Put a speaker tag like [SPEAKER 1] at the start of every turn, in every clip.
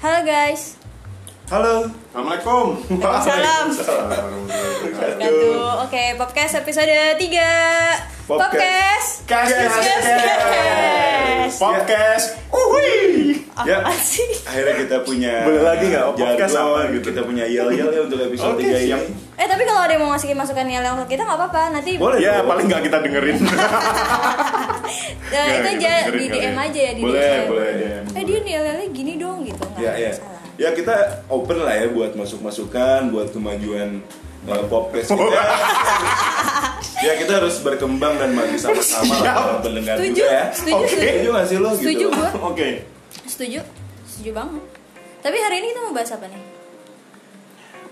[SPEAKER 1] Halo guys.
[SPEAKER 2] Halo.
[SPEAKER 3] Assalamualaikum.
[SPEAKER 1] Waalaikumsalam.
[SPEAKER 3] Waalaikumsalam.
[SPEAKER 1] Aduh. Oke, podcast episode 3. Podcast.
[SPEAKER 2] Podcast.
[SPEAKER 3] Cash, cash,
[SPEAKER 1] Yes,
[SPEAKER 3] cash.
[SPEAKER 1] yes.
[SPEAKER 3] Podcast. Uhui.
[SPEAKER 2] Ya.
[SPEAKER 1] Apa sih?
[SPEAKER 2] Akhirnya kita punya
[SPEAKER 3] Boleh lagi nggak? Podcast
[SPEAKER 2] jagoan,
[SPEAKER 3] apa gitu.
[SPEAKER 2] Kita punya yel yel ya untuk episode
[SPEAKER 3] Oke,
[SPEAKER 2] 3
[SPEAKER 3] siap.
[SPEAKER 2] yang
[SPEAKER 1] Eh, tapi kalau ada yang mau masukin masukan yang lewat kita nggak apa-apa. Nanti
[SPEAKER 2] Boleh.
[SPEAKER 3] Ya paling nggak kita dengerin.
[SPEAKER 1] eh, itu
[SPEAKER 3] Nggak, kita
[SPEAKER 1] aja
[SPEAKER 3] dengerin
[SPEAKER 1] di
[SPEAKER 3] kali ya.
[SPEAKER 1] DM aja ya di
[SPEAKER 3] Boleh,
[SPEAKER 1] DM.
[SPEAKER 3] boleh DM.
[SPEAKER 1] Eh, dia nih lele gini dong gitu. Nggak
[SPEAKER 3] Iya,
[SPEAKER 2] Ya
[SPEAKER 1] ada
[SPEAKER 2] ya.
[SPEAKER 1] masalah.
[SPEAKER 2] Ya kita open lah ya buat masuk masukan, buat kemajuan uh, podcast kita. ya kita harus berkembang dan maju sama-sama lah
[SPEAKER 3] Siap.
[SPEAKER 2] pendengar
[SPEAKER 1] Setuju.
[SPEAKER 2] juga ya.
[SPEAKER 1] Setuju,
[SPEAKER 2] Oke.
[SPEAKER 1] setuju.
[SPEAKER 2] Setuju nggak sih lo gitu?
[SPEAKER 1] Setuju gua.
[SPEAKER 3] Oke.
[SPEAKER 1] Setuju? Setuju banget. Tapi hari ini kita mau bahas apa nih?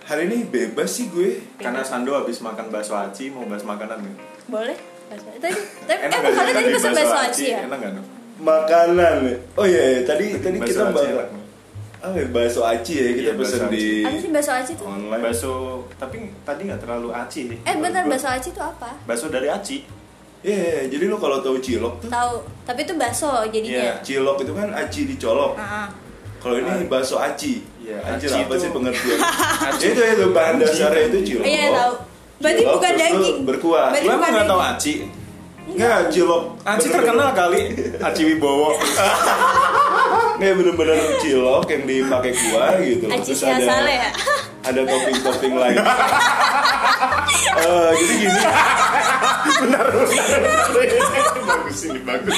[SPEAKER 2] Hari ini bebas sih gue.
[SPEAKER 3] Karena Sando habis makan bakso aci mau bahas makanan nih.
[SPEAKER 1] Boleh? Bahas- Tadi, tapi, eh,
[SPEAKER 3] nggak sih
[SPEAKER 1] bukannya tadi pesan bakso aci ya?
[SPEAKER 3] Enak nggak? Nuk?
[SPEAKER 2] Makanan. Oh iya, iya. tadi tadi
[SPEAKER 3] Bakso
[SPEAKER 2] kita
[SPEAKER 3] aci
[SPEAKER 2] bahas
[SPEAKER 3] enak.
[SPEAKER 2] apa ya, bakso aci ya kita
[SPEAKER 3] Iya,
[SPEAKER 2] pesen
[SPEAKER 3] bakso aci.
[SPEAKER 2] di
[SPEAKER 1] Apa sih bakso aci tuh?
[SPEAKER 2] online.
[SPEAKER 3] Bakso tapi tadi nggak terlalu aci sih.
[SPEAKER 1] Eh, bentar,
[SPEAKER 3] Menurut
[SPEAKER 1] bakso
[SPEAKER 3] gua.
[SPEAKER 1] aci tuh apa?
[SPEAKER 3] Bakso dari aci.
[SPEAKER 2] Iya, iya, jadi lo kalau tahu cilok tuh,
[SPEAKER 1] Tahu. Tapi itu bakso jadinya.
[SPEAKER 2] cilok itu kan aci dicolok.
[SPEAKER 1] Heeh.
[SPEAKER 2] Kalau ini
[SPEAKER 3] Ah.
[SPEAKER 2] bakso aci.
[SPEAKER 3] Iya,
[SPEAKER 2] Anjir
[SPEAKER 3] aci
[SPEAKER 2] apa
[SPEAKER 3] itu-
[SPEAKER 2] sih pengertian? Ya itu itu bahan dasarnya itu cilok.
[SPEAKER 1] Iya, tahu. Berarti
[SPEAKER 2] Cilok,
[SPEAKER 1] bukan
[SPEAKER 2] terus lu
[SPEAKER 1] daging.
[SPEAKER 2] Berkuah.
[SPEAKER 1] Berarti
[SPEAKER 3] Lu emang
[SPEAKER 1] bukan
[SPEAKER 3] nggak tahu
[SPEAKER 1] daging.
[SPEAKER 3] aci?
[SPEAKER 2] Enggak, cilok.
[SPEAKER 3] Iya. Aci
[SPEAKER 2] Bener-bener-
[SPEAKER 3] terkenal kali. Aci Wibowo.
[SPEAKER 2] Nggak bener-bener cilok yang dipakai kuah gitu.
[SPEAKER 1] Aci
[SPEAKER 2] Terus
[SPEAKER 1] Sia Saleh ya?
[SPEAKER 2] Ada topping-topping lain. Eh, jadi gini.
[SPEAKER 3] bagus ini bagus.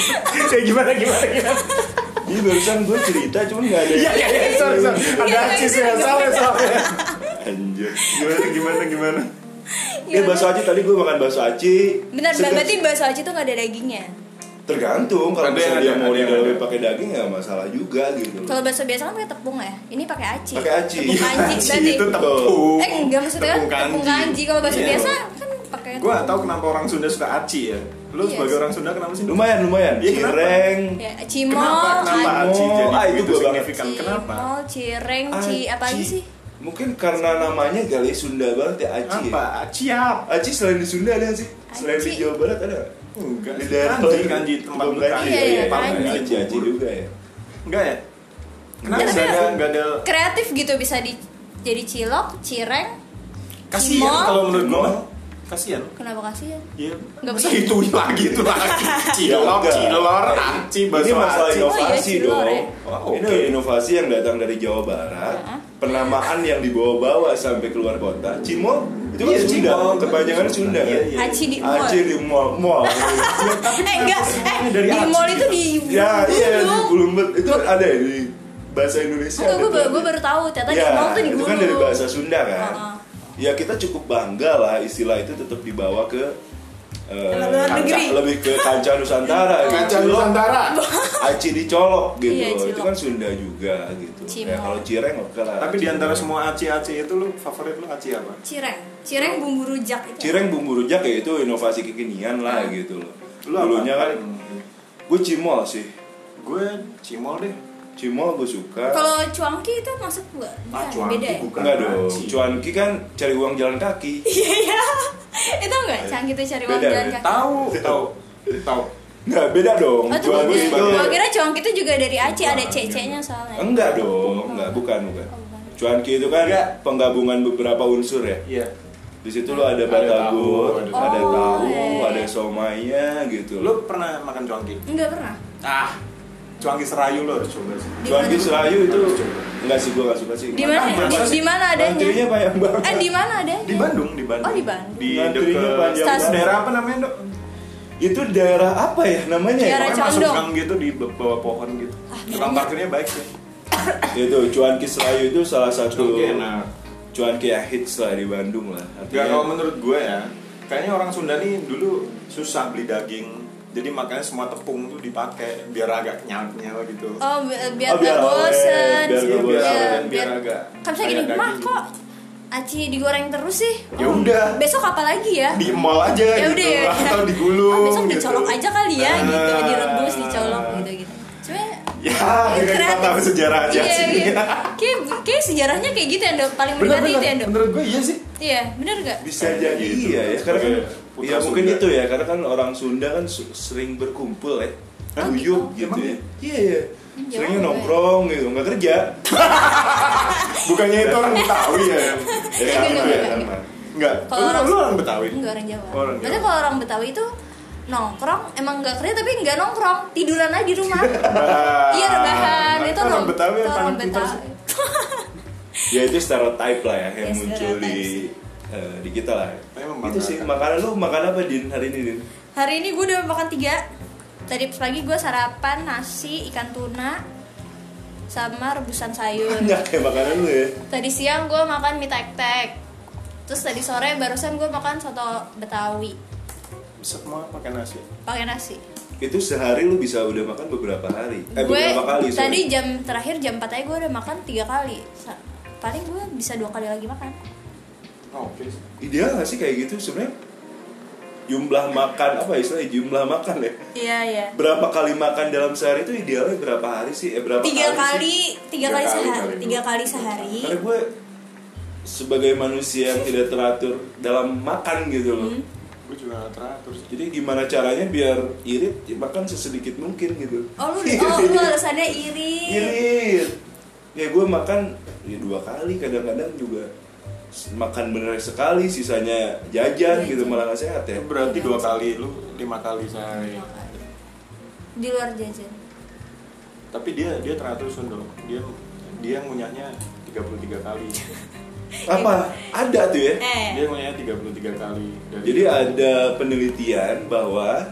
[SPEAKER 3] Ya gimana gimana gimana.
[SPEAKER 2] Ini barusan gue cerita cuman nggak ada.
[SPEAKER 3] Iya iya iya sorry sorry. Ada
[SPEAKER 1] Iya,
[SPEAKER 3] aci
[SPEAKER 1] iya,
[SPEAKER 3] saya
[SPEAKER 1] iya.
[SPEAKER 3] salah salah.
[SPEAKER 2] Anjir.
[SPEAKER 3] Gimana gimana gimana.
[SPEAKER 2] Ya bakso aci tadi gue makan bakso aci.
[SPEAKER 1] Benar, Iya,
[SPEAKER 2] Segar-
[SPEAKER 1] berarti bakso aci tuh nggak ada dagingnya.
[SPEAKER 2] tergantung kalau
[SPEAKER 3] Ada
[SPEAKER 2] misalnya
[SPEAKER 3] yang
[SPEAKER 2] dia
[SPEAKER 3] ada,
[SPEAKER 2] mau
[SPEAKER 3] ada yang
[SPEAKER 2] didalami
[SPEAKER 3] ada.
[SPEAKER 2] pakai daging ya masalah juga gitu
[SPEAKER 1] Kalau
[SPEAKER 2] loh.
[SPEAKER 1] bakso biasa kan pakai tepung ya. Ini pakai aci.
[SPEAKER 2] Pakai aci.
[SPEAKER 1] Tepung kanji
[SPEAKER 2] Aci
[SPEAKER 1] berarti.
[SPEAKER 3] Itu tepung.
[SPEAKER 1] Eh, enggak maksudnya kan tepung kanji. Kalau bakso
[SPEAKER 2] Iya.
[SPEAKER 1] biasa kan pakai
[SPEAKER 3] Gue gak tau kenapa orang Sunda suka aci ya. Lu
[SPEAKER 1] Iya
[SPEAKER 3] sebagai
[SPEAKER 1] sih.
[SPEAKER 3] orang Sunda kenapa sih?
[SPEAKER 2] lumayan lumayan
[SPEAKER 3] Iya, kenapa?
[SPEAKER 2] cireng
[SPEAKER 1] Ya, cimol,
[SPEAKER 3] Kenapa kenapa
[SPEAKER 1] aci.
[SPEAKER 3] aci jadi
[SPEAKER 2] Ah, itu
[SPEAKER 3] begitu
[SPEAKER 2] gua banget.
[SPEAKER 3] signifikan?
[SPEAKER 1] Iya,
[SPEAKER 3] Kenapa?
[SPEAKER 1] Cimol, cireng, ci, apa lagi
[SPEAKER 2] Aci.
[SPEAKER 1] sih?
[SPEAKER 2] mungkin karena namanya kali Sunda banget ya aci
[SPEAKER 3] Apa?
[SPEAKER 2] ya.
[SPEAKER 3] Ciap.
[SPEAKER 2] aci selain di Sunda ada nggak sih selain di
[SPEAKER 1] Aci.
[SPEAKER 2] Jawa Barat ada nggak?
[SPEAKER 3] Enggak.
[SPEAKER 2] Di daerah
[SPEAKER 3] Kanji kanji tempat
[SPEAKER 2] Bukan
[SPEAKER 3] lu
[SPEAKER 2] kanji
[SPEAKER 3] kanji.
[SPEAKER 1] Iya, iya,
[SPEAKER 2] Pak.
[SPEAKER 1] kanji.
[SPEAKER 2] aci aci juga ya
[SPEAKER 3] Enggak ya? Kenapa
[SPEAKER 1] Tapi
[SPEAKER 3] nggak ada
[SPEAKER 1] emang-
[SPEAKER 3] nggak ada
[SPEAKER 1] Kreatif gitu bisa di jadi cilok, cireng,
[SPEAKER 3] kasihan
[SPEAKER 1] Cimol.
[SPEAKER 3] kalau menurut gue
[SPEAKER 2] Cimol.
[SPEAKER 3] kasihan.
[SPEAKER 1] kenapa ya? kasihan?
[SPEAKER 3] Iya.
[SPEAKER 1] Nggak
[SPEAKER 3] Masa
[SPEAKER 1] bisa.
[SPEAKER 3] itu lagi itu lagi. Cilok,
[SPEAKER 2] Iya, enggak. Iya.
[SPEAKER 3] cilor, aci,
[SPEAKER 2] ini
[SPEAKER 3] bakso
[SPEAKER 2] masalah
[SPEAKER 1] Oh,
[SPEAKER 3] aci.
[SPEAKER 1] iya,
[SPEAKER 2] inovasi
[SPEAKER 1] cilor
[SPEAKER 2] dong
[SPEAKER 1] ya. Iya.
[SPEAKER 3] Oh,
[SPEAKER 2] ini
[SPEAKER 3] oke.
[SPEAKER 2] inovasi yang datang dari Jawa Barat
[SPEAKER 1] Heeh.
[SPEAKER 2] penamaan yang dibawa-bawa sampai keluar kota cimol itu kan
[SPEAKER 3] Iya,
[SPEAKER 2] Sunda
[SPEAKER 3] cimol.
[SPEAKER 2] kebanyakan Sunda
[SPEAKER 3] Iya,
[SPEAKER 2] kan
[SPEAKER 3] iya.
[SPEAKER 1] Aci di mall.
[SPEAKER 2] aci di mall mall
[SPEAKER 1] eh enggak, eh
[SPEAKER 3] dari
[SPEAKER 1] di
[SPEAKER 3] aci
[SPEAKER 1] mall itu
[SPEAKER 3] gitu?
[SPEAKER 1] di
[SPEAKER 2] ya iya di
[SPEAKER 1] Bulu.
[SPEAKER 2] Bulumbet itu ada ya di bahasa Indonesia
[SPEAKER 1] Enggak,
[SPEAKER 2] ada
[SPEAKER 1] gue baru,
[SPEAKER 2] tuh.
[SPEAKER 1] gue baru tahu ternyata
[SPEAKER 2] ya,
[SPEAKER 1] di mall tuh di
[SPEAKER 2] itu kan
[SPEAKER 1] Bulu.
[SPEAKER 2] dari bahasa Sunda kan
[SPEAKER 1] Heeh.
[SPEAKER 2] ya kita cukup bangga lah istilah itu tetap dibawa ke eh,
[SPEAKER 1] Luar
[SPEAKER 2] kancah-
[SPEAKER 1] negeri.
[SPEAKER 2] lebih ke kancah Nusantara gitu.
[SPEAKER 3] Kaca
[SPEAKER 2] Cilok,
[SPEAKER 3] Nusantara.
[SPEAKER 2] aci dicolok gitu
[SPEAKER 1] Iya,
[SPEAKER 2] itu
[SPEAKER 1] cilok.
[SPEAKER 2] kan Sunda juga gitu ya
[SPEAKER 1] Cimol.
[SPEAKER 2] kalau cireng oke lah
[SPEAKER 3] Tapi di antara semua aci-aci itu lu favorit lu aci apa?
[SPEAKER 1] Cireng, cireng bumbu rujak itu.
[SPEAKER 2] cireng bumbu rujak ya itu inovasi kekinian lah
[SPEAKER 1] Hmm.
[SPEAKER 2] gitu loh
[SPEAKER 3] Lu apa? Hmm.
[SPEAKER 2] dulunya kan gue cimol sih
[SPEAKER 3] gue cimol deh.
[SPEAKER 2] cimol gue suka
[SPEAKER 1] Kalau cuangki itu masuk gua.
[SPEAKER 3] Ah,
[SPEAKER 1] Bukan,
[SPEAKER 3] cuangki
[SPEAKER 1] beda ya.
[SPEAKER 3] bukan.
[SPEAKER 2] enggak dong
[SPEAKER 3] aci.
[SPEAKER 2] cuanki kan cari uang jalan kaki
[SPEAKER 1] Iya iya. Itu enggak cuangki tuh cari uang
[SPEAKER 2] Beda,
[SPEAKER 1] jalan
[SPEAKER 2] beda.
[SPEAKER 1] kaki.
[SPEAKER 3] Tahu, tahu, tahu.
[SPEAKER 2] Nggak, beda dong.
[SPEAKER 1] Oh, itu
[SPEAKER 2] Gua- gua
[SPEAKER 1] beda.
[SPEAKER 2] sebagai-
[SPEAKER 1] Gua kira cuangki itu juga dari aci ada
[SPEAKER 3] Bukan.
[SPEAKER 1] cece-nya soalnya.
[SPEAKER 2] Enggak dong, enggak, bukan, bukan.
[SPEAKER 1] Oh, bukan.
[SPEAKER 2] Cuanki itu kan
[SPEAKER 3] Enggak.
[SPEAKER 2] penggabungan beberapa unsur ya.
[SPEAKER 3] Iya.
[SPEAKER 2] Di situ lo ada
[SPEAKER 3] Ada
[SPEAKER 2] batagor,
[SPEAKER 3] tahu, ada
[SPEAKER 2] ada
[SPEAKER 1] tahu.
[SPEAKER 2] tahu,
[SPEAKER 1] Oh,
[SPEAKER 2] ada
[SPEAKER 1] iya.
[SPEAKER 2] somainya gitu. Lo
[SPEAKER 3] Lu pernah makan cuangki?
[SPEAKER 1] Enggak pernah.
[SPEAKER 3] Ah, cuangki serayu lu harus coba sih.
[SPEAKER 1] Di
[SPEAKER 2] cuanki
[SPEAKER 1] mana?
[SPEAKER 2] serayu itu
[SPEAKER 3] Harus coba.
[SPEAKER 2] enggak sih gua enggak suka sih.
[SPEAKER 1] Di mana?
[SPEAKER 3] Makan,
[SPEAKER 1] Di-
[SPEAKER 3] makan.
[SPEAKER 1] Di mana
[SPEAKER 2] Antrinya
[SPEAKER 1] adanya?
[SPEAKER 2] banyak banget.
[SPEAKER 1] Eh di mana adanya?
[SPEAKER 3] Di Bandung, di Bandung.
[SPEAKER 1] Oh, di Bandung.
[SPEAKER 3] Di
[SPEAKER 2] Ngantrinya
[SPEAKER 3] dekat
[SPEAKER 2] panjang
[SPEAKER 1] Stasiun. banget.
[SPEAKER 3] daerah apa namanya, Dok?
[SPEAKER 2] Itu daerah apa ya namanya? ya?
[SPEAKER 1] Daerah
[SPEAKER 3] Pokoknya masuk
[SPEAKER 1] Condong. Ah,
[SPEAKER 3] gang gitu di be- bawah pohon gitu. Tukang parkirnya baik sih.
[SPEAKER 2] Itu cuanki serayu itu salah satu
[SPEAKER 3] Cuangki enak.
[SPEAKER 2] cuanki yang hits lah di Bandung lah.
[SPEAKER 3] Gak kalau menurut gue ya, kayaknya orang Sunda nih dulu susah beli daging, jadi makanya semua tepung tuh dipakai biar agak kenyal-kenyal gitu.
[SPEAKER 1] Oh, bi- biar
[SPEAKER 2] Oh, biar
[SPEAKER 1] nggak
[SPEAKER 2] awet,
[SPEAKER 1] bosen
[SPEAKER 2] biar nggak
[SPEAKER 1] Iya,
[SPEAKER 2] bosen,
[SPEAKER 3] biar agak
[SPEAKER 1] Kan bisa gini,
[SPEAKER 3] agak
[SPEAKER 1] mah
[SPEAKER 3] daging."
[SPEAKER 1] kok aci digoreng terus sih Oh,
[SPEAKER 3] Ya udah.
[SPEAKER 1] Besok apa lagi ya?
[SPEAKER 3] Di mall aja
[SPEAKER 1] Ya
[SPEAKER 3] gitu
[SPEAKER 1] udah ya.
[SPEAKER 3] atau digulung.
[SPEAKER 1] Ah, besok
[SPEAKER 3] gitu.
[SPEAKER 1] dicolok aja kali ya
[SPEAKER 3] Nah.
[SPEAKER 1] gitu Direbus, dicolok gitu. gitu-gitu Cuma
[SPEAKER 3] Ya, kita
[SPEAKER 1] Kreatif.
[SPEAKER 3] tahu sejarah aja
[SPEAKER 1] iya,
[SPEAKER 3] sih.
[SPEAKER 1] iya. Kayak, kayak sejarahnya kayak gitu ya, Dok. Paling
[SPEAKER 3] Bener,
[SPEAKER 1] berarti itu ya,
[SPEAKER 3] bener.
[SPEAKER 1] Dok.
[SPEAKER 3] menurut gue iya sih.
[SPEAKER 1] Iya, bener gak?
[SPEAKER 2] bisa jadi
[SPEAKER 3] Gitu.
[SPEAKER 2] iya ya karena kan
[SPEAKER 3] Sebagai putra
[SPEAKER 2] ya mungkin
[SPEAKER 3] Sunda.
[SPEAKER 2] itu ya karena kan orang Sunda kan su- sering berkumpul ya
[SPEAKER 1] Oh,
[SPEAKER 2] guyup
[SPEAKER 3] gitu?
[SPEAKER 2] gitu
[SPEAKER 3] Emang
[SPEAKER 2] ya.
[SPEAKER 3] iya?
[SPEAKER 2] Iya, iya.
[SPEAKER 1] Jauh
[SPEAKER 2] Seringnya
[SPEAKER 1] gue.
[SPEAKER 2] nongkrong gitu, nggak kerja.
[SPEAKER 3] Bukannya itu orang Betawi ya? iya.
[SPEAKER 2] Ya
[SPEAKER 1] Enggak, enggak,
[SPEAKER 2] sama, ya
[SPEAKER 1] enggak.
[SPEAKER 2] sama.
[SPEAKER 3] Enggak.
[SPEAKER 1] Iya, Kalau
[SPEAKER 3] Lu,
[SPEAKER 1] orang- Iya,
[SPEAKER 3] lu orang Betawi.
[SPEAKER 1] Enggak orang Jawa.
[SPEAKER 3] Orang Jawa.
[SPEAKER 1] Maksudnya kalau orang Betawi itu nongkrong emang nggak kerja tapi nggak nongkrong tiduran aja di rumah. Iya rebahan itu
[SPEAKER 3] Ah. Orang
[SPEAKER 1] nong-
[SPEAKER 3] Betawi yang
[SPEAKER 1] itu orang
[SPEAKER 3] paling pintar
[SPEAKER 1] Betawi.
[SPEAKER 2] Ya itu stereotype lah ya yang
[SPEAKER 1] Ya,
[SPEAKER 2] muncul di eh, di kita lah.
[SPEAKER 3] Tapi emang
[SPEAKER 2] Itu sih
[SPEAKER 3] bangga.
[SPEAKER 2] makanan lu makan apa din hari ini din?
[SPEAKER 1] Hari ini gue udah makan tiga. Tadi pagi gue sarapan nasi ikan tuna sama rebusan sayur.
[SPEAKER 2] Banyak ya makanan lu ya.
[SPEAKER 1] Tadi siang gue makan mie tek tek. Terus tadi sore barusan gue makan soto Betawi
[SPEAKER 3] Semua pakai nasi.
[SPEAKER 1] pakai nasi.
[SPEAKER 2] Itu sehari lu bisa udah makan beberapa hari. Eh
[SPEAKER 1] gue
[SPEAKER 2] beberapa kali sorry.
[SPEAKER 1] tadi jam terakhir jam 4 aja gue udah makan tiga kali. Sa- Paling gue bisa dua kali lagi makan.
[SPEAKER 3] Oh, oke. sih.
[SPEAKER 2] Ideal gak sih kayak gitu sebenarnya? Jumlah makan apa ya, istilahnya jumlah makan ya.
[SPEAKER 1] Iya iya.
[SPEAKER 2] Berapa kali makan dalam sehari itu idealnya berapa hari sih? Eh berapa
[SPEAKER 1] Tiga
[SPEAKER 2] sih?
[SPEAKER 1] kali, tiga
[SPEAKER 3] Tiga
[SPEAKER 1] kali
[SPEAKER 3] kali
[SPEAKER 1] sehari,
[SPEAKER 3] kali.
[SPEAKER 1] tiga kali sehari.
[SPEAKER 2] Karena gue sebagai manusia yang tidak teratur dalam makan gitu loh.
[SPEAKER 1] Hmm.
[SPEAKER 3] Gue juga nggak teratur sih.
[SPEAKER 2] Jadi gimana caranya biar irit ya makan sesedikit mungkin gitu.
[SPEAKER 1] Oh lu, oh lu alasannya iri.
[SPEAKER 2] irit. Ya gue makan ya dua kali kadang-kadang juga S- makan bener sekali sisanya jajan gitu malah gak sehat ya.
[SPEAKER 3] Berarti dua kali lu lima kali sehari.
[SPEAKER 1] Dua kali. Di luar jajan.
[SPEAKER 3] Tapi dia dia teratur sundel. Dia dia ngunyahnya 33 kali.
[SPEAKER 2] Apa ada tuh ya?
[SPEAKER 1] Eh,
[SPEAKER 3] Dia ngunyahnya 33 kali. Dari
[SPEAKER 2] Jadi ada penelitian bahwa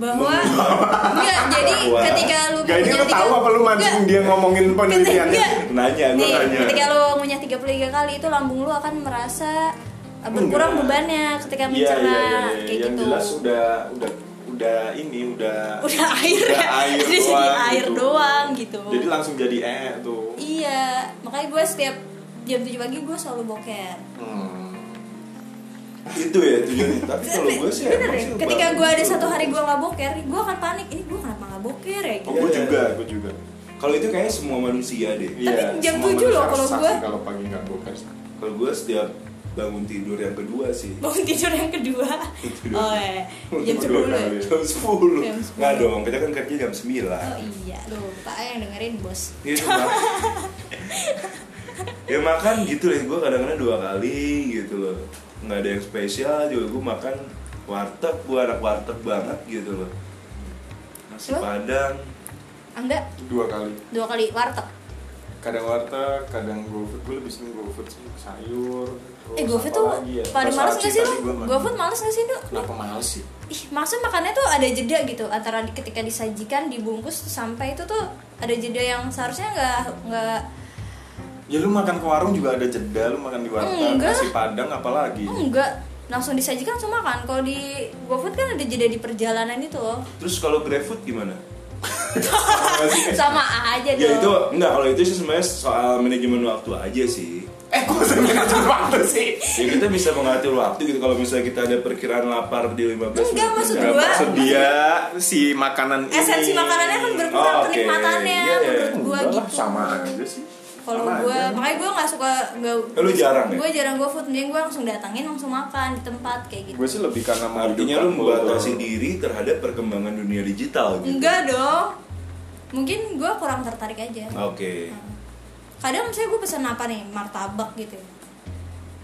[SPEAKER 1] bahwa enggak jadi
[SPEAKER 2] Bahwa-
[SPEAKER 1] ketika lu
[SPEAKER 3] Gak ini lu
[SPEAKER 1] punya
[SPEAKER 3] tahu
[SPEAKER 1] tiga-
[SPEAKER 3] apa lu mancing dia ngomongin
[SPEAKER 1] Enggak, ketika,
[SPEAKER 3] penelitiannya?
[SPEAKER 1] enggak.
[SPEAKER 2] nanya gue
[SPEAKER 1] Nih,
[SPEAKER 2] nanya.
[SPEAKER 1] Eh, ketika lu ngunyah 33 kali itu lambung lu akan merasa eh, berkurang
[SPEAKER 3] Enggak.
[SPEAKER 1] bebannya ketika
[SPEAKER 3] Iya,
[SPEAKER 1] mencerna
[SPEAKER 3] iya, iya, iya.
[SPEAKER 1] kayak
[SPEAKER 3] yang
[SPEAKER 1] gitu.
[SPEAKER 3] jelas udah udah udah ini udah
[SPEAKER 1] Udah air
[SPEAKER 3] udah
[SPEAKER 1] ya.
[SPEAKER 3] air
[SPEAKER 1] Jadi jadi
[SPEAKER 3] doang,
[SPEAKER 1] air
[SPEAKER 3] gitu.
[SPEAKER 1] doang gitu.
[SPEAKER 3] Jadi langsung jadi eh tuh.
[SPEAKER 1] Iya, makanya gue setiap jam 7 pagi gue selalu boker.
[SPEAKER 3] Hmm.
[SPEAKER 2] Itu ya tujuannya. Tapi kalau gue sih
[SPEAKER 1] Bener
[SPEAKER 2] emang
[SPEAKER 1] deh,
[SPEAKER 2] sih
[SPEAKER 1] ketika
[SPEAKER 2] bagus
[SPEAKER 1] gue ada
[SPEAKER 2] tuh.
[SPEAKER 1] satu hari gue nggak boker, gue akan panik. Ini gue kenapa nggak boker ya? Gitu.
[SPEAKER 3] Oh, gue
[SPEAKER 2] Iya.
[SPEAKER 3] juga, gue juga.
[SPEAKER 2] Kalau itu kayaknya semua manusia deh. Iya.
[SPEAKER 1] Tapi jam
[SPEAKER 3] semua
[SPEAKER 1] 7 loh
[SPEAKER 3] manusia
[SPEAKER 1] kalau
[SPEAKER 3] resah
[SPEAKER 1] gua.
[SPEAKER 3] Iya, sih Kalau pagi nggak boker.
[SPEAKER 2] Kalau gue setiap bangun tidur yang kedua sih
[SPEAKER 1] Bangun tidur yang kedua. Oh, eh. jam
[SPEAKER 3] Kedua
[SPEAKER 1] 10 ya.
[SPEAKER 3] kali.
[SPEAKER 2] jam 10
[SPEAKER 1] Jam
[SPEAKER 2] Nggak dong, kita kan kerja jam 9
[SPEAKER 1] Oh iya, lupa yang dengerin bos.
[SPEAKER 2] Ya, itu mak- ya makan gitu deh, gue kadang-kadang dua kali gitu loh Nggak ada yang spesial juga, gue makan warteg, gue anak warteg banget gitu loh Nasi
[SPEAKER 1] Lo?
[SPEAKER 2] padang
[SPEAKER 1] Angga
[SPEAKER 3] Dua kali.
[SPEAKER 1] Ah, dua kali warteg.
[SPEAKER 3] Kadang warteg, kadang GoFood. Gue lebih sering GoFood sih. Sayur. terus
[SPEAKER 1] Eh GoFood
[SPEAKER 3] apa
[SPEAKER 1] tuh
[SPEAKER 3] lagi ya?
[SPEAKER 1] paling
[SPEAKER 3] Terus
[SPEAKER 1] males
[SPEAKER 3] aci
[SPEAKER 1] gak sih
[SPEAKER 3] tadi
[SPEAKER 1] lu?
[SPEAKER 3] gua makan.
[SPEAKER 1] GoFood males gak sih lu?
[SPEAKER 3] Kenapa males sih?
[SPEAKER 1] Ih, maksud makannya tuh ada jeda gitu antara di- ketika disajikan, dibungkus tuh sampai itu tuh ada jeda yang seharusnya nggak nggak
[SPEAKER 3] Ya lu makan ke warung juga ada jeda, lu makan di warteg,
[SPEAKER 1] Enggak.
[SPEAKER 3] nasi padang apalagi.
[SPEAKER 1] enggak oh, langsung disajikan langsung makan. Kalau di GoFood kan ada jeda di perjalanan itu loh.
[SPEAKER 2] Terus kalau GrabFood gimana?
[SPEAKER 1] Sama aja Iya dong.
[SPEAKER 2] Ya itu, enggak kalau itu sih sebenarnya soal manajemen waktu aja sih
[SPEAKER 3] Eh, kok saya manajer waktu sih?
[SPEAKER 2] ya kita bisa mengatur waktu gitu kalau misalnya kita ada perkiraan lapar di 15 menit
[SPEAKER 1] Enggak, maksud
[SPEAKER 2] enggak
[SPEAKER 1] gua-
[SPEAKER 2] maksud dia
[SPEAKER 3] Dia si makanan ini.
[SPEAKER 1] Esensi makanannya kan berkurang
[SPEAKER 2] Oh, oke.
[SPEAKER 1] penikmatannya
[SPEAKER 2] Iya, iya.
[SPEAKER 1] menurut gua
[SPEAKER 3] Enggak lah,
[SPEAKER 1] gitu.
[SPEAKER 3] Sama aja sih.
[SPEAKER 1] Kalau
[SPEAKER 3] Sama
[SPEAKER 1] gue,
[SPEAKER 3] aja.
[SPEAKER 1] makanya gue nggak suka nggak.
[SPEAKER 2] Eh, lu jarang ya?
[SPEAKER 1] Gue jarang gue food, mending gue langsung datangin langsung makan di tempat kayak gitu.
[SPEAKER 3] gue sih lebih karena mau
[SPEAKER 2] artinya lu membatasi diri terhadap perkembangan dunia digital gitu
[SPEAKER 1] Enggak dong. Mungkin gue kurang tertarik aja. Hmm.
[SPEAKER 3] Oh,
[SPEAKER 2] oke
[SPEAKER 1] Kadang misalnya gue pesen apa nih, martabak gitu. ya.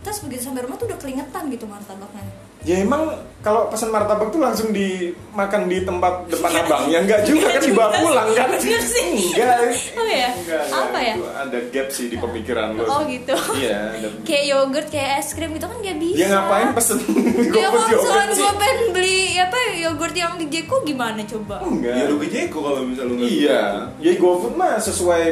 [SPEAKER 1] Terus begitu sampai rumah tuh udah keringetan gitu martabaknya.
[SPEAKER 3] ya emang kalau pesan martabak tuh langsung dimakan di tempat depan
[SPEAKER 1] Iya.
[SPEAKER 3] abangnya enggak juga kan dibawa pulang kan
[SPEAKER 1] Bener Iya, sih.
[SPEAKER 3] enggak
[SPEAKER 1] Oh ya?
[SPEAKER 3] Enggak,
[SPEAKER 1] Apa ya?
[SPEAKER 3] itu ada gap sih di pemikiran lo
[SPEAKER 1] Oh gitu.
[SPEAKER 3] iya ada
[SPEAKER 1] Kayak yogurt, kayak es krim gitu kan gak bisa.
[SPEAKER 3] ya ngapain pesen
[SPEAKER 1] Ya
[SPEAKER 3] GoFood
[SPEAKER 1] kalau
[SPEAKER 3] yogurt
[SPEAKER 1] misalkan
[SPEAKER 3] sih
[SPEAKER 1] gue pengen beli apa yogurt yang di Jeko gimana coba?
[SPEAKER 3] enggak
[SPEAKER 2] ya lu bejeko kalau misalnya lu nggak
[SPEAKER 3] iya
[SPEAKER 2] gitu.
[SPEAKER 3] ya GoFood mah sesuai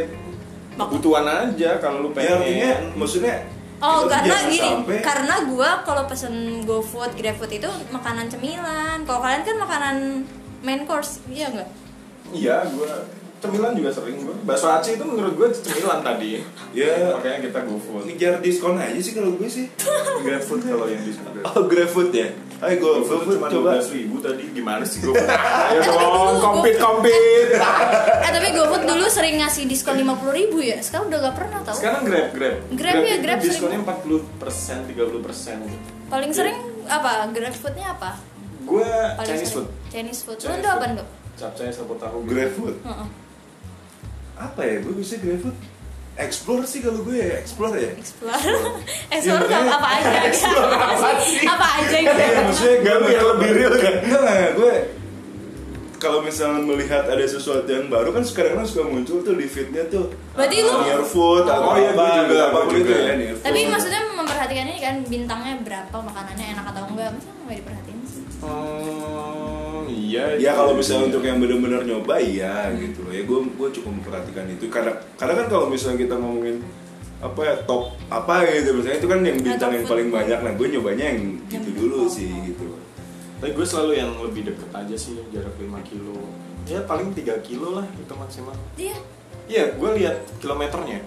[SPEAKER 3] kebutuhan aja kalau lu
[SPEAKER 2] ya
[SPEAKER 3] pengen
[SPEAKER 2] artinya maksudnya
[SPEAKER 1] Oh
[SPEAKER 2] kita tuh
[SPEAKER 1] karena
[SPEAKER 2] jangan
[SPEAKER 1] gini,
[SPEAKER 2] sampai
[SPEAKER 1] karena gua kalau pesen GoFood, GrabFood itu makanan cemilan. Kalau kalian kan makanan main course, iya enggak?
[SPEAKER 3] iya gue cemilan juga sering gue bakso aci itu menurut gue cemilan tadi
[SPEAKER 2] Ya.
[SPEAKER 3] makanya kita GoFood
[SPEAKER 2] ngejar diskon aja sih kalau gue sih
[SPEAKER 3] GrabFood kalau yang di Surabaya.
[SPEAKER 2] oh GrabFood ya ayo gue GrabFood coba Ya
[SPEAKER 3] ribu tadi gimana sih gue? Ayo dong,
[SPEAKER 1] dulu,
[SPEAKER 3] kompet
[SPEAKER 1] gua-
[SPEAKER 3] kompet.
[SPEAKER 1] Eh tapi GoFood dulu sering ngasih diskon 50.000 ribu ya, sekarang udah gak pernah tau
[SPEAKER 3] Sekarang grab grab.
[SPEAKER 1] Grab ya,
[SPEAKER 3] itu
[SPEAKER 1] Grab
[SPEAKER 3] Diskonnya empat puluh persen, tiga puluh persen.
[SPEAKER 1] Paling sering apa, GrabFoodnya apa?
[SPEAKER 3] Gue
[SPEAKER 1] Paling
[SPEAKER 3] Chinese
[SPEAKER 1] sering.
[SPEAKER 3] food.
[SPEAKER 1] Chinese food, lu
[SPEAKER 3] Chinese
[SPEAKER 1] udah apa
[SPEAKER 3] food.
[SPEAKER 1] dok?
[SPEAKER 3] capcay sambal tahu
[SPEAKER 2] GrabFood
[SPEAKER 1] Heeh.
[SPEAKER 2] apa ya gue bisa GrabFood explore sih kalau gue ya explore ya
[SPEAKER 1] explore explore
[SPEAKER 2] Ya,
[SPEAKER 1] apa aja
[SPEAKER 3] Explore apa sih?
[SPEAKER 1] apa aja gitu
[SPEAKER 2] Ya, maksudnya
[SPEAKER 3] Nggak,
[SPEAKER 2] gue-
[SPEAKER 3] biar lebih real kan?
[SPEAKER 2] Nggak, nggak, nggak. gue kalau misalnya melihat ada sesuatu yang baru kan sekarang suka muncul tuh di feednya tuh
[SPEAKER 1] Berarti
[SPEAKER 2] ah,
[SPEAKER 1] lu-
[SPEAKER 2] near food atau
[SPEAKER 3] Oh, iya, gue
[SPEAKER 2] apa
[SPEAKER 3] juga,
[SPEAKER 2] apa
[SPEAKER 3] gue
[SPEAKER 2] gitu
[SPEAKER 3] juga.
[SPEAKER 2] ya, near
[SPEAKER 1] tapi
[SPEAKER 2] food.
[SPEAKER 1] maksudnya memperhatikan ini kan bintangnya berapa makanannya enak atau enggak masa nggak diperhatiin sih
[SPEAKER 3] Hmm, iya.
[SPEAKER 2] ya
[SPEAKER 3] iya.
[SPEAKER 2] kalau misalnya untuk yang benar-benar nyoba ya gitu loh ya gue gue cukup memperhatikan itu karena karena kan kalau misalnya kita ngomongin apa ya top apa gitu misalnya itu kan yang bintang
[SPEAKER 1] top
[SPEAKER 2] yang
[SPEAKER 1] food.
[SPEAKER 2] paling banyak nah gue nyobanya yang gitu
[SPEAKER 1] Yang
[SPEAKER 2] dulu
[SPEAKER 1] top.
[SPEAKER 2] sih gitu loh.
[SPEAKER 3] Tapi gue selalu yang lebih deket aja sih jarak 5 kilo. Ya paling 3 kilo lah itu maksimal.
[SPEAKER 1] iya
[SPEAKER 3] Iya, gue lihat kilometernya.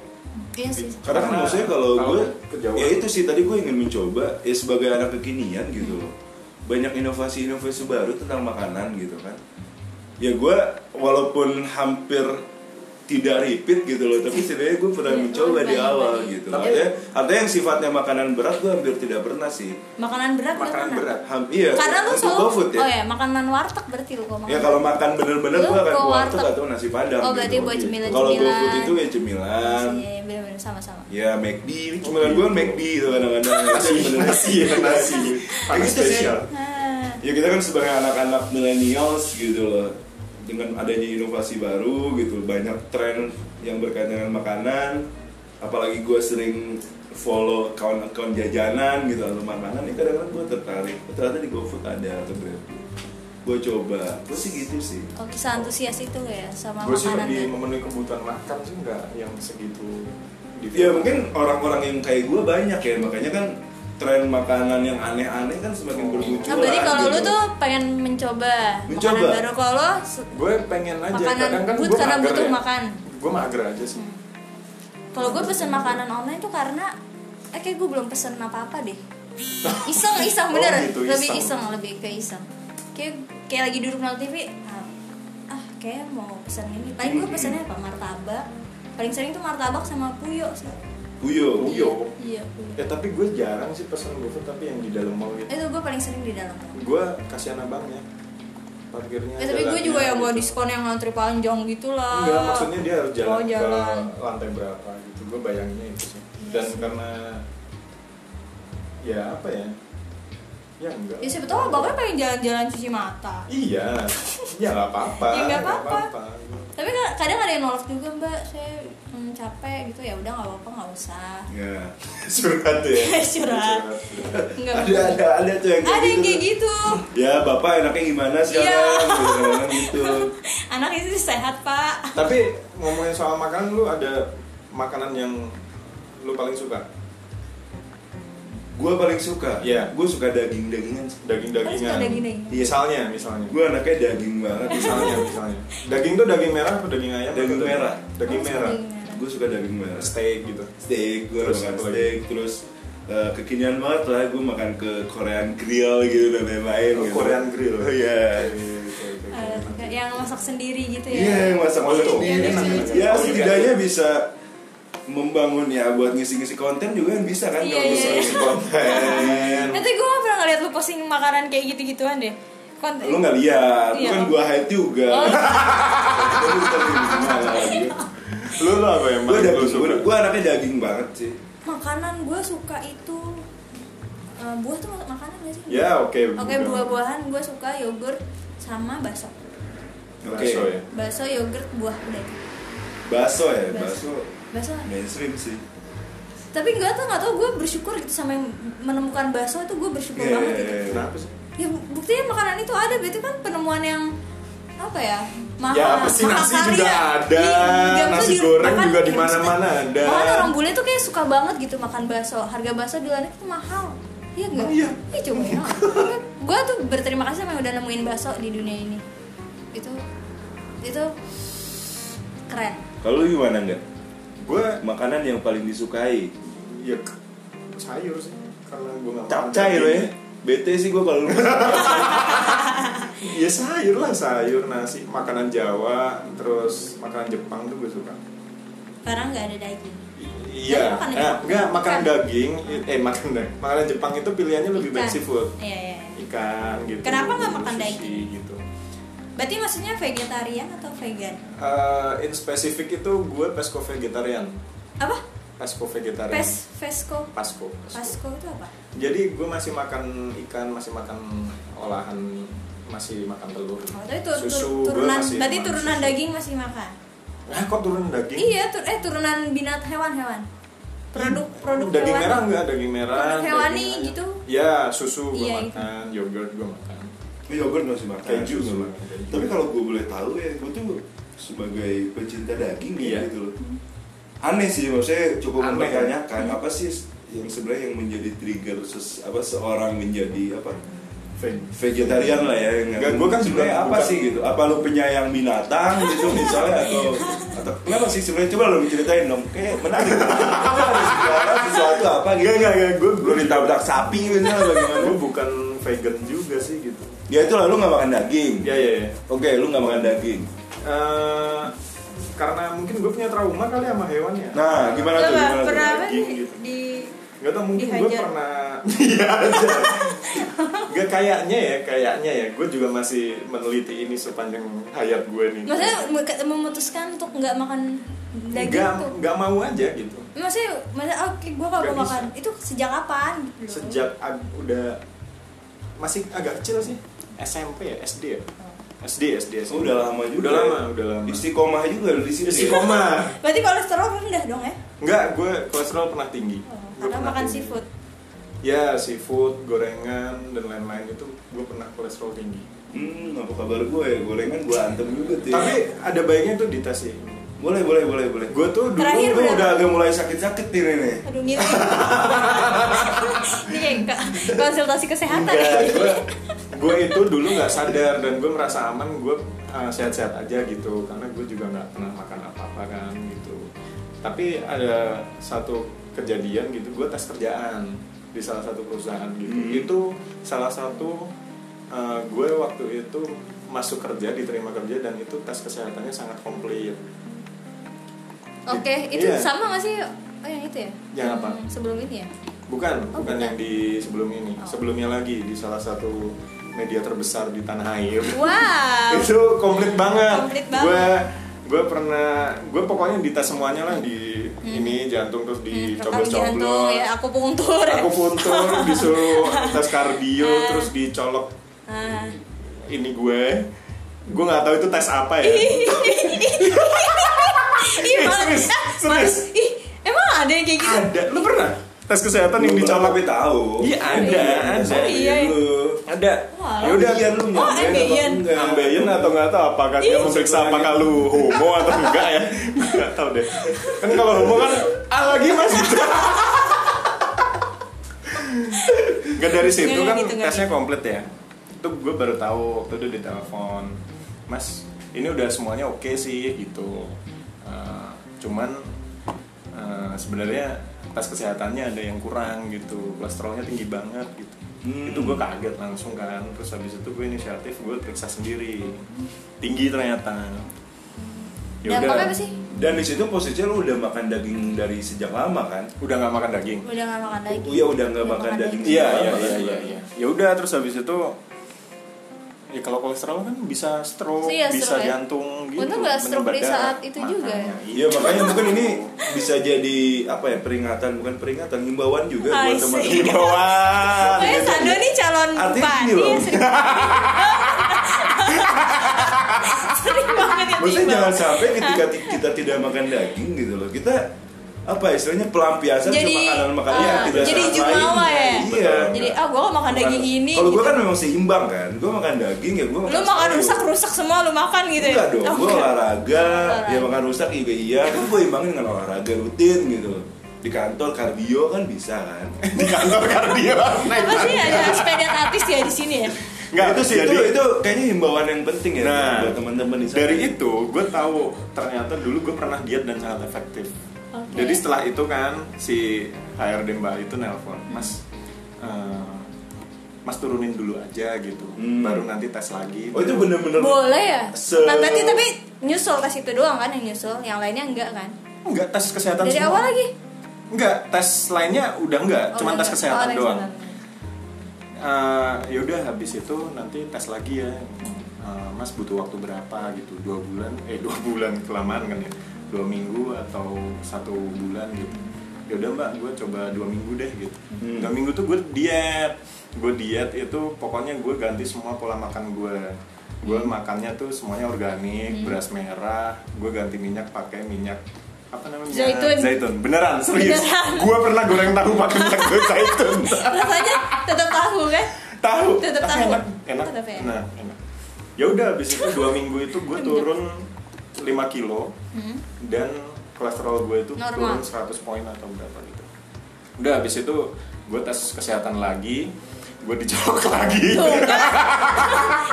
[SPEAKER 1] iya sih
[SPEAKER 2] karena kan
[SPEAKER 3] Karena
[SPEAKER 2] maksudnya kalau
[SPEAKER 3] kalau
[SPEAKER 2] gue
[SPEAKER 3] kejauhan.
[SPEAKER 2] ya itu sih tadi gue ingin mencoba ya sebagai anak kekinian gitu loh banyak inovasi-inovasi baru tentang makanan gitu kan ya gue walaupun hampir tidak repeat gitu loh tapi setidaknya gue pernah
[SPEAKER 1] Iya,
[SPEAKER 2] mencoba
[SPEAKER 1] lu
[SPEAKER 2] di
[SPEAKER 1] banyak
[SPEAKER 2] awal
[SPEAKER 1] banget.
[SPEAKER 2] gitu
[SPEAKER 3] Tapi-
[SPEAKER 2] artinya, artinya yang sifatnya makanan berat gue hampir tidak pernah sih
[SPEAKER 1] makanan berat nggak
[SPEAKER 3] Makanan
[SPEAKER 1] pernah.
[SPEAKER 3] berat.
[SPEAKER 2] Ham- iya
[SPEAKER 1] karena lu
[SPEAKER 2] untuk
[SPEAKER 1] selalu
[SPEAKER 2] GoFood ya
[SPEAKER 1] oh ya makanan warteg berarti lu kalau makan
[SPEAKER 3] Iya,
[SPEAKER 1] Iya,
[SPEAKER 2] Ya kalau makan bener-bener
[SPEAKER 1] Lu
[SPEAKER 2] gue akan
[SPEAKER 1] ke
[SPEAKER 2] ke warteg
[SPEAKER 1] warteg.
[SPEAKER 2] atau nasi padang
[SPEAKER 1] Oh, berarti buat
[SPEAKER 2] Gitu.
[SPEAKER 1] cemilan-cemilan.
[SPEAKER 2] Kalau GoFood itu ya cemilan
[SPEAKER 1] iya benar-benar sama-sama
[SPEAKER 2] Ya McD, cemilan gue McD itu kadang-kadang Itu yang bener.
[SPEAKER 3] nasi ya nasi. Paling
[SPEAKER 2] Gitu sih.
[SPEAKER 3] spesial.
[SPEAKER 1] Ah,
[SPEAKER 2] Ya kita kan sebagai anak-anak millennials gitu loh Dengan adanya inovasi baru gitu Banyak tren yang berkaitan dengan makanan Apalagi gue sering follow account-account jajanan gitu atau makanan ya kadang-kadang gue tertarik Oh, ternyata di GoFood ada atau GrabFood gue coba gue sih gitu sih
[SPEAKER 1] oh kisah antusias itu ya sama
[SPEAKER 3] Gue sih
[SPEAKER 1] makanan
[SPEAKER 3] lebih
[SPEAKER 1] dan
[SPEAKER 3] memenuhi kebutuhan makan sih nggak yang segitu. di-
[SPEAKER 2] Ya mungkin orang-orang yang kayak gue banyak ya makanya kan tren makanan yang aneh-aneh kan
[SPEAKER 3] Oh.
[SPEAKER 2] semakin bermunculan.
[SPEAKER 1] Nah, berarti kalau lu
[SPEAKER 2] gitu.
[SPEAKER 1] tuh pengen mencoba,
[SPEAKER 2] Mencoba.
[SPEAKER 1] makanan baru kalau lu se-
[SPEAKER 3] gue pengen aja
[SPEAKER 1] Makanan
[SPEAKER 3] kadang kan
[SPEAKER 1] but
[SPEAKER 3] gue
[SPEAKER 1] karena
[SPEAKER 3] mager
[SPEAKER 1] butuh
[SPEAKER 3] ya.
[SPEAKER 1] makan.
[SPEAKER 3] gue mager aja sih
[SPEAKER 1] Hmm. kalau gue pesen makanan online tuh karena eh kayak gue belum pesen apa-apa deh. Iseng, iseng
[SPEAKER 3] Oh,
[SPEAKER 1] bener,
[SPEAKER 3] gitu,
[SPEAKER 1] lebih
[SPEAKER 3] iseng.
[SPEAKER 1] iseng, lebih ke iseng. Kayak kayak lagi duduk nonton TV, ah, ah kayak mau pesen ini. Paling gue pesennya apa? Martabak. Paling sering tuh martabak sama puyo. sih.
[SPEAKER 2] Puyo.
[SPEAKER 3] Puyo?
[SPEAKER 1] Iya, puyo.
[SPEAKER 3] ya tapi gue jarang sih pesan gue tapi yang di dalam mall gitu
[SPEAKER 1] Itu gue paling sering di dalam.
[SPEAKER 3] gue kasihan abangnya parkirnya
[SPEAKER 1] Eh, tapi gue
[SPEAKER 3] jalannya
[SPEAKER 1] juga yang bawa
[SPEAKER 3] gitu.
[SPEAKER 1] diskon yang antri panjang gitu lah.
[SPEAKER 3] enggak maksudnya dia harus jalan,
[SPEAKER 1] Oh, jalan. Iya
[SPEAKER 3] ke lantai berapa gitu gue bayanginnya itu sih dan
[SPEAKER 1] sih.
[SPEAKER 3] karena ya apa ya ya enggak
[SPEAKER 1] Ya siapa tahu abangnya pengen jalan-jalan cuci mata.
[SPEAKER 3] iya ya nggak apa-apa
[SPEAKER 1] Ya, nggak
[SPEAKER 3] nggak
[SPEAKER 1] apa-apa. Tapi ka- kadang ada yang nolak juga mbak, saya mm, capek gitu ya udah nggak apa-apa nggak usah.
[SPEAKER 2] Ya.
[SPEAKER 3] surat tuh ya
[SPEAKER 1] Curhat. Nggak
[SPEAKER 2] Ada ada ada tuh yang kayak
[SPEAKER 1] Ada yang
[SPEAKER 2] gitu.
[SPEAKER 1] kayak gitu. Iya.
[SPEAKER 2] Ya bapak enaknya gimana sekarang? Kadang-kadang gitu.
[SPEAKER 1] Anak itu sehat pak.
[SPEAKER 3] Tapi ngomongin soal makanan, lu ada makanan yang lu paling suka?
[SPEAKER 2] Gue paling suka.
[SPEAKER 3] Iya.
[SPEAKER 2] Gue suka daging-dagingan. sih.
[SPEAKER 1] Harus ada
[SPEAKER 3] Daging-dagingan.
[SPEAKER 1] daging-daging.
[SPEAKER 3] Iya, Misalnya, misalnya.
[SPEAKER 2] Gue anaknya daging banget.
[SPEAKER 3] Misalnya, misalnya. Daging tuh daging merah atau daging ayam?
[SPEAKER 2] Daging
[SPEAKER 3] atau
[SPEAKER 2] merah.
[SPEAKER 3] Daging
[SPEAKER 1] Oh,
[SPEAKER 3] merah.
[SPEAKER 1] daging merah.
[SPEAKER 2] Gue suka daging merah.
[SPEAKER 3] Steak gitu.
[SPEAKER 2] Steak, gue
[SPEAKER 3] Terus
[SPEAKER 2] makan
[SPEAKER 3] apa lagi?
[SPEAKER 2] steak. Terus eh, kekinian banget lah. Gue makan ke Korean grill gitu dan lain-lain.
[SPEAKER 3] Oh,
[SPEAKER 2] gitu.
[SPEAKER 3] Korean grill.
[SPEAKER 2] Iya.
[SPEAKER 1] Ada juga Eh, yang masak sendiri gitu ya.
[SPEAKER 2] Iya, yang masak masak
[SPEAKER 1] Yang
[SPEAKER 2] sendiri.
[SPEAKER 1] lucu-lucu.
[SPEAKER 2] Ya setidaknya bisa membangun ya buat ngisi-ngisi konten juga kan bisa kan
[SPEAKER 1] Iya,
[SPEAKER 2] kalau
[SPEAKER 1] iya,
[SPEAKER 2] misalnya
[SPEAKER 1] iya. Kan
[SPEAKER 2] ngisi konten.
[SPEAKER 1] Nanti gue nggak pernah ngeliat lu posting makanan kayak gitu-gituan deh. Konten.
[SPEAKER 2] Lu nggak lihat, lu
[SPEAKER 1] Iya.
[SPEAKER 2] kan gua hide juga.
[SPEAKER 1] Oh, Iya.
[SPEAKER 2] Lu ntar gimana lagi?
[SPEAKER 3] Lu lu apa yang
[SPEAKER 2] Gua
[SPEAKER 3] paling lu
[SPEAKER 2] daging,
[SPEAKER 3] suka?
[SPEAKER 2] gua- gua anaknya daging banget sih.
[SPEAKER 1] makanan gue suka itu eh, buah tuh masuk makanan gak sih?
[SPEAKER 3] Ya, oke.
[SPEAKER 1] Oke buah-buahan gue suka yogurt sama bakso.
[SPEAKER 2] Oke.
[SPEAKER 3] Bakso ya.
[SPEAKER 1] Bakso yogurt buah udah itu.
[SPEAKER 2] Baso ya,
[SPEAKER 1] Baso. Bakso.
[SPEAKER 2] baso mainstream sih.
[SPEAKER 1] Tapi gue tuh nggak tau gue bersyukur gitu sama yang menemukan bakso itu gue bersyukur
[SPEAKER 2] Iya,
[SPEAKER 1] banget
[SPEAKER 2] iya,
[SPEAKER 1] gitu.
[SPEAKER 2] iya.
[SPEAKER 3] Kenapa sih?
[SPEAKER 1] Ya bu- buktinya makanan itu ada berarti kan penemuan yang apa ya? Maha,
[SPEAKER 3] Ya, pasti
[SPEAKER 1] maha
[SPEAKER 3] nasi
[SPEAKER 1] karya.
[SPEAKER 3] juga ada,
[SPEAKER 1] Iya, maksudnya
[SPEAKER 3] nasi
[SPEAKER 1] di-
[SPEAKER 3] goreng
[SPEAKER 1] makan-
[SPEAKER 3] juga di
[SPEAKER 1] iya, maksudnya-
[SPEAKER 3] mana-mana ada.
[SPEAKER 1] Bahkan orang bule tuh kayak suka banget gitu makan bakso. Harga bakso di luar negeri tuh mahal. Iya enggak?
[SPEAKER 3] Oh, iya.
[SPEAKER 1] Iya, coba. gue tuh berterima kasih sama yang udah nemuin bakso di dunia ini. Itu itu keren.
[SPEAKER 2] Kalau lu gimana enggak?
[SPEAKER 3] Gue
[SPEAKER 2] Makanan yang paling disukai.
[SPEAKER 3] ya k- sayur sih karena gue nggak makan
[SPEAKER 2] Capcay lo ya.
[SPEAKER 3] daging.
[SPEAKER 2] Bete sih gua kalau lu
[SPEAKER 3] Iya sayur lah sayur nasi makanan Jawa terus makanan Jepang tuh gue suka.
[SPEAKER 1] Karena nggak ada daging.
[SPEAKER 3] I- Iya.
[SPEAKER 1] makanan
[SPEAKER 3] Eh,
[SPEAKER 1] Jepang.
[SPEAKER 3] enggak makanan
[SPEAKER 1] Ikan.
[SPEAKER 3] daging eh makanan daging. makanan Jepang itu pilihannya lebih banyak
[SPEAKER 1] Ikan.
[SPEAKER 3] seafood
[SPEAKER 1] Iya, iya.
[SPEAKER 3] ikan gitu.
[SPEAKER 1] Kenapa nggak makan
[SPEAKER 3] sushi
[SPEAKER 1] daging?
[SPEAKER 3] gitu?
[SPEAKER 1] Berarti maksudnya vegetarian atau vegan?
[SPEAKER 3] Eh, in specific itu gue pesco vegetarian
[SPEAKER 1] Apa?
[SPEAKER 3] pesco vegetarian
[SPEAKER 1] Pes, Vesco?
[SPEAKER 3] pasco pesco.
[SPEAKER 1] Pasco itu apa?
[SPEAKER 3] jadi gue masih makan ikan masih makan olahan masih makan telur
[SPEAKER 1] Oh, tapi tur- tur-
[SPEAKER 3] Susu, gue
[SPEAKER 1] turunan,
[SPEAKER 3] masih
[SPEAKER 1] berarti
[SPEAKER 3] makan
[SPEAKER 1] turunan
[SPEAKER 3] susu.
[SPEAKER 1] daging masih makan?
[SPEAKER 3] ah kok turunan daging
[SPEAKER 1] Iya, tur eh turunan binat hewan-hewan. Produk produk
[SPEAKER 3] Hmm. daging
[SPEAKER 1] hewan.
[SPEAKER 3] merah enggak daging merah
[SPEAKER 1] Produk
[SPEAKER 3] daging
[SPEAKER 1] hewani
[SPEAKER 3] ayam.
[SPEAKER 1] gitu.
[SPEAKER 3] ya susu gue
[SPEAKER 1] Iya, itu.
[SPEAKER 3] makan yogurt gue makan
[SPEAKER 2] Ini yogurt masih makan,
[SPEAKER 3] Keju
[SPEAKER 2] susu.
[SPEAKER 3] makan, keju.
[SPEAKER 2] Tapi kalau gue boleh tahu ya, gue tuh sebagai pecinta daging
[SPEAKER 3] Iya.
[SPEAKER 2] gitu loh. Aneh sih, maksudnya cukup
[SPEAKER 3] Aneh. kan? Hmm.
[SPEAKER 2] mempertanyakan apa sih yang sebenarnya yang menjadi trigger ses- apa seorang menjadi apa vegetarian lah ya yang
[SPEAKER 3] Enggak, gua kan
[SPEAKER 2] sebenarnya
[SPEAKER 3] bukan-
[SPEAKER 2] apa
[SPEAKER 3] bukan-
[SPEAKER 2] sih gitu apa lu penyayang binatang gitu misalnya atau
[SPEAKER 3] Iya.
[SPEAKER 2] atau kenapa sih sebenarnya coba lu ceritain dong kayak menarik sejarah sesuatu apa
[SPEAKER 3] enggak
[SPEAKER 2] gitu
[SPEAKER 3] enggak enggak gue
[SPEAKER 2] lu ditabrak sapi misalnya bagaimana
[SPEAKER 3] gue bukan vegan juga sih gitu
[SPEAKER 2] ya itu lah lu nggak makan daging
[SPEAKER 3] ya ya, ya.
[SPEAKER 2] oke lu nggak makan daging
[SPEAKER 3] Eh, karena mungkin gue punya trauma kali ya sama hewannya
[SPEAKER 2] Nah, gimana tuh?
[SPEAKER 1] Coba
[SPEAKER 2] Gimana tuh?
[SPEAKER 1] pernah apa
[SPEAKER 3] Daging
[SPEAKER 1] di-
[SPEAKER 3] gitu.
[SPEAKER 1] di
[SPEAKER 3] Gak tau mungkin gue
[SPEAKER 1] Dihajar.
[SPEAKER 3] pernah Iya aja Gak kayaknya ya, kayaknya ya Gue juga masih meneliti ini sepanjang hayat gue nih
[SPEAKER 1] maksudnya me- memutuskan untuk nggak makan daging
[SPEAKER 3] Gak,
[SPEAKER 1] tuh.
[SPEAKER 3] gak mau aja gitu
[SPEAKER 1] Maksudnya, maksudnya oke gue kalau
[SPEAKER 3] Nggak
[SPEAKER 1] mau makan
[SPEAKER 3] bisa.
[SPEAKER 1] itu sejak kapan gitu loh.
[SPEAKER 3] Sejak ag- udah Masih agak kecil sih SMP ya, SD ya SD, SD, SD
[SPEAKER 2] Oh, udah lama juga.
[SPEAKER 3] Udah lama, udah lama
[SPEAKER 2] Istiqomah juga lu di situ. ya?
[SPEAKER 3] Istiqomah
[SPEAKER 1] Berarti kolesterol rendah dong ya?
[SPEAKER 3] Enggak, gue kolesterol pernah tinggi
[SPEAKER 1] Oh,
[SPEAKER 3] Gue
[SPEAKER 1] karena
[SPEAKER 3] pernah
[SPEAKER 1] makan
[SPEAKER 3] tinggi.
[SPEAKER 1] seafood.
[SPEAKER 3] Ya, seafood, gorengan, dan lain-lain itu gue pernah kolesterol tinggi
[SPEAKER 2] Hmm, apa kabar gue ya? Gorengan gue antem juga tuh. ya.
[SPEAKER 3] Tapi ada baiknya tuh dites sih
[SPEAKER 2] boleh boleh boleh boleh.
[SPEAKER 3] Gue tuh dulu
[SPEAKER 1] Terakhir
[SPEAKER 3] tuh
[SPEAKER 2] Gue
[SPEAKER 1] berapa?
[SPEAKER 2] udah agak mulai sakit-sakit nih nih, nih.
[SPEAKER 1] Aduh gitu. Ini kayak nggak- konsultasi kesehatan.
[SPEAKER 3] Enggak,
[SPEAKER 1] ya.
[SPEAKER 3] gue gue itu dulu nggak sadar dan gue merasa aman gue uh, sehat-sehat aja gitu karena gue juga nggak pernah makan apa-apa kan gitu tapi ada satu kejadian gitu gue tes kerjaan di salah satu perusahaan gitu
[SPEAKER 2] Hmm.
[SPEAKER 3] itu salah satu uh, gue waktu itu masuk kerja diterima kerja dan itu tes kesehatannya sangat komplit
[SPEAKER 1] Oke, itu
[SPEAKER 3] Iya.
[SPEAKER 1] sama nggak sih? Oh yang itu ya?
[SPEAKER 3] Yang apa?
[SPEAKER 1] Sebelum ini ya?
[SPEAKER 3] Bukan,
[SPEAKER 1] Oh,
[SPEAKER 3] bukan
[SPEAKER 1] bukan.
[SPEAKER 3] yang di sebelum ini.
[SPEAKER 1] Oh.
[SPEAKER 3] Sebelumnya lagi di salah satu media terbesar di tanah air.
[SPEAKER 1] Wow.
[SPEAKER 3] Itu komplit banget.
[SPEAKER 1] Komplit banget.
[SPEAKER 3] Gue gue pernah gue pokoknya dites semuanya lah di ini jantung terus
[SPEAKER 1] Hmm,
[SPEAKER 3] dicoblos-coblos.
[SPEAKER 1] ya, aku puntur. ya.
[SPEAKER 3] Aku puntur disuruh tes kardio
[SPEAKER 1] Ah.
[SPEAKER 3] terus dicolok
[SPEAKER 1] Ah.
[SPEAKER 3] ini gue. Gue nggak tahu itu tes apa ya.
[SPEAKER 1] Ih,
[SPEAKER 3] Eh,
[SPEAKER 1] malah-
[SPEAKER 3] serius,
[SPEAKER 1] ah,
[SPEAKER 3] serius.
[SPEAKER 1] malas. Ih, emang ada yang kayak gitu?
[SPEAKER 3] Ada, lu pernah? Tes kesehatan yang
[SPEAKER 2] Belum
[SPEAKER 3] dicolok
[SPEAKER 2] pernah, tapi Kan tahu.
[SPEAKER 3] Iya, ada, ada.
[SPEAKER 1] Oh, iya.
[SPEAKER 2] Lu.
[SPEAKER 3] Ada.
[SPEAKER 1] Wah,
[SPEAKER 3] Ya udah,
[SPEAKER 2] Ambeien lu
[SPEAKER 1] Oh,
[SPEAKER 2] nyambein apa
[SPEAKER 1] ambeien.
[SPEAKER 2] enggak?
[SPEAKER 3] ambeien atau nggak tahu apakah dia
[SPEAKER 1] Iya,
[SPEAKER 2] Ih.
[SPEAKER 3] memeriksa apakah lu homo atau enggak ya nggak tahu deh kan kalau homo kan ah lagi mas gitu nggak dari situ
[SPEAKER 1] Nggak,
[SPEAKER 3] kan
[SPEAKER 1] gitu, nggak
[SPEAKER 3] tesnya komplit ya itu gue baru tahu waktu itu di telepon mas ini udah semuanya oke sih gitu Eh, cuman eh, sebenarnya tes kesehatannya ada yang kurang gitu kolesterolnya tinggi banget gitu
[SPEAKER 2] Hmm.
[SPEAKER 3] itu gue kaget langsung kan terus habis itu gue inisiatif gue periksa sendiri tinggi ternyata Ya
[SPEAKER 1] Dampaknya
[SPEAKER 3] udah.
[SPEAKER 1] apa sih?
[SPEAKER 2] Dan di situ posisinya lu udah makan daging dari sejak lama kan?
[SPEAKER 3] udah nggak makan daging
[SPEAKER 1] Udah nggak makan lagi.
[SPEAKER 2] Oh, iya, udah nggak makan daging.
[SPEAKER 3] iya
[SPEAKER 2] Iya,
[SPEAKER 3] iya
[SPEAKER 2] makan
[SPEAKER 3] iya
[SPEAKER 2] juga.
[SPEAKER 3] iya iya. ya udah terus habis itu ya kalau kolesterol kan bisa stroke
[SPEAKER 1] Iya,
[SPEAKER 3] bisa
[SPEAKER 1] stroke ya.
[SPEAKER 3] jantung gitu
[SPEAKER 1] Untung nggak stroke
[SPEAKER 3] menembak
[SPEAKER 1] di saat
[SPEAKER 3] darah.
[SPEAKER 1] itu juga ya.
[SPEAKER 2] Iya makanya mungkin ini bisa jadi apa ya peringatan bukan peringatan himbauan
[SPEAKER 1] I
[SPEAKER 2] juga buat
[SPEAKER 1] see.
[SPEAKER 2] teman-teman.
[SPEAKER 3] Iya, Himbauan.
[SPEAKER 1] Pokoknya Sando nih calon
[SPEAKER 2] Artinya
[SPEAKER 1] bupati.
[SPEAKER 2] gini loh.
[SPEAKER 1] Iya, sering- Sering banget yang
[SPEAKER 2] Maksudnya
[SPEAKER 1] timbal.
[SPEAKER 2] jangan sampai ketika ti- kita tidak makan daging gitu loh kita apa ya, istilahnya pelampiasan
[SPEAKER 1] Jadi,
[SPEAKER 2] ke makanan-makanan
[SPEAKER 1] eh,
[SPEAKER 2] yang tidak
[SPEAKER 1] jadi
[SPEAKER 2] sehat
[SPEAKER 1] jumawa
[SPEAKER 2] lain.
[SPEAKER 1] ya?
[SPEAKER 2] Iya.
[SPEAKER 1] Jadi ah gua kok makan
[SPEAKER 2] Bukan-
[SPEAKER 1] daging ini.
[SPEAKER 2] Kalau gue
[SPEAKER 1] gitu.
[SPEAKER 2] kan memang seimbang kan. Gue makan daging ya gue makan.
[SPEAKER 1] lu makan
[SPEAKER 2] sayur.
[SPEAKER 1] rusak rusak semua lu makan gitu ya?
[SPEAKER 2] Enggak
[SPEAKER 1] Oh,
[SPEAKER 2] dong, gue
[SPEAKER 1] enggak.
[SPEAKER 2] olahraga,
[SPEAKER 1] Olahraga.
[SPEAKER 2] ya makan rusak juga iya Kan gue imbangin dengan olahraga rutin gitu Di kantor kardio kan bisa kan
[SPEAKER 3] di kantor kardio
[SPEAKER 1] Apa sih ada sepeda artis ya di sini ya?
[SPEAKER 3] nggak
[SPEAKER 2] itu sih, itu, itu kayaknya himbauan yang penting ya
[SPEAKER 3] Nah,
[SPEAKER 2] Buat teman-teman di sana
[SPEAKER 3] dari itu gue tahu ternyata dulu gue pernah diet dan sangat efektif
[SPEAKER 1] Oke.
[SPEAKER 3] jadi setelah itu kan si HRD mbak itu nelpon mas eh, mas turunin dulu aja gitu
[SPEAKER 2] Hmm.
[SPEAKER 3] baru nanti tes lagi
[SPEAKER 2] Oh itu bener-bener
[SPEAKER 1] Boleh ya?
[SPEAKER 2] Se-
[SPEAKER 1] Nah, berarti tapi nyusul ke situ doang kan yang nyusul, yang lainnya enggak kan?
[SPEAKER 3] enggak tes kesehatan
[SPEAKER 1] Dari
[SPEAKER 3] semua.
[SPEAKER 1] awal lagi?
[SPEAKER 3] enggak tes lainnya udah enggak
[SPEAKER 1] Oh,
[SPEAKER 3] cuman
[SPEAKER 1] udah
[SPEAKER 3] tes
[SPEAKER 1] enggak.
[SPEAKER 3] kesehatan
[SPEAKER 1] Oh, tes
[SPEAKER 3] doang
[SPEAKER 1] kesehatan.
[SPEAKER 3] Eh, ya udah habis itu nanti tes lagi ya Eh, eh, mas butuh waktu berapa gitu dua bulan eh dua bulan kelamaan kan ya dua minggu atau satu bulan gitu ya udah mbak gue coba dua minggu deh gitu
[SPEAKER 2] Hmm.
[SPEAKER 3] dua minggu tuh gue diet gue diet itu pokoknya gue ganti semua pola makan gue gue makannya tuh semuanya organik
[SPEAKER 1] Hmm.
[SPEAKER 3] beras merah gue ganti minyak pakai minyak apa namanya
[SPEAKER 1] Zaitun.
[SPEAKER 3] zaitun beneran serius
[SPEAKER 1] Beneran.
[SPEAKER 3] gue pernah goreng tahu pakai minyak zaitun
[SPEAKER 1] rasanya tetap tahu kan
[SPEAKER 3] tahu
[SPEAKER 1] Tetep
[SPEAKER 3] tapi
[SPEAKER 1] tahu.
[SPEAKER 3] enak enak
[SPEAKER 1] Tetep ya.
[SPEAKER 3] nah enak ya udah abis itu dua minggu itu gue turun 5 kilo
[SPEAKER 1] Hmm.
[SPEAKER 3] dan kolesterol gue itu
[SPEAKER 1] Normal.
[SPEAKER 3] turun 100 poin atau berapa gitu udah abis itu gue tes kesehatan lagi gue dijawab lagi
[SPEAKER 1] tuh kan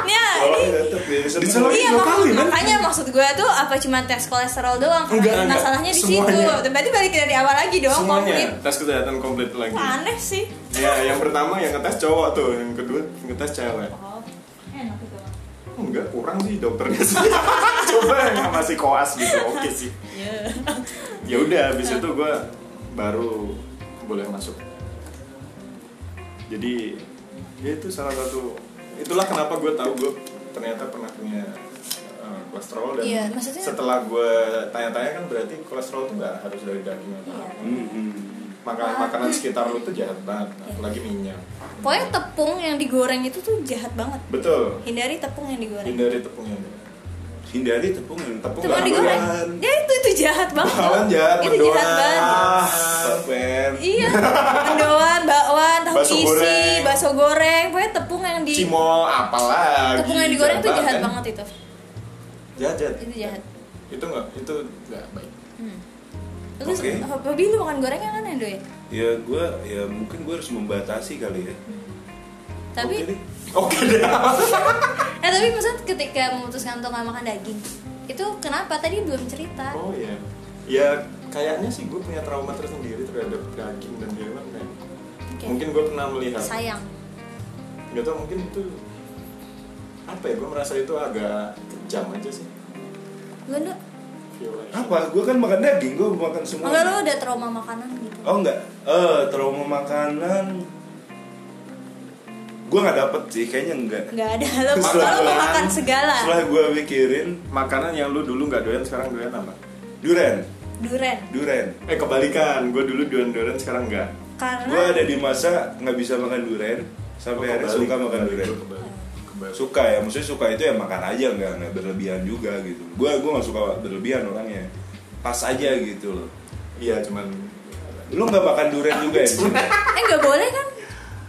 [SPEAKER 1] ya
[SPEAKER 2] Oh,
[SPEAKER 1] ini
[SPEAKER 2] tetep ya, bisa
[SPEAKER 3] Dicelup.
[SPEAKER 2] banget.
[SPEAKER 1] Iya
[SPEAKER 3] dua
[SPEAKER 1] mak-
[SPEAKER 3] kali, kan?
[SPEAKER 1] makanya maksud gue tuh apa cuma tes kolesterol doang?
[SPEAKER 3] Enggak, enggak.
[SPEAKER 1] Masalahnya di
[SPEAKER 3] Semuanya.
[SPEAKER 1] situ. Berarti balik dari awal lagi dong komplit.
[SPEAKER 3] semuanya tes kesehatan komplit lagi
[SPEAKER 1] Wah, aneh sih.
[SPEAKER 3] ya yang pertama yang ngetes cowok tuh yang kedua ngetes cewek
[SPEAKER 1] Oh, enak itu.
[SPEAKER 3] Oh, enggak kurang sih dokternya sih coba yang masih koas gitu oke sih
[SPEAKER 1] Iya.
[SPEAKER 3] ya udah habis itu gue baru boleh masuk jadi ya itu salah satu itulah kenapa gue tahu gue ternyata pernah punya eh, kolesterol dan
[SPEAKER 1] Iya, maksudnya-
[SPEAKER 3] setelah gue tanya-tanya kan berarti kolesterol tuh nggak harus dari daging atau
[SPEAKER 1] Iya. Ah.
[SPEAKER 3] apa.
[SPEAKER 2] Hmm, hmm.
[SPEAKER 3] makanan makanan sekitar lu tuh jahat banget apalagi minyak
[SPEAKER 1] Iya. Pokoknya tepung yang digoreng itu tuh jahat banget.
[SPEAKER 3] betul
[SPEAKER 1] Hindari tepung yang digoreng.
[SPEAKER 3] hindari tepungnya
[SPEAKER 2] hindari tepung yang tepung
[SPEAKER 1] Tepung yang digoreng.
[SPEAKER 2] bakwan.
[SPEAKER 1] Ya itu itu jahat banget.
[SPEAKER 3] Bakwan jahat,
[SPEAKER 1] Oh, Itu jahat
[SPEAKER 3] mendoan.
[SPEAKER 1] banget.
[SPEAKER 2] Bakwan.
[SPEAKER 1] Iya, mendoan, bakwan, tahu
[SPEAKER 3] Bakso
[SPEAKER 1] isi,
[SPEAKER 3] goreng.
[SPEAKER 1] bakso goreng, pokoknya tepung yang di
[SPEAKER 3] cimol apalah
[SPEAKER 1] tepung yang digoreng tuh jahat banget itu.
[SPEAKER 3] jahat jahat
[SPEAKER 1] Itu jahat.
[SPEAKER 3] itu nggak itu nggak baik
[SPEAKER 1] Hmm. Terus
[SPEAKER 2] Oke.
[SPEAKER 1] hobi lu makan gorengan kan Endo ya?
[SPEAKER 2] ya gue ya mungkin gue harus membatasi kali ya
[SPEAKER 1] Tapi
[SPEAKER 2] Oke deh.
[SPEAKER 3] oke deh
[SPEAKER 1] eh tapi maksud ketika memutuskan untuk nggak makan daging itu kenapa tadi belum cerita?
[SPEAKER 3] Oh iya. Ya kayaknya sih gue punya trauma tersendiri terhadap daging dan hewan ya.
[SPEAKER 1] Oke.
[SPEAKER 3] Mungkin gue pernah melihat.
[SPEAKER 1] Sayang.
[SPEAKER 3] Gak tau mungkin itu apa ya? Gue merasa itu agak kejam aja sih.
[SPEAKER 1] Lu Endo,
[SPEAKER 3] Violation.
[SPEAKER 2] apa gue kan makan daging gue makan semua
[SPEAKER 1] enggak lu udah trauma makanan gitu?
[SPEAKER 2] oh enggak eh trauma makanan gue nggak dapet sih kayaknya enggak
[SPEAKER 1] Nggak ada lu
[SPEAKER 3] Setelah
[SPEAKER 1] kalau lu
[SPEAKER 3] gua-
[SPEAKER 1] makan segala.
[SPEAKER 2] setelah gue pikirin
[SPEAKER 3] Makanan yang lu dulu nggak doyan sekarang doyan apa?
[SPEAKER 2] duren
[SPEAKER 1] Duren.
[SPEAKER 2] duren
[SPEAKER 3] Eh kebalikan, gue dulu doyan doyan sekarang nggak.
[SPEAKER 1] Karena
[SPEAKER 2] gue ada di masa nggak bisa makan duren sampai
[SPEAKER 3] Gua
[SPEAKER 2] akhirnya
[SPEAKER 3] kebalik,
[SPEAKER 2] suka makan
[SPEAKER 3] kebalik,
[SPEAKER 2] duren
[SPEAKER 3] gua kebalik, kebalik.
[SPEAKER 2] suka ya maksudnya suka itu ya makan aja nggak nggak berlebihan juga gitu gue gue nggak suka berlebihan orangnya pas aja gitu loh
[SPEAKER 3] Iya cuman
[SPEAKER 2] lu nggak makan duren juga ya Jin?
[SPEAKER 1] eh nggak boleh kan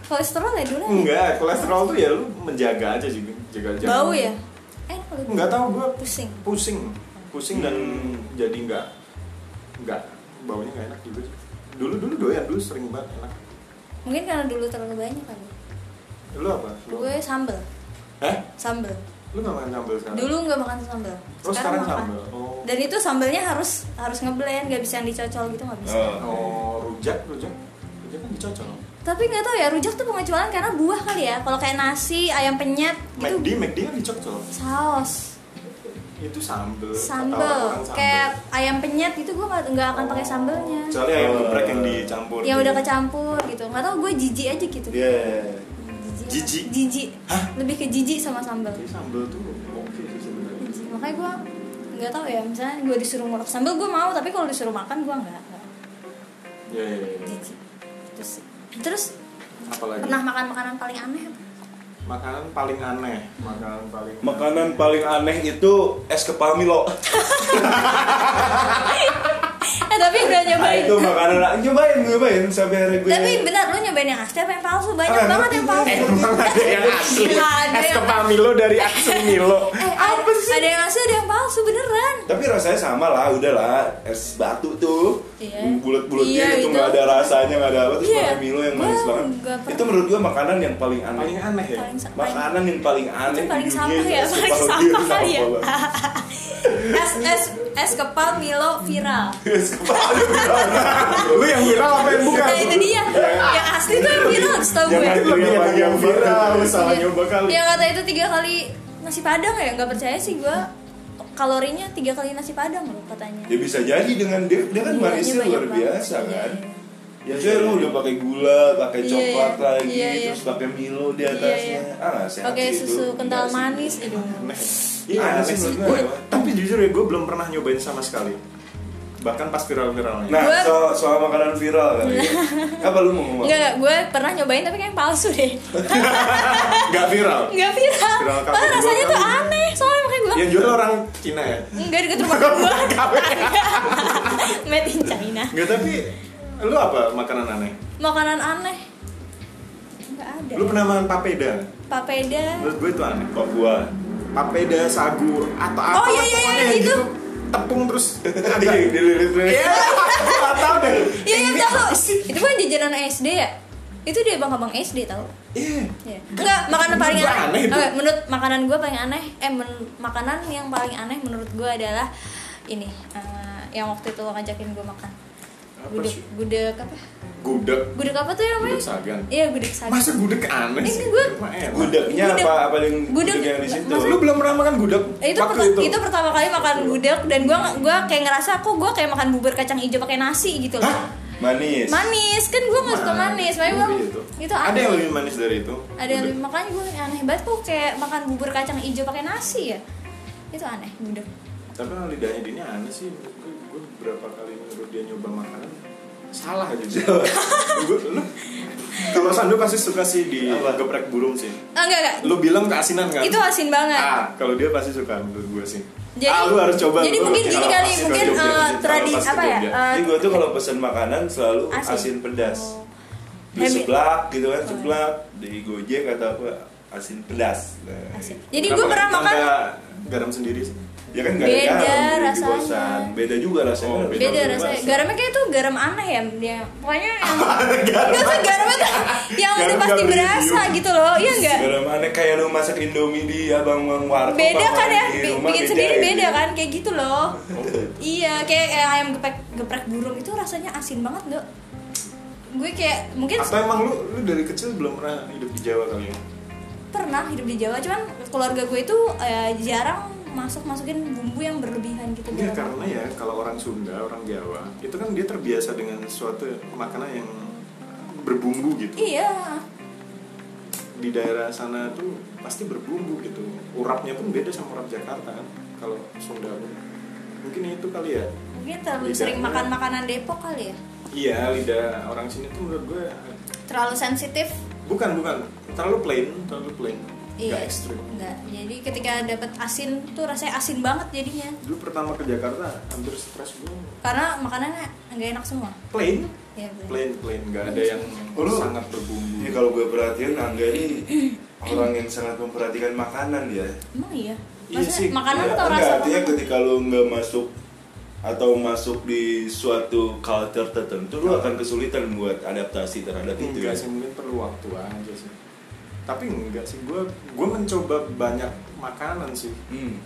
[SPEAKER 1] kolesterol ya duren.
[SPEAKER 3] enggak kolesterol tuh ya lu menjaga aja juga jaga jaga.
[SPEAKER 1] Bau ya? Eh kalau
[SPEAKER 3] nggak tahu gue
[SPEAKER 1] pusing.
[SPEAKER 3] pusing pusing dan
[SPEAKER 2] Hmm.
[SPEAKER 3] jadi nggak nggak baunya nggak enak juga sih dulu dulu doyan dulu sering banget enak
[SPEAKER 1] Mungkin karena dulu terlalu banyak kali.
[SPEAKER 3] lu apa lu
[SPEAKER 1] Gue sambel,
[SPEAKER 3] eh
[SPEAKER 1] sambel.
[SPEAKER 3] lu nggak makan sambal sekarang
[SPEAKER 1] Dulu nggak makan sambel.
[SPEAKER 3] oh sekarang
[SPEAKER 1] makan.
[SPEAKER 3] sambal oh.
[SPEAKER 1] Dan itu sambalnya harus harus ngeblend, gak bisa yang dicocol gitu nggak bisa.
[SPEAKER 2] Oh.
[SPEAKER 3] oh rujak rujak rujak kan dicocol
[SPEAKER 1] Tapi nggak tahu ya rujak tuh pengecualian karena buah kali ya. Kalau kayak nasi, ayam penyet
[SPEAKER 3] McD
[SPEAKER 1] gitu
[SPEAKER 3] McD kan dicocol
[SPEAKER 1] saus,
[SPEAKER 3] itu sambal
[SPEAKER 1] sambel, kayak ayam penyet gitu gue nggak nggak akan pakai sambelnya.
[SPEAKER 3] kecuali ayam
[SPEAKER 2] Oh.
[SPEAKER 3] geprek yang dicampur
[SPEAKER 1] Yang udah kecampur gitu. Nggak tahu gue jijik aja gitu.
[SPEAKER 2] ya
[SPEAKER 1] Jijik.
[SPEAKER 3] Jijik?
[SPEAKER 1] Jijik. Lebih ke jijik sama sambal.
[SPEAKER 3] Jadi sambal tuh oke sih sebenarnya
[SPEAKER 1] Jijik. Makanya gue nggak tahu ya. Misalnya gue disuruh ngulek sambal gue mau, tapi kalau disuruh makan gue nggak. nggak.
[SPEAKER 3] ya ya ya
[SPEAKER 1] Jijik. Gitu sih. Terus
[SPEAKER 3] apalagi
[SPEAKER 1] pernah makan makanan paling aneh apa?
[SPEAKER 3] makanan paling aneh makanan paling
[SPEAKER 2] makanan paling aneh itu es kepal Milo
[SPEAKER 1] Eh tapi udah
[SPEAKER 2] Nah,
[SPEAKER 1] nyobain.
[SPEAKER 2] itu makanan nyobain nyobain sampai akhirnya gue
[SPEAKER 1] Tapi benar lu nyobain yang asli apa yang palsu? Banyak
[SPEAKER 2] Ah,
[SPEAKER 1] banget yang palsu.
[SPEAKER 2] eh,
[SPEAKER 3] Emang ada yang asli
[SPEAKER 1] Gila, ada
[SPEAKER 3] Es
[SPEAKER 1] yang-
[SPEAKER 3] kepal Milo dari asli Milo
[SPEAKER 1] Eh, ada, ada yang asli, ada yang palsu beneran.
[SPEAKER 2] tapi rasanya sama lah udahlah es batu tuh
[SPEAKER 1] Iya.
[SPEAKER 2] bulat bulatnya
[SPEAKER 1] Iya,
[SPEAKER 2] itu
[SPEAKER 1] itu.
[SPEAKER 2] nggak ada rasanya nggak ada apa terus
[SPEAKER 1] Iya.
[SPEAKER 2] pakai Milo yang manis
[SPEAKER 1] Gua
[SPEAKER 2] banget
[SPEAKER 1] nggak pernah.
[SPEAKER 2] itu menurut gue makanan yang paling aneh
[SPEAKER 3] Paling aneh ya
[SPEAKER 1] Paling sa- paling-
[SPEAKER 2] makanan yang paling
[SPEAKER 1] itu
[SPEAKER 2] aneh
[SPEAKER 1] paling
[SPEAKER 2] di dunia
[SPEAKER 1] sampah
[SPEAKER 2] itu
[SPEAKER 1] ya,
[SPEAKER 2] es
[SPEAKER 1] paling
[SPEAKER 2] kepal Milo.
[SPEAKER 1] sampah kali ya.
[SPEAKER 2] Sampah banget.
[SPEAKER 1] es es es kepal Milo viral.
[SPEAKER 2] es kepal Milo.
[SPEAKER 3] Lu yang viral apa yang bukan?
[SPEAKER 1] Nah itu dia, yang asli tuh yang viral setahu
[SPEAKER 2] Yang
[SPEAKER 1] gue.
[SPEAKER 2] asli.
[SPEAKER 3] Lebih enak yang viral Salah
[SPEAKER 1] Iya.
[SPEAKER 3] nyoba kali
[SPEAKER 1] Yang kata itu tiga kali nasi padang ya, nggak percaya sih gue. Kalorinya tiga kali nasi padang loh katanya.
[SPEAKER 2] ya bisa jadi dengan Ya, dia, dia kan
[SPEAKER 1] Gilanya Iya,
[SPEAKER 2] manisnya
[SPEAKER 1] banyak
[SPEAKER 2] luar
[SPEAKER 1] banget.
[SPEAKER 2] biasa
[SPEAKER 1] Iya,
[SPEAKER 2] kan
[SPEAKER 1] iya.
[SPEAKER 2] ya saya lu udah pakai gula pakai
[SPEAKER 1] Iya,
[SPEAKER 2] coklat
[SPEAKER 1] iya.
[SPEAKER 2] lagi
[SPEAKER 1] Iya, iya.
[SPEAKER 2] terus pakai Milo di atasnya
[SPEAKER 1] Iya,
[SPEAKER 2] ah nggak sehat
[SPEAKER 1] Pakai
[SPEAKER 2] sih itu.
[SPEAKER 1] susu kental
[SPEAKER 2] Nggak sih.
[SPEAKER 1] manis, aduh.
[SPEAKER 3] Aneh.
[SPEAKER 2] Iya,
[SPEAKER 3] Aneh
[SPEAKER 2] aneh sih.
[SPEAKER 3] menurut gue. tapi jujur ya gue belum pernah nyobain sama sekali bahkan pas viral-viralnya
[SPEAKER 2] nah
[SPEAKER 1] Gua-
[SPEAKER 2] soal soal makanan viral kan apa lu mau ngomong
[SPEAKER 1] Enggak, enggak, gue pernah nyobain tapi kayak palsu deh.
[SPEAKER 3] nggak viral
[SPEAKER 1] Enggak viral.
[SPEAKER 3] Viral kafe
[SPEAKER 1] Padahal
[SPEAKER 3] dua
[SPEAKER 1] rasanya tuh
[SPEAKER 3] kali.
[SPEAKER 1] aneh. Soalnya makanya gue
[SPEAKER 2] Iya.
[SPEAKER 3] yang jual orang Cina ya
[SPEAKER 1] enggak deket rumah gue. Made in China.
[SPEAKER 3] nggak tapi lu apa makanan aneh
[SPEAKER 1] Makanan aneh. Enggak ada.
[SPEAKER 3] lu pernah makan papeda
[SPEAKER 1] Papeda.
[SPEAKER 3] menurut gue itu aneh
[SPEAKER 2] Papua
[SPEAKER 3] papeda sagu atau apa
[SPEAKER 1] Oh, iya, iya,
[SPEAKER 3] pokoknya
[SPEAKER 1] iya,
[SPEAKER 3] yang
[SPEAKER 1] itu.
[SPEAKER 3] gitu, tepung terus
[SPEAKER 2] Di- di- di- di-
[SPEAKER 3] Iya, nggak tahu deh
[SPEAKER 1] Iya, iya, tahu. Itu kan jajanan SD ya? Itu dia abang-abang SD tau
[SPEAKER 3] Iya.
[SPEAKER 1] Iya. Enggak, makanan
[SPEAKER 3] Menurut
[SPEAKER 1] paling
[SPEAKER 3] gua
[SPEAKER 1] aneh.
[SPEAKER 3] aneh itu.
[SPEAKER 1] Oke, menurut makanan gue paling aneh, eh men- makanan yang paling aneh menurut gue adalah ini eh, yang waktu itu lo ngajakin gue makan.
[SPEAKER 3] Apa
[SPEAKER 1] Gudeg,
[SPEAKER 3] sih?
[SPEAKER 1] gudeg apa?
[SPEAKER 3] gudeg
[SPEAKER 1] Gudeg apa tuh yang namanya?
[SPEAKER 3] Gudeg Sagan.
[SPEAKER 1] Iya, gudeg sagan.
[SPEAKER 3] masa gudeg aneh
[SPEAKER 1] Ini
[SPEAKER 3] sih
[SPEAKER 1] gue-
[SPEAKER 3] Cuma enak.
[SPEAKER 2] gudegnya
[SPEAKER 1] Gudeg.
[SPEAKER 2] apa apa yang
[SPEAKER 1] Gudeg.
[SPEAKER 2] gudeg yang di situ
[SPEAKER 3] Mas, lu belum pernah makan gudeg
[SPEAKER 1] Eh, itu,
[SPEAKER 3] waktu
[SPEAKER 1] perta-
[SPEAKER 3] itu?
[SPEAKER 1] itu. pertama kali makan gudeg dan gue gua kayak ngerasa kok gue kayak makan bubur kacang hijau pakai nasi gitu loh.
[SPEAKER 3] Hah?
[SPEAKER 2] manis
[SPEAKER 1] Manis kan gue nggak suka manis, makanya gue
[SPEAKER 3] Itu.
[SPEAKER 1] itu
[SPEAKER 3] Iya, gitu. Ada
[SPEAKER 1] aneh.
[SPEAKER 3] yang lebih manis dari itu?
[SPEAKER 1] Ada yang lebih makanya gue aneh banget kok kayak makan bubur kacang hijau pakai nasi ya. Itu aneh gudeg.
[SPEAKER 3] Tapi emang lidahnya dia ini aneh sih. Gue, gue berapa kali menurut dia nyoba makanan salah aja. gue, lu kalau Sandu pasti suka sih di
[SPEAKER 2] Apa?
[SPEAKER 3] geprek burung sih.
[SPEAKER 1] Ah, enggak enggak.
[SPEAKER 3] Lu bilang keasinan kan?
[SPEAKER 1] Itu asin banget.
[SPEAKER 3] Ah, kalau dia pasti suka menurut gue sih.
[SPEAKER 1] Jadi-
[SPEAKER 3] ah, lu harus coba.
[SPEAKER 1] jadi
[SPEAKER 3] Lu
[SPEAKER 1] mungkin
[SPEAKER 3] harus
[SPEAKER 1] gini
[SPEAKER 3] coba.
[SPEAKER 1] kali,
[SPEAKER 3] Pasti ke
[SPEAKER 1] mungkin,
[SPEAKER 3] Jogja,
[SPEAKER 1] eh,
[SPEAKER 3] pasti. Kalau
[SPEAKER 1] tradi-
[SPEAKER 3] pas ke
[SPEAKER 1] apa ya,
[SPEAKER 3] Jogja.
[SPEAKER 1] eh,
[SPEAKER 2] Jadi gue tuh kalau pesen makanan selalu
[SPEAKER 1] Asin. Oh.
[SPEAKER 2] asin, pedas. Di
[SPEAKER 1] Habit.
[SPEAKER 2] seblak gitu kan, seblak di Gojek atau apa asin pedas. Nah,
[SPEAKER 1] Asin. Jadi
[SPEAKER 3] Kenapa
[SPEAKER 1] gue pernah
[SPEAKER 3] kita
[SPEAKER 1] makan
[SPEAKER 3] nggak garam sendiri sih.
[SPEAKER 2] Ya kan gak ada
[SPEAKER 1] Beda
[SPEAKER 2] garam jadi
[SPEAKER 1] rasanya.
[SPEAKER 2] bosan. Beda juga rasanya.
[SPEAKER 3] Oh,
[SPEAKER 2] kan
[SPEAKER 1] beda
[SPEAKER 2] juga
[SPEAKER 1] rasanya.
[SPEAKER 2] bosan.
[SPEAKER 1] Garamnya kayak tuh garam aneh ya dia. Pokoknya yang Enggak tuh garamnya tuh yang udah
[SPEAKER 3] Garam
[SPEAKER 1] pasti
[SPEAKER 3] nggak
[SPEAKER 1] berasa
[SPEAKER 3] medium.
[SPEAKER 1] gitu loh. Iya enggak?
[SPEAKER 2] Garam aneh kayak lu masak Indomie di abang bang warteg.
[SPEAKER 1] Beda
[SPEAKER 2] apa
[SPEAKER 1] kan ya?
[SPEAKER 2] di
[SPEAKER 1] Bi-
[SPEAKER 2] rumah Oh,
[SPEAKER 1] Bikin
[SPEAKER 3] Iya,
[SPEAKER 1] sendiri
[SPEAKER 2] gitu.
[SPEAKER 1] beda kan kayak gitu loh. Iya, kayak, kayak ayam geprek geprek burung itu rasanya asin banget, Dok. Gue kayak mungkin
[SPEAKER 3] Atau emang lu lu dari kecil belum pernah hidup di Jawa kali ya?
[SPEAKER 1] pernah hidup di Jawa, cuman keluarga gue itu eh, jarang masuk masukin bumbu yang berlebihan gitu
[SPEAKER 3] Enggak
[SPEAKER 1] garam.
[SPEAKER 3] karena ya kalau orang Sunda, orang Jawa itu kan dia terbiasa dengan suatu makanan yang berbumbu gitu.
[SPEAKER 1] Iya,
[SPEAKER 3] Di daerah sana tuh pasti berbumbu gitu. Urapnya pun beda sama urap Jakarta kan. Kalau Sunda pun mungkin itu kali ya.
[SPEAKER 1] mungkin terlalu
[SPEAKER 3] Lidah
[SPEAKER 1] sering
[SPEAKER 3] gue.
[SPEAKER 1] makan makanan Depok kali ya
[SPEAKER 3] Iya lidah orang sini tuh menurut gue
[SPEAKER 1] terlalu sensitif
[SPEAKER 3] bukan bukan terlalu plain, terlalu plain,
[SPEAKER 1] Iya.
[SPEAKER 3] nggak ekstrim.
[SPEAKER 1] enggak jadi ketika dapat asin tuh rasanya asin banget jadinya
[SPEAKER 3] Dulu pertama ke Jakarta hampir stres gue.
[SPEAKER 1] karena makanannya nggak enak semua
[SPEAKER 3] Plain,
[SPEAKER 1] ya bener.
[SPEAKER 3] plain, plain, nggak ada yang
[SPEAKER 2] Oh, lu-
[SPEAKER 3] sangat berbumbu.
[SPEAKER 2] Ini kalau gue perhatiin Angga ini orang yang sangat memperhatikan makanan ya.
[SPEAKER 1] emang iya
[SPEAKER 3] Iya
[SPEAKER 1] maksudnya
[SPEAKER 3] sih,
[SPEAKER 1] makanan
[SPEAKER 2] Ya,
[SPEAKER 1] atau
[SPEAKER 2] enggak,
[SPEAKER 1] rasa
[SPEAKER 2] artinya
[SPEAKER 1] makanan?
[SPEAKER 2] ketika lu nggak masuk atau masuk di suatu culture tertentu lu akan kesulitan buat adaptasi terhadap itu ya
[SPEAKER 3] Iya. enggak sih mungkin perlu waktu aja sih tapi enggak sih gue gue mencoba banyak makanan sih
[SPEAKER 2] hmm.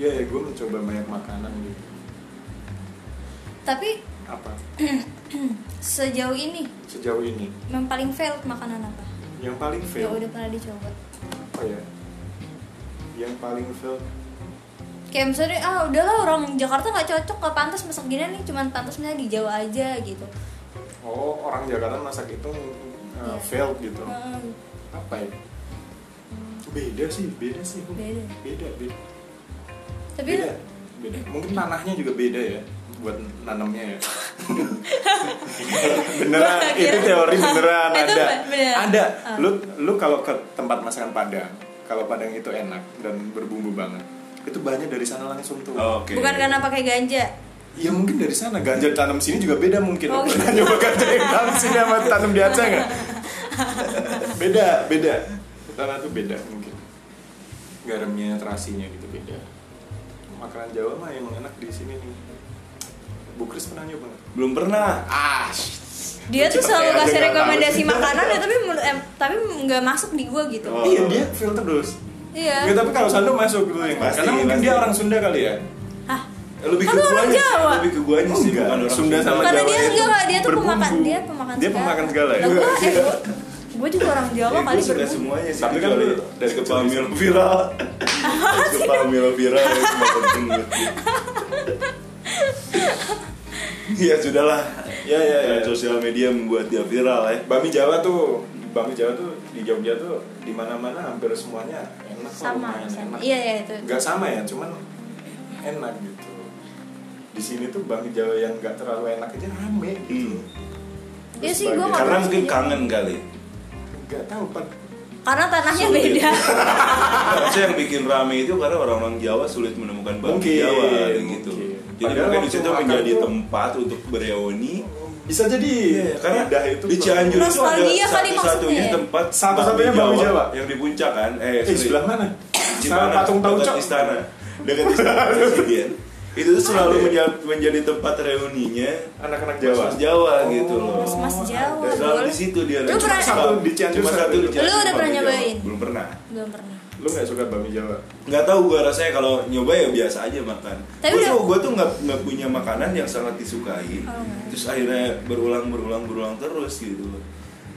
[SPEAKER 3] iya ya gue mencoba banyak makanan gitu
[SPEAKER 1] tapi
[SPEAKER 3] apa
[SPEAKER 1] sejauh ini
[SPEAKER 3] sejauh ini
[SPEAKER 1] yang paling fail makanan apa
[SPEAKER 3] yang paling
[SPEAKER 1] yang
[SPEAKER 3] fail
[SPEAKER 1] udah pernah dicoba
[SPEAKER 3] apa ya yang paling fail
[SPEAKER 1] kayak misalnya ah udahlah orang Jakarta nggak cocok nggak pantas masak gini nih cuman pantas misalnya di Jawa aja gitu
[SPEAKER 3] oh orang Jakarta masak itu uh,
[SPEAKER 1] Iya.
[SPEAKER 3] fail gitu
[SPEAKER 1] Heeh, Hmm.
[SPEAKER 3] apa ya beda sih beda sih Bu.
[SPEAKER 1] Beda.
[SPEAKER 3] beda beda
[SPEAKER 1] tapi
[SPEAKER 3] beda, beda. mungkin tanahnya juga beda ya buat nanamnya ya beneran
[SPEAKER 1] Gua kira-
[SPEAKER 3] itu teori beneran
[SPEAKER 1] Itu
[SPEAKER 3] ada
[SPEAKER 1] bener.
[SPEAKER 3] ada
[SPEAKER 1] Ah.
[SPEAKER 3] lu lu kalau ke tempat masakan padang kalau padang itu enak dan berbumbu banget itu bahannya dari sana langsung tuh
[SPEAKER 2] oke
[SPEAKER 1] bukan karena pakai ganja
[SPEAKER 3] ya mungkin dari sana ganja tanam sini juga beda mungkin
[SPEAKER 1] Oh, gitu.
[SPEAKER 3] Pernah nyoba ganja yang tanam sini sama tanam di Aceh nggak beda beda tanah tuh beda mungkin garamnya terasinya gitu beda makanan Jawa mah yang enak di sini nih Bu Kris pernah nyoba nggak?
[SPEAKER 2] belum pernah
[SPEAKER 3] ah
[SPEAKER 1] dia tuh
[SPEAKER 3] Cepet
[SPEAKER 1] selalu
[SPEAKER 3] aja,
[SPEAKER 1] kasih
[SPEAKER 3] nggak tahu
[SPEAKER 1] rekomendasi
[SPEAKER 3] sih.
[SPEAKER 1] makanan ya tapi menurut- em, tapi nggak masuk di gua gitu
[SPEAKER 2] Oh.
[SPEAKER 3] iya dia filter terus
[SPEAKER 1] iya
[SPEAKER 3] Ya, tapi kalau Sandu masuk gitu yang
[SPEAKER 2] Pasti,
[SPEAKER 3] karena mungkin
[SPEAKER 2] pasti.
[SPEAKER 3] dia orang Sunda kali ya
[SPEAKER 1] Hah?
[SPEAKER 2] lebih
[SPEAKER 1] Kan lu orang
[SPEAKER 2] guanya sih,
[SPEAKER 1] Jawa.
[SPEAKER 2] lebih ke guanya sih
[SPEAKER 3] Enggak,
[SPEAKER 2] bukan orang
[SPEAKER 3] Sunda sama
[SPEAKER 1] karena
[SPEAKER 3] Jawa ya.
[SPEAKER 1] dia
[SPEAKER 3] itu
[SPEAKER 1] enggak dia tuh
[SPEAKER 3] berbumbu.
[SPEAKER 1] pemakan dia pemakan
[SPEAKER 3] Dia pemakan segala ya?
[SPEAKER 1] Lah, gua, eh, gua, gua juga orang Jawa
[SPEAKER 2] Ya,
[SPEAKER 1] kali
[SPEAKER 2] gue suka
[SPEAKER 1] berbumbu.
[SPEAKER 2] semuanya sih
[SPEAKER 3] Tapi kan
[SPEAKER 2] kecuali
[SPEAKER 3] lu-
[SPEAKER 2] dari kepala Milo viral Dari kepala Milo viral ya, cuma penting buat gue. ya sudahlah
[SPEAKER 3] Iya, iya, iya.
[SPEAKER 2] Tren sosial media membuat dia viral ya.
[SPEAKER 3] Bami Jawa tuh, Bami Jawa tuh di Jogja tuh di mana-mana hampir semuanya enak kok,
[SPEAKER 1] Sama,
[SPEAKER 3] lumayan
[SPEAKER 1] sama.
[SPEAKER 3] enak.
[SPEAKER 1] Iya, iya, itu.
[SPEAKER 3] Nggak sama ya, cuman enak gitu. Di sini tuh Bami Jawa yang nggak terlalu enak aja rame
[SPEAKER 2] Hmm.
[SPEAKER 3] gitu.
[SPEAKER 1] Iya sih, gue
[SPEAKER 3] Sebagai-
[SPEAKER 1] nggak
[SPEAKER 2] Karena
[SPEAKER 1] pernah
[SPEAKER 2] mungkin
[SPEAKER 1] sih.
[SPEAKER 2] kangen kali.
[SPEAKER 3] Nggak tahu Pak.
[SPEAKER 1] Karena tanahnya
[SPEAKER 2] Sulit.
[SPEAKER 1] beda.
[SPEAKER 2] Harusnya yang bikin rame itu karena orang-orang Jawa sulit menemukan bakmi
[SPEAKER 3] Mungkin,
[SPEAKER 2] Jawa gitu.
[SPEAKER 3] mungkin.
[SPEAKER 2] Jadi
[SPEAKER 3] Padahal
[SPEAKER 2] mungkin di
[SPEAKER 3] waktu
[SPEAKER 2] situ
[SPEAKER 3] makan
[SPEAKER 2] menjadi
[SPEAKER 3] tuh-
[SPEAKER 2] tempat untuk bereuni.
[SPEAKER 3] Bisa jadi
[SPEAKER 2] Iya, karena
[SPEAKER 3] lidah Iya, itu Nah,
[SPEAKER 2] di Cianjur itu ada
[SPEAKER 1] Nostalgia kali
[SPEAKER 2] satu-satunya
[SPEAKER 1] maksudnya.
[SPEAKER 2] tempat
[SPEAKER 3] Satu-satunya
[SPEAKER 2] bakmi
[SPEAKER 3] bakmi Jawa.
[SPEAKER 2] yang di puncak kan. Eh,
[SPEAKER 3] Eh,
[SPEAKER 2] sorry.
[SPEAKER 3] sebelah mana? Sama
[SPEAKER 2] Cipanas,
[SPEAKER 3] patung
[SPEAKER 2] dekat
[SPEAKER 3] taucok.
[SPEAKER 2] istana, dekat istana presiden. Itu tuh selalu menja- menjadi tempat reuninya
[SPEAKER 3] Iya. Anak-anak Jawa.
[SPEAKER 2] Jawa, Jawa
[SPEAKER 3] Oh.
[SPEAKER 2] gitu loh.
[SPEAKER 1] Mas mas Jawa.
[SPEAKER 2] Dan selalu
[SPEAKER 1] boleh.
[SPEAKER 2] di situ dia.
[SPEAKER 1] Lu pernah-
[SPEAKER 3] Satu di Cianjur,
[SPEAKER 2] Cuma
[SPEAKER 3] satu
[SPEAKER 2] satu di
[SPEAKER 3] di-
[SPEAKER 2] Cianjur,
[SPEAKER 1] Lu udah
[SPEAKER 2] Bang,
[SPEAKER 1] pernah
[SPEAKER 2] di Jawa.
[SPEAKER 1] nyobain?
[SPEAKER 2] Belum pernah.
[SPEAKER 1] Belum pernah.
[SPEAKER 3] Lu nggak suka Bami Jawa?
[SPEAKER 2] nggak tahu gue rasanya kalau nyoba ya biasa aja makan
[SPEAKER 1] Tapi
[SPEAKER 2] gue
[SPEAKER 1] udah-
[SPEAKER 2] tuh gue tuh nggak nggak punya makanan yang sangat disukai
[SPEAKER 1] Oh.
[SPEAKER 2] terus akhirnya berulang berulang berulang terus gitu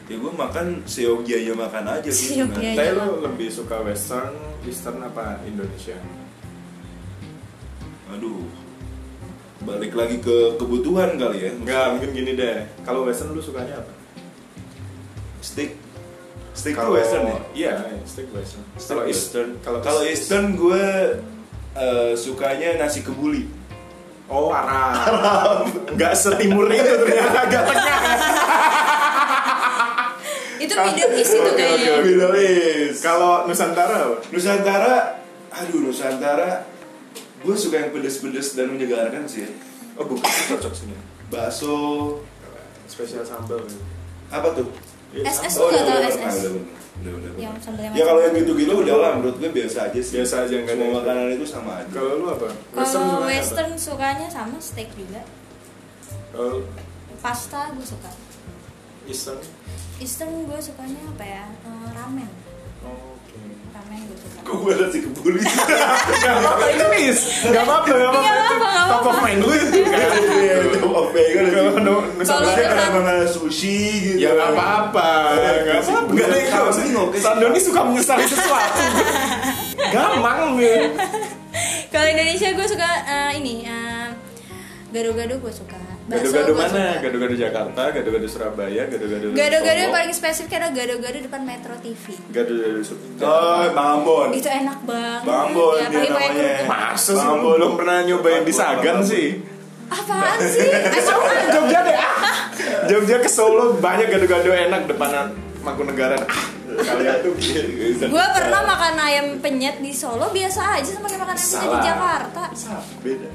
[SPEAKER 2] ya gue makan seyogianya makan aja gitu kan.
[SPEAKER 1] Seyogianya.
[SPEAKER 3] Tapi lu lebih suka Western, Eastern apa Indonesia?
[SPEAKER 2] aduh balik lagi ke kebutuhan kali ya
[SPEAKER 3] Enggak, mungkin gini deh. Kalau Western lu sukanya apa?
[SPEAKER 2] steak steak tuh
[SPEAKER 3] Kalau-
[SPEAKER 2] western ya
[SPEAKER 3] Iya, iya, steak Western.
[SPEAKER 2] Steak
[SPEAKER 3] Kalau
[SPEAKER 2] western
[SPEAKER 3] Eastern,
[SPEAKER 2] kalau kalau eastern gue eh, sukanya nasi kebuli
[SPEAKER 3] Oh, Arab. Arab. Enggak setimur itu ternyata agak tengah.
[SPEAKER 1] Itu Middle East itu
[SPEAKER 3] Oke, oke,
[SPEAKER 1] kayaknya.
[SPEAKER 3] oke.
[SPEAKER 2] Middle East.
[SPEAKER 3] Kalau Nusantara apa?
[SPEAKER 2] Nusantara aduh Nusantara gue suka yang pedes-pedes dan menyegarkan sih ya.
[SPEAKER 3] Oh, bukan itu cocok sini.
[SPEAKER 2] bakso
[SPEAKER 3] Spesial sambal. gitu.
[SPEAKER 2] apa tuh?
[SPEAKER 1] SS
[SPEAKER 2] Oh,
[SPEAKER 1] juga
[SPEAKER 2] udah,
[SPEAKER 1] tau
[SPEAKER 2] udah,
[SPEAKER 1] SS.
[SPEAKER 2] udah, udah, udah, udah, udah.
[SPEAKER 1] Yang sambal yang
[SPEAKER 2] Ya kalau yang
[SPEAKER 1] macam-
[SPEAKER 2] gitu-gitu udah lah menurut gue biasa aja sih.
[SPEAKER 3] Biasa aja, nggak ada
[SPEAKER 2] Semua
[SPEAKER 3] yang-
[SPEAKER 2] makanan itu sama aja.
[SPEAKER 3] Kalau lu apa?
[SPEAKER 1] Kalau
[SPEAKER 3] sukanya apa?
[SPEAKER 1] Western sukanya sama steak juga.
[SPEAKER 3] Kalau
[SPEAKER 1] Pasta gue suka.
[SPEAKER 3] Eastern.
[SPEAKER 1] Eastern gue sukanya apa ya? Eh, ramen.
[SPEAKER 3] Oke.
[SPEAKER 1] Ramen gue suka.
[SPEAKER 2] Kok gue nasi kebuli?
[SPEAKER 3] Iya, Gak apa-apa itu is. Gak apa-apa, gak apa-apa.
[SPEAKER 1] Iya, apa-apa, gak
[SPEAKER 3] Top of mind lu itu kan.
[SPEAKER 1] iya.
[SPEAKER 2] Top of mind, gue nasi
[SPEAKER 3] Kalau
[SPEAKER 2] kebuli.
[SPEAKER 3] nu- Nusantara
[SPEAKER 1] Kalau-
[SPEAKER 2] Ada makanan sushi gitu.
[SPEAKER 3] Ya nggak apa-apa, nggak apa-apa. Gak ada yang tahu sih. Sandoni suka menyesali sesuatu. Gampang men.
[SPEAKER 1] Kalau Indonesia gue suka eh, ini eh, gado-gado gue suka. Bakso
[SPEAKER 3] Gado-gado
[SPEAKER 1] gua suka.
[SPEAKER 3] mana? Gado-gado Jakarta, gado-gado Surabaya, gado-gado
[SPEAKER 1] Gado-gado yang
[SPEAKER 3] Solo.
[SPEAKER 1] paling spesifik ada gado-gado depan Metro TV.
[SPEAKER 3] Gado-gado Surabaya.
[SPEAKER 2] Oh, Bang Ambon.
[SPEAKER 1] Itu enak banget.
[SPEAKER 2] Bambon
[SPEAKER 1] Ya,
[SPEAKER 2] dia
[SPEAKER 1] pakai banyak
[SPEAKER 2] namanya.
[SPEAKER 1] kerupuk.
[SPEAKER 3] Eh, Masa sih
[SPEAKER 2] Bang
[SPEAKER 3] lu belum pernah nyobain di
[SPEAKER 2] Bang
[SPEAKER 3] Sagan
[SPEAKER 2] Bang
[SPEAKER 3] sih?
[SPEAKER 1] Apaan sih? Emang
[SPEAKER 3] Ah, Jogja deh. ah. Jogja ke Solo banyak gado-gado enak depan Mangkunegaran. Ah, kalian tuh gila.
[SPEAKER 1] gue pernah makan ayam penyet di Solo biasa aja sama kayak makan ayam penyet di
[SPEAKER 3] Salah.
[SPEAKER 1] Jakarta.
[SPEAKER 3] Salah, beda.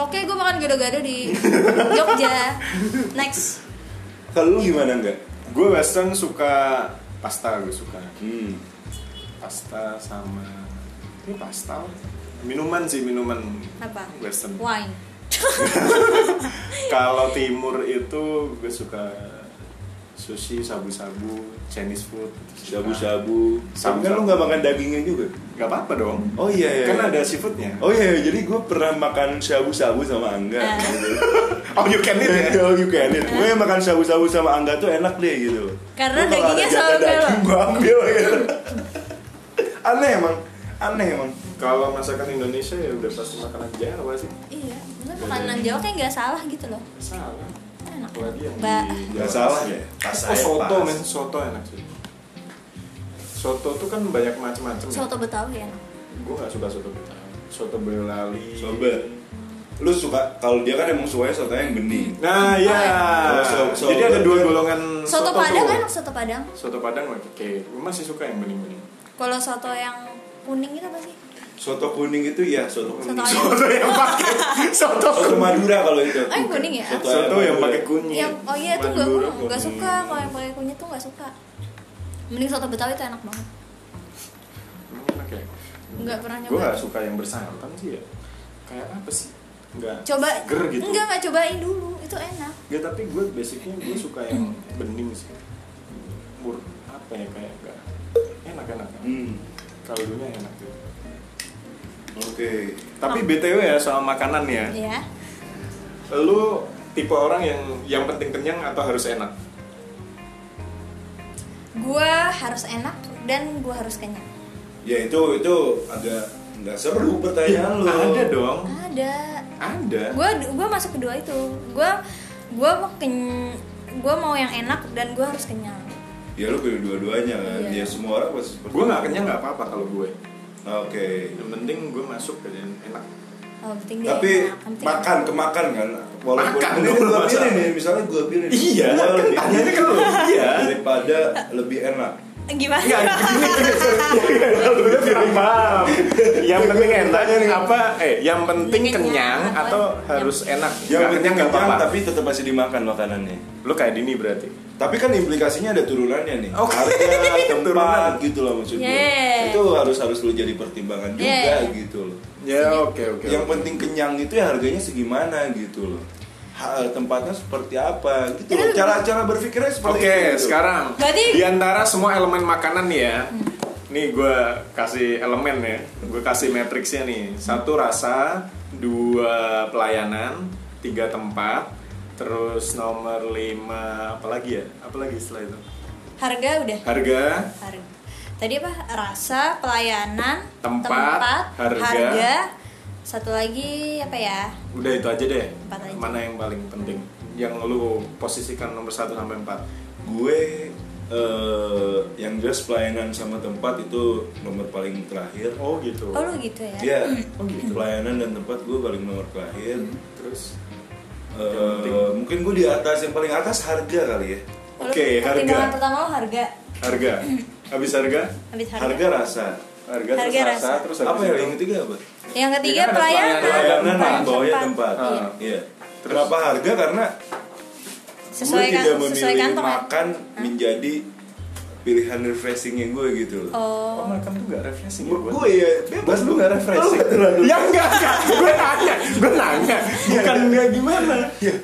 [SPEAKER 1] Oke, gue makan gado-gado di Jogja. Next.
[SPEAKER 2] Kalau lu gimana enggak?
[SPEAKER 3] Gue western suka pasta, gue suka
[SPEAKER 2] Hmm.
[SPEAKER 3] pasta sama ini pasta minuman sih minuman
[SPEAKER 1] Apa?
[SPEAKER 3] western.
[SPEAKER 1] Wine.
[SPEAKER 3] Kalau timur itu gue suka sushi, sabu-sabu, Chinese food.
[SPEAKER 2] Shabu-shabu.
[SPEAKER 3] Shabu-shabu.
[SPEAKER 2] Tapi kan lu nggak makan dagingnya juga?
[SPEAKER 3] Gak apa-apa dong.
[SPEAKER 2] Oh iya, iya.
[SPEAKER 3] Kan ada seafoodnya.
[SPEAKER 2] Oh iya, iya. jadi gue pernah makan shabu-shabu sama Angga.
[SPEAKER 1] Ah.
[SPEAKER 2] gitu.
[SPEAKER 3] Oh, you can eat ya.
[SPEAKER 2] Oh, you can eat. Gue makan sabu-sabu sama angga tuh enak deh gitu.
[SPEAKER 1] Karena
[SPEAKER 2] Gua kalau
[SPEAKER 1] dagingnya
[SPEAKER 2] ada jatah
[SPEAKER 1] selalu
[SPEAKER 2] daging,
[SPEAKER 1] belok.
[SPEAKER 2] Gue ambil gitu. Aneh emang, aneh emang.
[SPEAKER 3] Kalau masakan Indonesia ya udah pasti makanan Jawa sih.
[SPEAKER 1] Iya, maksudnya makanan Jawa kayak nggak salah gitu loh.
[SPEAKER 3] Salah.
[SPEAKER 1] Enak.
[SPEAKER 3] Apalagi yang
[SPEAKER 1] Ba-
[SPEAKER 3] di
[SPEAKER 2] Gak
[SPEAKER 3] Jawa
[SPEAKER 2] salah
[SPEAKER 3] sih.
[SPEAKER 2] ya. Pas
[SPEAKER 3] Oh,
[SPEAKER 2] saya
[SPEAKER 3] soto
[SPEAKER 2] pas.
[SPEAKER 3] men, soto enak sih. Soto tuh kan banyak macam-macam.
[SPEAKER 1] Soto Betawi enak.
[SPEAKER 3] Gue gak suka soto Betawi. Soto Boyolali.
[SPEAKER 2] Sobe. Lu suka kalau dia kan emang sukanya soto yang bening.
[SPEAKER 3] Nah, iya.
[SPEAKER 2] Kalau so- soto-
[SPEAKER 3] Jadi ada dua golongan
[SPEAKER 1] Soto Padang kan?
[SPEAKER 3] tuh.
[SPEAKER 1] enak, soto Padang.
[SPEAKER 3] Soto Padang oke. Gue masih suka yang bening-bening.
[SPEAKER 1] Kalau soto yang kuning itu apa sih?
[SPEAKER 2] Soto kuning itu ya soto kuning.
[SPEAKER 1] Soto ayam.
[SPEAKER 3] Soto yang pakai soto
[SPEAKER 2] Soto
[SPEAKER 3] kuning.
[SPEAKER 2] Madura kalau itu.
[SPEAKER 1] Oh, yang kuning ya?
[SPEAKER 2] Soto,
[SPEAKER 3] Soto yang pakai
[SPEAKER 2] kuning.
[SPEAKER 3] kunyit.
[SPEAKER 1] Ya, oh iya itu gue
[SPEAKER 3] Madura
[SPEAKER 1] nggak
[SPEAKER 3] kunyit.
[SPEAKER 1] suka kalau yang pakai kunyit tuh nggak suka. Mending soto Betawi itu enak banget.
[SPEAKER 3] Emang enak ya?
[SPEAKER 1] Nggak pernah
[SPEAKER 3] Gue
[SPEAKER 1] nyoba.
[SPEAKER 3] gak suka yang bersantan sih ya. Kayak apa sih? Enggak.
[SPEAKER 1] Coba.
[SPEAKER 3] Seger gitu.
[SPEAKER 1] Enggak nggak cobain dulu, itu enak.
[SPEAKER 3] Gak tapi gue basicnya gue suka yang bening sih. Mur apa ya kayak enggak enak enak.
[SPEAKER 2] Hmm.
[SPEAKER 3] Kaldunya enak gitu.
[SPEAKER 2] Oke.
[SPEAKER 3] Tapi
[SPEAKER 1] Oh.
[SPEAKER 3] btw ya soal makanan ya.
[SPEAKER 1] Ya.
[SPEAKER 3] Lu tipe orang yang yang penting kenyang atau harus enak?
[SPEAKER 1] Gue harus enak dan gue harus kenyang.
[SPEAKER 2] Ya itu itu agak nggak seru
[SPEAKER 3] Iya,
[SPEAKER 2] Iya, pertanyaan lu.
[SPEAKER 3] Ada dong.
[SPEAKER 1] Ada.
[SPEAKER 3] Ada.
[SPEAKER 1] Gue gue masuk kedua itu. Gue gue mau ken gue mau yang enak dan gue harus kenyang
[SPEAKER 2] ya lu pilih dua-duanya kan
[SPEAKER 1] Iya.
[SPEAKER 2] ya semua orang pasti seperti
[SPEAKER 3] gue nggak
[SPEAKER 2] itu.
[SPEAKER 3] kenyang nggak apa-apa kalau gue
[SPEAKER 2] oke
[SPEAKER 3] yang penting gue masuk ke dan enak
[SPEAKER 1] oh, penting dia
[SPEAKER 2] tapi
[SPEAKER 1] enak, yang penting
[SPEAKER 2] makan kemakan kan walaupun
[SPEAKER 3] Makan
[SPEAKER 2] ini
[SPEAKER 3] dong,
[SPEAKER 2] gue
[SPEAKER 3] masa?
[SPEAKER 2] pilih nih misalnya gue pilih nih.
[SPEAKER 3] Iya,
[SPEAKER 2] Gua
[SPEAKER 3] kan
[SPEAKER 2] lebih
[SPEAKER 3] tanyanya
[SPEAKER 2] enak
[SPEAKER 3] kan lu, iya.
[SPEAKER 2] daripada lebih enak
[SPEAKER 1] gimana
[SPEAKER 3] Iya, kurang paham. Yang penting enaknya nih apa? Eh, yang penting kenyang atau harus enak?
[SPEAKER 2] yang
[SPEAKER 3] Nggak
[SPEAKER 2] penting
[SPEAKER 3] nggak
[SPEAKER 2] kenyang tapi tetap masih dimakan makanannya
[SPEAKER 3] Lu kayak Dini berarti.
[SPEAKER 2] tapi kan implikasinya ada turunannya nih
[SPEAKER 3] Oke.
[SPEAKER 2] harga tempat
[SPEAKER 3] Turunan.
[SPEAKER 2] gitu loh maksudnya
[SPEAKER 1] Yeah.
[SPEAKER 2] itu harus harus lu jadi pertimbangan juga
[SPEAKER 1] Yeah.
[SPEAKER 2] gitu loh
[SPEAKER 3] Ya oke oke.
[SPEAKER 2] yang penting kenyang itu ya harganya segimana gitu loh Ha, tempatnya seperti apa gitu loh cara-cara berpikirnya
[SPEAKER 3] Oke, gitu.
[SPEAKER 2] seperti itu
[SPEAKER 3] sekarang
[SPEAKER 1] Berarti- Hmm.
[SPEAKER 3] di antara semua elemen makanan nih ya. Nih gue kasih elemen ya. Gue kasih matriksnya nih. Satu rasa, dua pelayanan, tiga tempat, terus nomor lima apalagi ya? Apalagi setelah itu?
[SPEAKER 1] harga udah
[SPEAKER 3] Harga,
[SPEAKER 1] harga tadi apa rasa pelayanan
[SPEAKER 3] Tempat, harga.
[SPEAKER 1] satu lagi apa ya
[SPEAKER 3] Udah itu aja deh.
[SPEAKER 1] Empat aja.
[SPEAKER 3] Mana yang paling penting? Yang lu posisikan nomor 1 sampai 4.
[SPEAKER 2] gue eh, yang jelas pelayanan sama tempat itu nomor paling terakhir
[SPEAKER 3] Oh gitu.
[SPEAKER 1] oh lu gitu ya
[SPEAKER 2] Iya,
[SPEAKER 3] Oh, gitu.
[SPEAKER 2] pelayanan dan tempat gue paling nomor terakhir
[SPEAKER 3] Terus
[SPEAKER 2] Eh,
[SPEAKER 3] Yang penting.
[SPEAKER 2] mungkin gue di atas yang paling atas harga kali ya
[SPEAKER 1] Oh, lu-
[SPEAKER 3] Oke,
[SPEAKER 1] pertimbangan
[SPEAKER 3] harga.
[SPEAKER 1] pertama lo harga
[SPEAKER 3] harga. Habis harga?
[SPEAKER 1] habis harga,
[SPEAKER 2] harga, rasa
[SPEAKER 3] Harga,
[SPEAKER 1] Harga
[SPEAKER 3] terus
[SPEAKER 1] rasa.
[SPEAKER 3] rasa, terus
[SPEAKER 2] apa
[SPEAKER 3] habis
[SPEAKER 2] ya
[SPEAKER 3] itu-
[SPEAKER 2] yang ketiga apa
[SPEAKER 1] yang
[SPEAKER 3] Ya
[SPEAKER 1] ketiga
[SPEAKER 3] kan ada
[SPEAKER 1] pelayanan
[SPEAKER 2] pelayanan
[SPEAKER 3] Tempat.
[SPEAKER 2] yang bawahnya tempat
[SPEAKER 1] Iya.
[SPEAKER 3] Ah.
[SPEAKER 2] iya
[SPEAKER 3] Terus?
[SPEAKER 2] kenapa harga karena
[SPEAKER 1] sesuai
[SPEAKER 2] gue tidak
[SPEAKER 1] kan sesuai
[SPEAKER 2] memilih
[SPEAKER 1] kantong ya?
[SPEAKER 2] makan menjadi pilihan refreshingnya gue gitu loh
[SPEAKER 3] Oh,
[SPEAKER 1] oh
[SPEAKER 3] makan tuh gak refreshing ya,
[SPEAKER 2] Gue-
[SPEAKER 3] buat-
[SPEAKER 2] gue ya bebas lu gak refreshing
[SPEAKER 3] Ya enggak, enggak. Gue nanya, gue nanya. Bukan enggak gimana. Iya.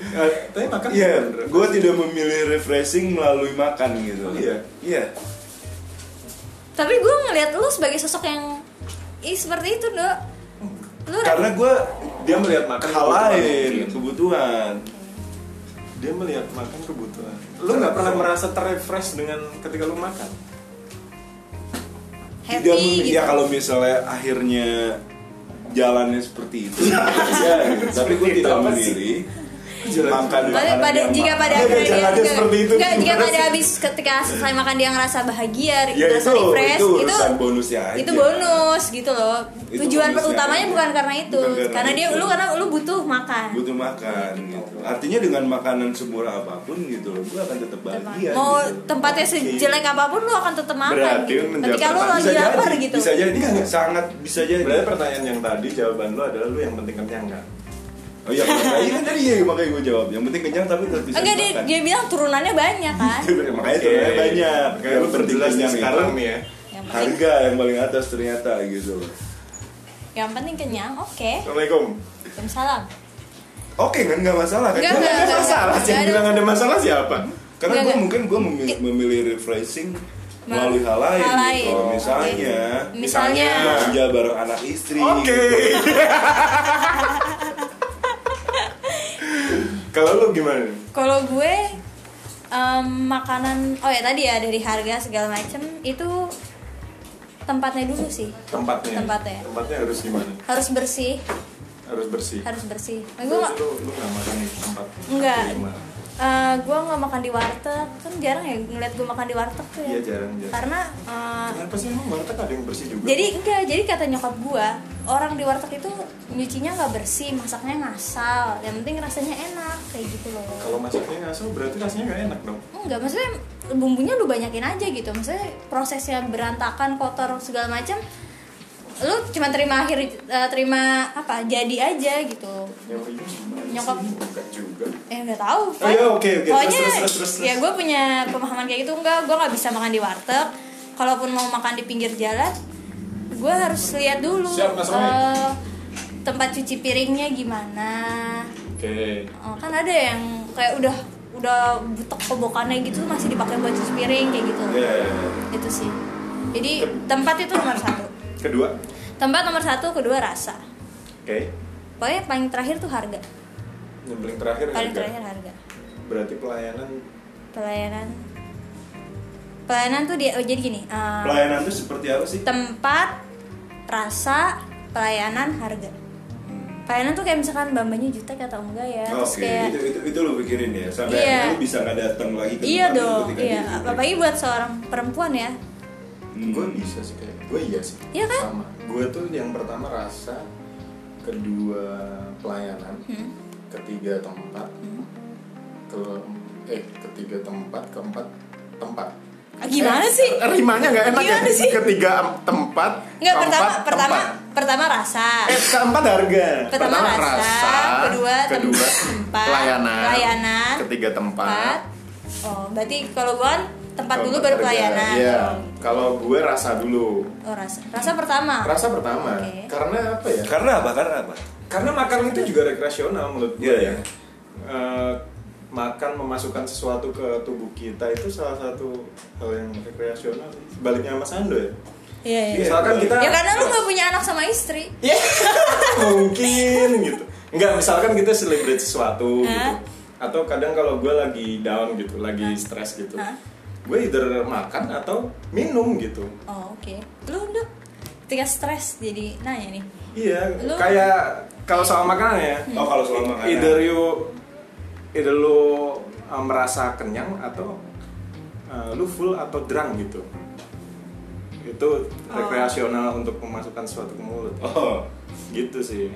[SPEAKER 3] Tapi
[SPEAKER 1] Kan
[SPEAKER 3] makan
[SPEAKER 2] Iya,
[SPEAKER 3] bukan
[SPEAKER 2] gue tidak memilih refreshing melalui makan gitu.
[SPEAKER 3] Oh, iya?
[SPEAKER 2] Iya.
[SPEAKER 1] tapi gue ngeliat lu sebagai sosok yang ih seperti itu dok lu
[SPEAKER 2] Karena gue
[SPEAKER 3] Dia melihat makan kebutuhan
[SPEAKER 2] halain
[SPEAKER 3] mungkin.
[SPEAKER 2] kebutuhan.
[SPEAKER 3] Dia melihat makan kebutuhan. Lu nggak pernah merasa terrefresh dengan ketika lu makan?
[SPEAKER 1] happy
[SPEAKER 2] Tidak mem-
[SPEAKER 1] gitu
[SPEAKER 2] Ya kalau misalnya akhirnya jalannya seperti itu, ya, gitu. tapi gue
[SPEAKER 3] Seperti
[SPEAKER 2] tidak
[SPEAKER 3] itu apa sih?
[SPEAKER 2] memilih
[SPEAKER 3] Jalan
[SPEAKER 1] Tapi
[SPEAKER 2] makan makanan
[SPEAKER 1] pada
[SPEAKER 2] yang
[SPEAKER 1] jika
[SPEAKER 2] mahal.
[SPEAKER 1] pada
[SPEAKER 3] Iya,
[SPEAKER 1] akhirnya
[SPEAKER 3] jangan aja seperti itu.
[SPEAKER 1] enggak, jika
[SPEAKER 3] Gimana
[SPEAKER 1] pada
[SPEAKER 3] sih?
[SPEAKER 1] habis ketika selesai makan dia ngerasa bahagia,
[SPEAKER 2] Ya
[SPEAKER 1] ngerasa
[SPEAKER 2] Iya. itu,
[SPEAKER 1] refresh,
[SPEAKER 2] itu
[SPEAKER 1] itu
[SPEAKER 2] urusan bonusnya aja.
[SPEAKER 1] itu bonus gitu loh.
[SPEAKER 2] Itu
[SPEAKER 1] Tujuan
[SPEAKER 2] bonusnya
[SPEAKER 1] utamanya
[SPEAKER 2] aja.
[SPEAKER 1] bukan karena itu,
[SPEAKER 2] Bukan karena
[SPEAKER 1] karena dia
[SPEAKER 2] itu.
[SPEAKER 1] lu karena lu butuh makan.
[SPEAKER 2] butuh makan gitu. Artinya dengan makanan semurah apapun gitu loh, gue akan tetap bahagia.
[SPEAKER 1] Mau
[SPEAKER 2] gitu.
[SPEAKER 1] tempatnya sejelek apapun lu akan tetap makan.
[SPEAKER 3] Berarti
[SPEAKER 1] Gitu.
[SPEAKER 3] menjawab
[SPEAKER 1] Ketika lu
[SPEAKER 3] pertanyaan.
[SPEAKER 1] lagi
[SPEAKER 2] bisa jadi,
[SPEAKER 1] lapar gitu.
[SPEAKER 2] bisa
[SPEAKER 3] Ya,
[SPEAKER 2] jadi, kan? sangat bisa jadi.
[SPEAKER 3] Berarti pertanyaan yang tadi jawaban lu adalah lu yang penting kenyang kan?
[SPEAKER 2] Oh iya, makanya iya kan tadi ya, makanya gue jawab. Yang penting kenyang tapi tetap bisa
[SPEAKER 1] Enggak dia,
[SPEAKER 2] dimakan.
[SPEAKER 1] dia bilang turunannya banyak kan.
[SPEAKER 3] Gitu.
[SPEAKER 2] makanya sebenarnya banyak. Yang
[SPEAKER 3] Kayak lu
[SPEAKER 2] penting
[SPEAKER 3] berjelas nih
[SPEAKER 2] kenyang
[SPEAKER 3] sekarang
[SPEAKER 2] itu
[SPEAKER 3] nih ya.
[SPEAKER 1] yang penting
[SPEAKER 2] Harga yang paling atas ternyata gitu. loh.
[SPEAKER 1] yang penting kenyang, oke.
[SPEAKER 3] Assalamualaikum.
[SPEAKER 1] Waalaikumsalam.
[SPEAKER 2] Oke kan nggak masalah kan?
[SPEAKER 1] Nggak,
[SPEAKER 3] Gak
[SPEAKER 1] nggak,
[SPEAKER 3] ada
[SPEAKER 1] nggak,
[SPEAKER 3] masalah
[SPEAKER 1] nggak
[SPEAKER 3] sih. Yang
[SPEAKER 1] ada.
[SPEAKER 3] bilang ada masalah siapa?
[SPEAKER 2] Karena gue
[SPEAKER 1] nggak.
[SPEAKER 2] mungkin gue memilih, memilih refreshing melalui hal lain,
[SPEAKER 1] Hal lain.
[SPEAKER 2] gitu.
[SPEAKER 1] Oke.
[SPEAKER 2] Misalnya
[SPEAKER 1] Misalnya.
[SPEAKER 2] belanja bareng anak istri.
[SPEAKER 3] Oke.
[SPEAKER 2] gitu.
[SPEAKER 3] Kalau lu gimana?
[SPEAKER 1] Kalau gue em, makanan oh ya tadi ya dari harga segala macem itu tempatnya dulu sih
[SPEAKER 3] Tempatnya.
[SPEAKER 1] Tempatnya.
[SPEAKER 3] Tempatnya harus gimana?
[SPEAKER 1] harus bersih
[SPEAKER 3] Harus bersih.
[SPEAKER 1] harus bersih. Nah,
[SPEAKER 3] Terus
[SPEAKER 1] gue nggak
[SPEAKER 3] lu lu nggak makan di tempat.
[SPEAKER 1] Nggak.
[SPEAKER 3] kelima.
[SPEAKER 1] eh, gue nggak makan di warteg kan jarang ya ngeliat gue makan di warteg tuh ya.
[SPEAKER 3] Iya jarang jarang.
[SPEAKER 1] Karena eh,
[SPEAKER 3] Kenapa sih emang warteg ada yang bersih juga?
[SPEAKER 1] jadi enggak jadi kata nyokap gue orang di warteg itu nyucinya nggak bersih masaknya ngasal yang penting rasanya enak kayak gitu loh.
[SPEAKER 3] kalau masaknya ngasal berarti rasanya nggak enak dong.
[SPEAKER 1] Enggak, maksudnya bumbunya lu banyakin aja gitu. Maksudnya prosesnya berantakan, kotor segala macam. Lu cuma terima akhir eh, terima apa? Jadi aja gitu.
[SPEAKER 3] Ya, iya, gimana sih?
[SPEAKER 1] Nyokap.
[SPEAKER 3] Enggak juga.
[SPEAKER 1] Eh nggak tahu.
[SPEAKER 3] Oh, iya, oke, oke. Terus,
[SPEAKER 1] Pokoknya
[SPEAKER 3] terus, terus, terus, terus.
[SPEAKER 1] ya gue punya pemahaman kayak gitu enggak, gue nggak bisa makan di warteg. Kalaupun mau makan di pinggir jalan, gue harus lihat dulu
[SPEAKER 3] Siap, Mas Romi.
[SPEAKER 1] eh, tempat cuci piringnya gimana.
[SPEAKER 3] Oke.
[SPEAKER 1] Oh, kan ada yang kayak udah udah butek kobokannya gitu masih dipakai buat cuci piring kayak gitu
[SPEAKER 2] Ya,
[SPEAKER 1] itu sih jadi tempat itu nomor satu
[SPEAKER 3] Kedua.
[SPEAKER 1] tempat nomor satu kedua rasa
[SPEAKER 3] Oke.
[SPEAKER 1] pokoknya paling terakhir tuh harga
[SPEAKER 3] Yang paling terakhir
[SPEAKER 1] paling
[SPEAKER 3] harga.
[SPEAKER 1] terakhir harga
[SPEAKER 3] Berarti pelayanan
[SPEAKER 1] pelayanan pelayanan tuh dia oh, jadi gini eh,
[SPEAKER 2] Pelayanan itu seperti apa sih?
[SPEAKER 1] tempat rasa pelayanan harga
[SPEAKER 2] Hmm.
[SPEAKER 1] pelayanan tuh kayak misalkan bambanya jutek atau enggak ya
[SPEAKER 2] Oh,
[SPEAKER 1] terus
[SPEAKER 2] Oke,
[SPEAKER 1] kayak
[SPEAKER 2] itu, itu itu lo pikirin ya sampai
[SPEAKER 1] Iya.
[SPEAKER 2] akhirnya lo bisa nggak datang lagi
[SPEAKER 1] iya
[SPEAKER 2] ke tempat itu
[SPEAKER 1] dong
[SPEAKER 2] ketika
[SPEAKER 1] iya
[SPEAKER 2] dia feedback.
[SPEAKER 1] apalagi buat seorang perempuan ya
[SPEAKER 2] ya. Hmm.
[SPEAKER 3] gue bisa sih kayak gue iya sih
[SPEAKER 1] Iya kan?
[SPEAKER 3] sama gue tuh yang pertama rasa kedua pelayanan
[SPEAKER 1] Hmm.
[SPEAKER 3] ketiga tempat ke eh ketiga tempat keempat tempat Eh,
[SPEAKER 1] Ah, gimana sih
[SPEAKER 3] rimanya nggak enak
[SPEAKER 1] Gimana
[SPEAKER 3] ya
[SPEAKER 1] sih?
[SPEAKER 3] ketiga em- tempat
[SPEAKER 1] Enggak
[SPEAKER 3] keempat,
[SPEAKER 1] pertama pertama
[SPEAKER 3] tempat.
[SPEAKER 1] pertama rasa
[SPEAKER 3] Eh, keempat harga.
[SPEAKER 1] Pertama rasa, kedua
[SPEAKER 3] kedua
[SPEAKER 1] tempat,
[SPEAKER 3] pelayanan,
[SPEAKER 1] pelayanan,
[SPEAKER 3] ketiga tempat,
[SPEAKER 1] tempat oh berarti kalau gue tempat dulu baru
[SPEAKER 3] keempat harga.
[SPEAKER 1] pelayanan
[SPEAKER 3] Iya.
[SPEAKER 1] Oh, gitu.
[SPEAKER 3] Kalau gue rasa dulu.
[SPEAKER 1] oh rasa rasa pertama
[SPEAKER 3] Rasa pertama.
[SPEAKER 1] Ah, Oke.
[SPEAKER 3] Karena apa ya?
[SPEAKER 2] karena apa karena apa
[SPEAKER 3] Karena makan itu juga rekreasional menurut gue
[SPEAKER 2] Iya, iya.
[SPEAKER 3] ya. Eh, makan memasukkan sesuatu ke tubuh kita itu salah satu hal yang rekreasional. sih. Sebaliknya sama Sando ya.
[SPEAKER 1] iya iya
[SPEAKER 2] Iya.
[SPEAKER 3] Misalkan kita
[SPEAKER 1] ya karena lu gak punya anak sama istri
[SPEAKER 3] Ya, mungkin gitu. Enggak, misalkan kita celebrate sesuatu gitu.
[SPEAKER 1] Hah?
[SPEAKER 3] Atau kadang kalau gue lagi down gitu, lagi stres gitu.
[SPEAKER 1] Hah?
[SPEAKER 3] Gue either makan atau minum gitu.
[SPEAKER 1] oh oke lu lu ketika stres jadi nanya nih
[SPEAKER 3] Iya,
[SPEAKER 1] Lu-
[SPEAKER 3] kayak kalau soal makanan ya.
[SPEAKER 2] oh kalau soal makanan
[SPEAKER 3] Either you either lu uh, merasa kenyang atau uh, lu full atau drunk gitu. Itu rekreasional untuk memasukkan sesuatu ke mulut.
[SPEAKER 2] oh
[SPEAKER 3] Gitu sih.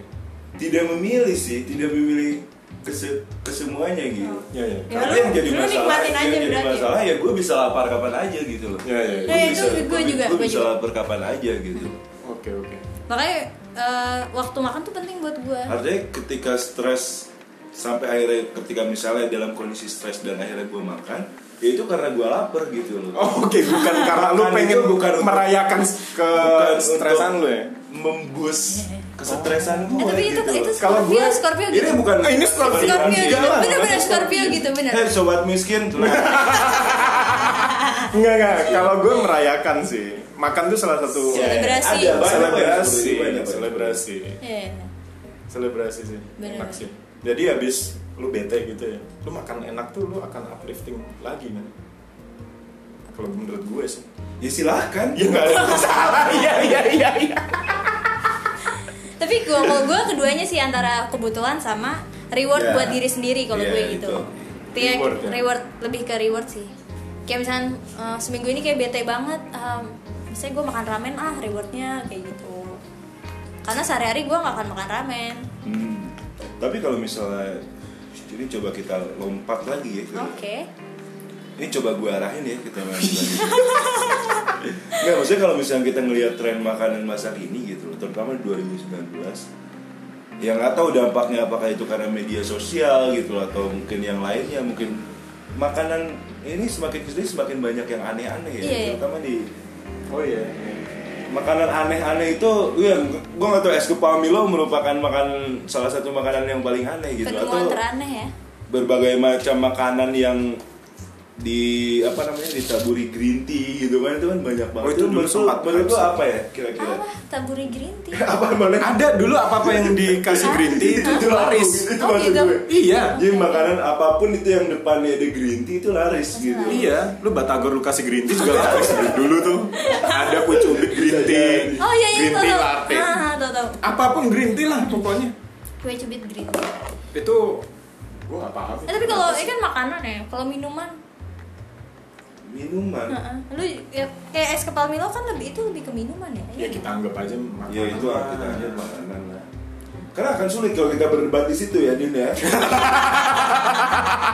[SPEAKER 2] tidak memilih sih tidak memilih kese kesemuanya gitu
[SPEAKER 1] Oh.
[SPEAKER 3] Ya ya.
[SPEAKER 1] Ya,
[SPEAKER 2] Karena
[SPEAKER 1] lu-
[SPEAKER 2] yang jadi
[SPEAKER 1] lu
[SPEAKER 2] masalah,
[SPEAKER 1] nikmatin aja
[SPEAKER 2] yang jadi
[SPEAKER 1] berarti.
[SPEAKER 2] masalah ya gue bisa lapar kapan aja gitu loh.
[SPEAKER 3] Ya, ya, ya.
[SPEAKER 1] Ya, itu gue juga,
[SPEAKER 2] Gue
[SPEAKER 1] gue
[SPEAKER 2] bisa
[SPEAKER 1] juga.
[SPEAKER 2] lapar kapan aja gitu.
[SPEAKER 3] Oke, oke.
[SPEAKER 1] makanya eh, waktu makan tuh penting buat gue
[SPEAKER 2] Artinya ketika stres sampai akhirnya ketika misalnya dalam kondisi stres dan akhirnya gue makan, ya itu karena gue lapar gitu loh.
[SPEAKER 3] Oh, Oke, bukan karena lu
[SPEAKER 2] Bukan,
[SPEAKER 3] pengen
[SPEAKER 2] itu bukan untuk-
[SPEAKER 3] merayakan ke
[SPEAKER 2] Bukan
[SPEAKER 3] stresan
[SPEAKER 2] untuk
[SPEAKER 3] lu ya.
[SPEAKER 2] Membus kesetresan gue.
[SPEAKER 1] Eh, tapi itu-
[SPEAKER 2] gitu.
[SPEAKER 1] itu-
[SPEAKER 3] iya Kalau
[SPEAKER 1] Scorpio,
[SPEAKER 3] gue
[SPEAKER 1] Scorpio
[SPEAKER 3] ini
[SPEAKER 1] gitu.
[SPEAKER 3] bukan ini Scorpio.
[SPEAKER 1] Scorpio
[SPEAKER 3] Enggak
[SPEAKER 1] gitu.
[SPEAKER 3] lah.
[SPEAKER 1] Bener-bener Scorpio gitu, bener.
[SPEAKER 2] Eh, sobat miskin tuh.
[SPEAKER 3] Enggak enggak, kalau gue merayakan sih. Makan tuh salah satu
[SPEAKER 1] Selebrasi.
[SPEAKER 2] Iya, Ada banyak ya,
[SPEAKER 3] selebrasi,
[SPEAKER 2] banyak, banyak.
[SPEAKER 3] selebrasi,
[SPEAKER 1] Iya, iya.
[SPEAKER 3] selebrasi sih.
[SPEAKER 1] Bener.
[SPEAKER 3] Enak sih. Jadi habis lu bete gitu ya, lu makan enak tuh lu akan uplifting lagi kan. Kalau menurut gue sih.
[SPEAKER 2] Ya silahkan.
[SPEAKER 3] Ya enggak ada masalah. Iya iya iya iya.
[SPEAKER 1] tapi gua kalau gue keduanya sih antara kebutuhan sama reward
[SPEAKER 2] Ya.
[SPEAKER 1] buat diri sendiri kalau
[SPEAKER 2] Ya,
[SPEAKER 1] gue gitu
[SPEAKER 2] itu.
[SPEAKER 1] Kayak
[SPEAKER 3] Iya. Reward,
[SPEAKER 1] reward,
[SPEAKER 3] ya.
[SPEAKER 1] lebih ke reward sih kayak misalnya eh, seminggu ini kayak bete banget em, misalnya gue makan ramen ah rewardnya kayak gitu karena sehari-hari gue nggak akan makan ramen
[SPEAKER 2] Hmm. Tapi kalau misalnya ini coba kita lompat lagi ya.
[SPEAKER 3] Iya.
[SPEAKER 2] ke-
[SPEAKER 1] oke
[SPEAKER 2] Ini coba gue arahin ya kita bahas lagi. Nggak, maksudnya kalau misalnya kita ngelihat tren makanan masak ini gitu loh, terutama 2019 yang ya nggak tahu dampaknya apakah itu karena media sosial gitu loh, atau mungkin yang lainnya mungkin makanan ini semakin kesini semakin banyak yang aneh-aneh ya
[SPEAKER 1] Iya, iya.
[SPEAKER 2] terutama di
[SPEAKER 3] Oh iya.
[SPEAKER 2] makanan aneh-aneh itu ya gue nggak tahu es kepal Milo merupakan makan salah satu makanan yang paling aneh gitu
[SPEAKER 1] penemuan teraneh ya
[SPEAKER 2] berbagai macam makanan yang di apa namanya ditaburi green tea gitu kan itu kan banyak banget
[SPEAKER 3] Oh, itu dulu
[SPEAKER 2] menurut lu-
[SPEAKER 3] sempat
[SPEAKER 2] menurut lu
[SPEAKER 3] hype sih.
[SPEAKER 2] apa ya
[SPEAKER 3] Iya.
[SPEAKER 2] kira-kira
[SPEAKER 1] apa taburi green tea
[SPEAKER 2] apa boleh
[SPEAKER 3] Ada dulu apa-apa yang dikasih green tea itu laris.
[SPEAKER 2] itu
[SPEAKER 1] Oh,
[SPEAKER 2] maksud
[SPEAKER 1] gitu.
[SPEAKER 2] gue
[SPEAKER 3] Iya.
[SPEAKER 2] jadi makanan apapun itu yang depannya ada green tea itu laris
[SPEAKER 1] Pasti
[SPEAKER 2] gitu
[SPEAKER 1] laris.
[SPEAKER 3] Iya, lu Batagor lu kasih green tea juga laris dulu tuh. Ada kue cubit green tea.
[SPEAKER 1] oh iya iya
[SPEAKER 3] Green
[SPEAKER 1] tau
[SPEAKER 3] tea
[SPEAKER 1] tau
[SPEAKER 3] latte.
[SPEAKER 1] ah tau tau
[SPEAKER 3] Apapun green tea lah pokoknya.
[SPEAKER 1] kue cubit green tea
[SPEAKER 3] Itu gua gak paham.
[SPEAKER 1] eh, tapi kalau ini kan makanan ya kalau minuman
[SPEAKER 3] Iya.
[SPEAKER 2] minuman
[SPEAKER 1] Heeh. lu ya, kayak es kepal Milo kan lebih itu lebih ke minuman ya?
[SPEAKER 3] ya kita anggap aja makanan.
[SPEAKER 2] ya itu
[SPEAKER 3] lah.
[SPEAKER 2] kita aja makanan lah karena akan sulit kalau kita berdebat di situ ya Din ya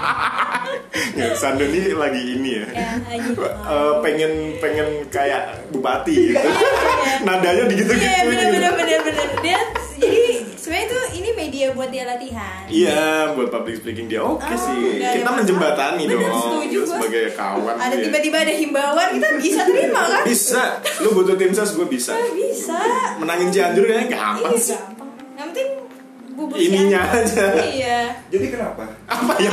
[SPEAKER 3] Ya, Sando ini lagi ini ya.
[SPEAKER 1] Ya, aja.
[SPEAKER 3] Eh, pengen pengen kayak bupati gitu. Nadanya gitu. digitu-gitu.
[SPEAKER 1] Iya bener bener bener bener dia jadi sebenarnya itu ini media buat dia latihan.
[SPEAKER 3] Iya, buat public speaking dia oke
[SPEAKER 1] Oh, nggak
[SPEAKER 3] sih.
[SPEAKER 1] ada
[SPEAKER 3] Kita
[SPEAKER 1] masalah.
[SPEAKER 3] menjembatani
[SPEAKER 1] Bener,
[SPEAKER 3] dong.
[SPEAKER 1] setuju
[SPEAKER 3] Kita
[SPEAKER 1] gua.
[SPEAKER 3] sebagai kawan.
[SPEAKER 1] Ada
[SPEAKER 3] tuh ya.
[SPEAKER 1] tiba-tiba ada himbauan kita bisa terima kan?
[SPEAKER 3] Bisa. Lu butuh tim ses, gue bisa.
[SPEAKER 1] Kita bisa.
[SPEAKER 3] Menangin Cianjur ya gampang
[SPEAKER 1] Iya
[SPEAKER 3] sih.
[SPEAKER 1] gampang. Yang penting bubur
[SPEAKER 3] Ininya
[SPEAKER 1] siang.
[SPEAKER 3] aja.
[SPEAKER 1] Iya.
[SPEAKER 2] jadi kenapa
[SPEAKER 3] Apa ya?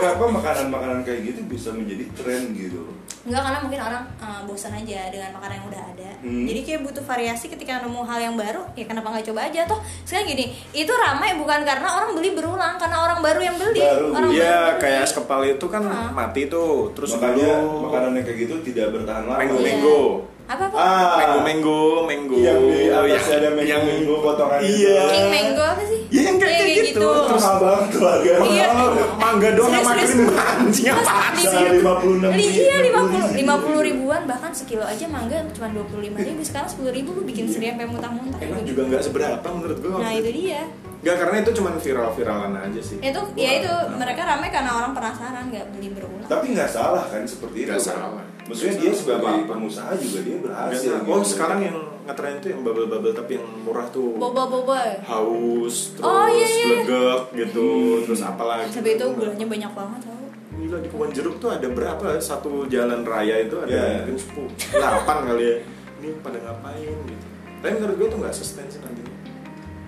[SPEAKER 2] kenapa makanan-makanan kayak gitu bisa menjadi tren gitu
[SPEAKER 1] Enggak karena mungkin orang eh, bosan aja dengan makanan yang udah ada.
[SPEAKER 2] Hmm.
[SPEAKER 1] Jadi kayak butuh variasi ketika nemu hal yang baru, ya kenapa nggak coba aja toh? Sekarang gini, itu ramai bukan karena orang beli berulang, karena orang baru yang beli.
[SPEAKER 2] Baru,
[SPEAKER 1] orang
[SPEAKER 3] Iya,
[SPEAKER 1] baru beli.
[SPEAKER 3] kayak es kepal itu kan
[SPEAKER 1] Ah.
[SPEAKER 3] mati tuh. Terus
[SPEAKER 2] makanya
[SPEAKER 3] dulu
[SPEAKER 2] makanan yang kayak gitu tidak bertahan lama
[SPEAKER 3] Mango-mango.
[SPEAKER 1] Iya. apa apa
[SPEAKER 2] Ah,
[SPEAKER 3] Mango, mango, mango. Oh,
[SPEAKER 2] Yang di atas
[SPEAKER 3] Yang-
[SPEAKER 2] ada mango,
[SPEAKER 3] yang-
[SPEAKER 2] mango potongan
[SPEAKER 3] Iya.
[SPEAKER 2] gitu.
[SPEAKER 1] king mango apa sih
[SPEAKER 3] Iya, yang kayak gitu.
[SPEAKER 2] Terus mahal banget tuh harganya.
[SPEAKER 1] Iya.
[SPEAKER 3] Oh, mangga doang
[SPEAKER 1] Serius,
[SPEAKER 3] sama
[SPEAKER 1] serius.
[SPEAKER 3] krim anjing
[SPEAKER 1] Mas,
[SPEAKER 3] apaan?
[SPEAKER 1] di-
[SPEAKER 2] Seharga 56
[SPEAKER 1] Li- iya lima puluh lima puluh
[SPEAKER 2] ribu.
[SPEAKER 1] ribuan bahkan sekilo aja mangga cuma dua puluh lima ribu sekarang sepuluh ribu lu bikin sendiri sampai muntah-muntah gitu.
[SPEAKER 3] Enak juga nggak seberapa menurut gua.
[SPEAKER 1] nah itu dia
[SPEAKER 3] Nggak karena itu cuman viral-viralan aja sih.
[SPEAKER 1] itu ya itu mereka ramai karena orang penasaran nggak beli berulang
[SPEAKER 2] Tapi nggak salah kan seperti itu.
[SPEAKER 3] Nggak
[SPEAKER 2] kan?
[SPEAKER 3] salah.
[SPEAKER 2] Maksudnya
[SPEAKER 3] Nggak
[SPEAKER 2] dia
[SPEAKER 3] salah.
[SPEAKER 2] sebagai pengusaha juga dia berhasil.
[SPEAKER 3] Nggak-
[SPEAKER 2] gitu.
[SPEAKER 3] Oh sekarang yang ngetren itu yang bubble-bubble tapi yang murah tuh.
[SPEAKER 1] boba-boba
[SPEAKER 3] Haus, terus
[SPEAKER 1] Oh, iya, iya.
[SPEAKER 3] legek gitu,
[SPEAKER 2] Hmm.
[SPEAKER 3] terus apa lagi? gitu.
[SPEAKER 1] tapi itu gulanya banyak banget tau
[SPEAKER 3] Gila di kebun jeruk tuh ada berapa? Satu jalan raya itu ada
[SPEAKER 2] Iya.
[SPEAKER 3] mungkin 10, 8 kali ya. Ini pada ngapain gitu. Tapi menurut gue tuh nggak sustain sih nantinya.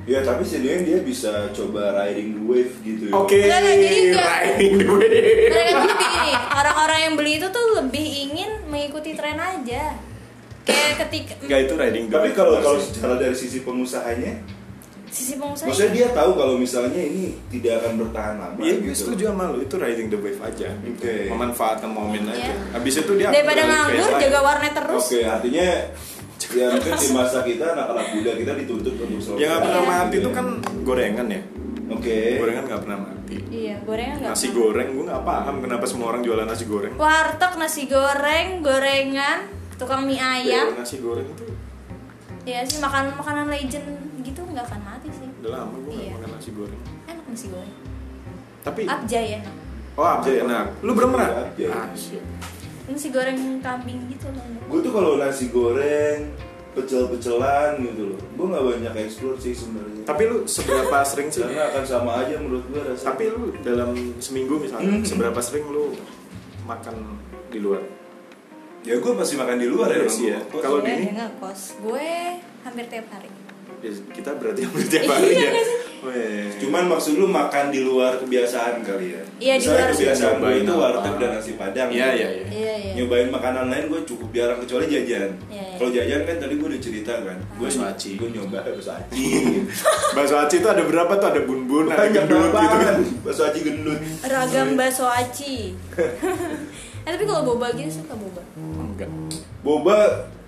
[SPEAKER 2] Ya tapi sendirian dia bisa coba riding the wave gitu. ya.
[SPEAKER 3] Oke,
[SPEAKER 1] Nggak, nggak, jadi nggak.
[SPEAKER 3] riding the wave.
[SPEAKER 1] mereka tuh lebih gini orang-orang yang beli itu tuh lebih ingin mengikuti tren aja kayak ketika hmm,
[SPEAKER 3] Nggak, itu riding the
[SPEAKER 2] Tapi
[SPEAKER 3] wave
[SPEAKER 2] kalau
[SPEAKER 3] benar
[SPEAKER 2] kalau
[SPEAKER 3] sih.
[SPEAKER 2] secara dari sisi pengusahanya,
[SPEAKER 1] sisi pengusaha ya.
[SPEAKER 2] maksudnya dia tahu kalau misalnya ini tidak akan bertahan lama.
[SPEAKER 3] Iya, gue
[SPEAKER 2] gitu.
[SPEAKER 3] setuju sama lu. Itu riding the wave aja. gitu.
[SPEAKER 2] Oke.
[SPEAKER 3] Memanfaatkan momen
[SPEAKER 1] Iya.
[SPEAKER 3] aja. Habis itu dia
[SPEAKER 1] daripada
[SPEAKER 3] upgrade ke
[SPEAKER 1] nganggur
[SPEAKER 3] yang lain.
[SPEAKER 1] jaga warnet terus
[SPEAKER 2] Oke, artinya ya mungkin di masa kita anak-anak muda kita dituntut untuk selalu gitu
[SPEAKER 3] Yang nggak pernah
[SPEAKER 1] Iya.
[SPEAKER 3] mati itu kan gorengan ya.
[SPEAKER 2] Oke.
[SPEAKER 3] Gorengan nggak pernah mati.
[SPEAKER 1] iya gorengan nggak
[SPEAKER 3] Nasi
[SPEAKER 1] pernah.
[SPEAKER 3] goreng gue nggak paham kenapa semua orang jualan nasi goreng.
[SPEAKER 1] warteg nasi goreng gorengan tukang mie
[SPEAKER 3] Beo
[SPEAKER 1] ayam
[SPEAKER 3] Nasi goreng itu
[SPEAKER 1] ya sih makanan makanan legend gitu nggak akan mati sih
[SPEAKER 3] udah lama gue nggak
[SPEAKER 1] Iya.
[SPEAKER 3] makan nasi goreng.
[SPEAKER 1] enak nasi goreng
[SPEAKER 3] Tapi
[SPEAKER 1] abjay enak
[SPEAKER 3] oh abjay enak. Lu belum pernah?
[SPEAKER 2] Abjay.
[SPEAKER 3] Ah, shit.
[SPEAKER 1] nasi goreng kambing gitu loh
[SPEAKER 2] Gue tuh kalau nasi goreng, pecel-pecelan gitu loh. Gue nggak banyak explore sih sebenarnya.
[SPEAKER 3] Tapi lu seberapa sering sih?
[SPEAKER 2] Karena akan sama aja menurut gue rasanya.
[SPEAKER 3] Tapi lu dalam seminggu misalnya
[SPEAKER 1] Mm-hmm.
[SPEAKER 2] Hmm.
[SPEAKER 3] seberapa sering lu makan di luar?
[SPEAKER 2] ya gue masih makan di luar
[SPEAKER 3] Iya
[SPEAKER 2] ya
[SPEAKER 3] sih ya.
[SPEAKER 2] Bang.
[SPEAKER 3] Kalau
[SPEAKER 1] Gue
[SPEAKER 3] di-
[SPEAKER 1] nggak kos gue hampir tiap hari
[SPEAKER 3] Ya, kita berarti hampir tiap hari
[SPEAKER 1] Iya,
[SPEAKER 3] ya.
[SPEAKER 1] nggak sih?
[SPEAKER 3] Weh.
[SPEAKER 2] Cuman maksud lu makan di luar kebiasaan kali ya?
[SPEAKER 1] Iya, di
[SPEAKER 2] Misalnya
[SPEAKER 1] luar.
[SPEAKER 2] kebiasaan gue
[SPEAKER 3] Nyobain
[SPEAKER 2] itu
[SPEAKER 3] apa.
[SPEAKER 2] warteg dan nasi padang gitu.
[SPEAKER 3] Iya iya iya.
[SPEAKER 1] iya iya
[SPEAKER 2] Nyobain makanan lain gue cukup jarang kecuali jajan
[SPEAKER 1] Iya, iya. Ah.
[SPEAKER 2] Kalau jajan kan tadi gue udah cerita kan Gue
[SPEAKER 3] Bakso aci.
[SPEAKER 2] Gue nyoba bakso aci
[SPEAKER 3] Iya, Bakso aci itu ada berapa tuh? Ada bun-bun, ada gendut gitu kan.
[SPEAKER 2] Bakso aci gendut
[SPEAKER 1] ragam bakso aci eh tapi kalau boba gitu suka boba
[SPEAKER 3] Enggak.
[SPEAKER 2] Boba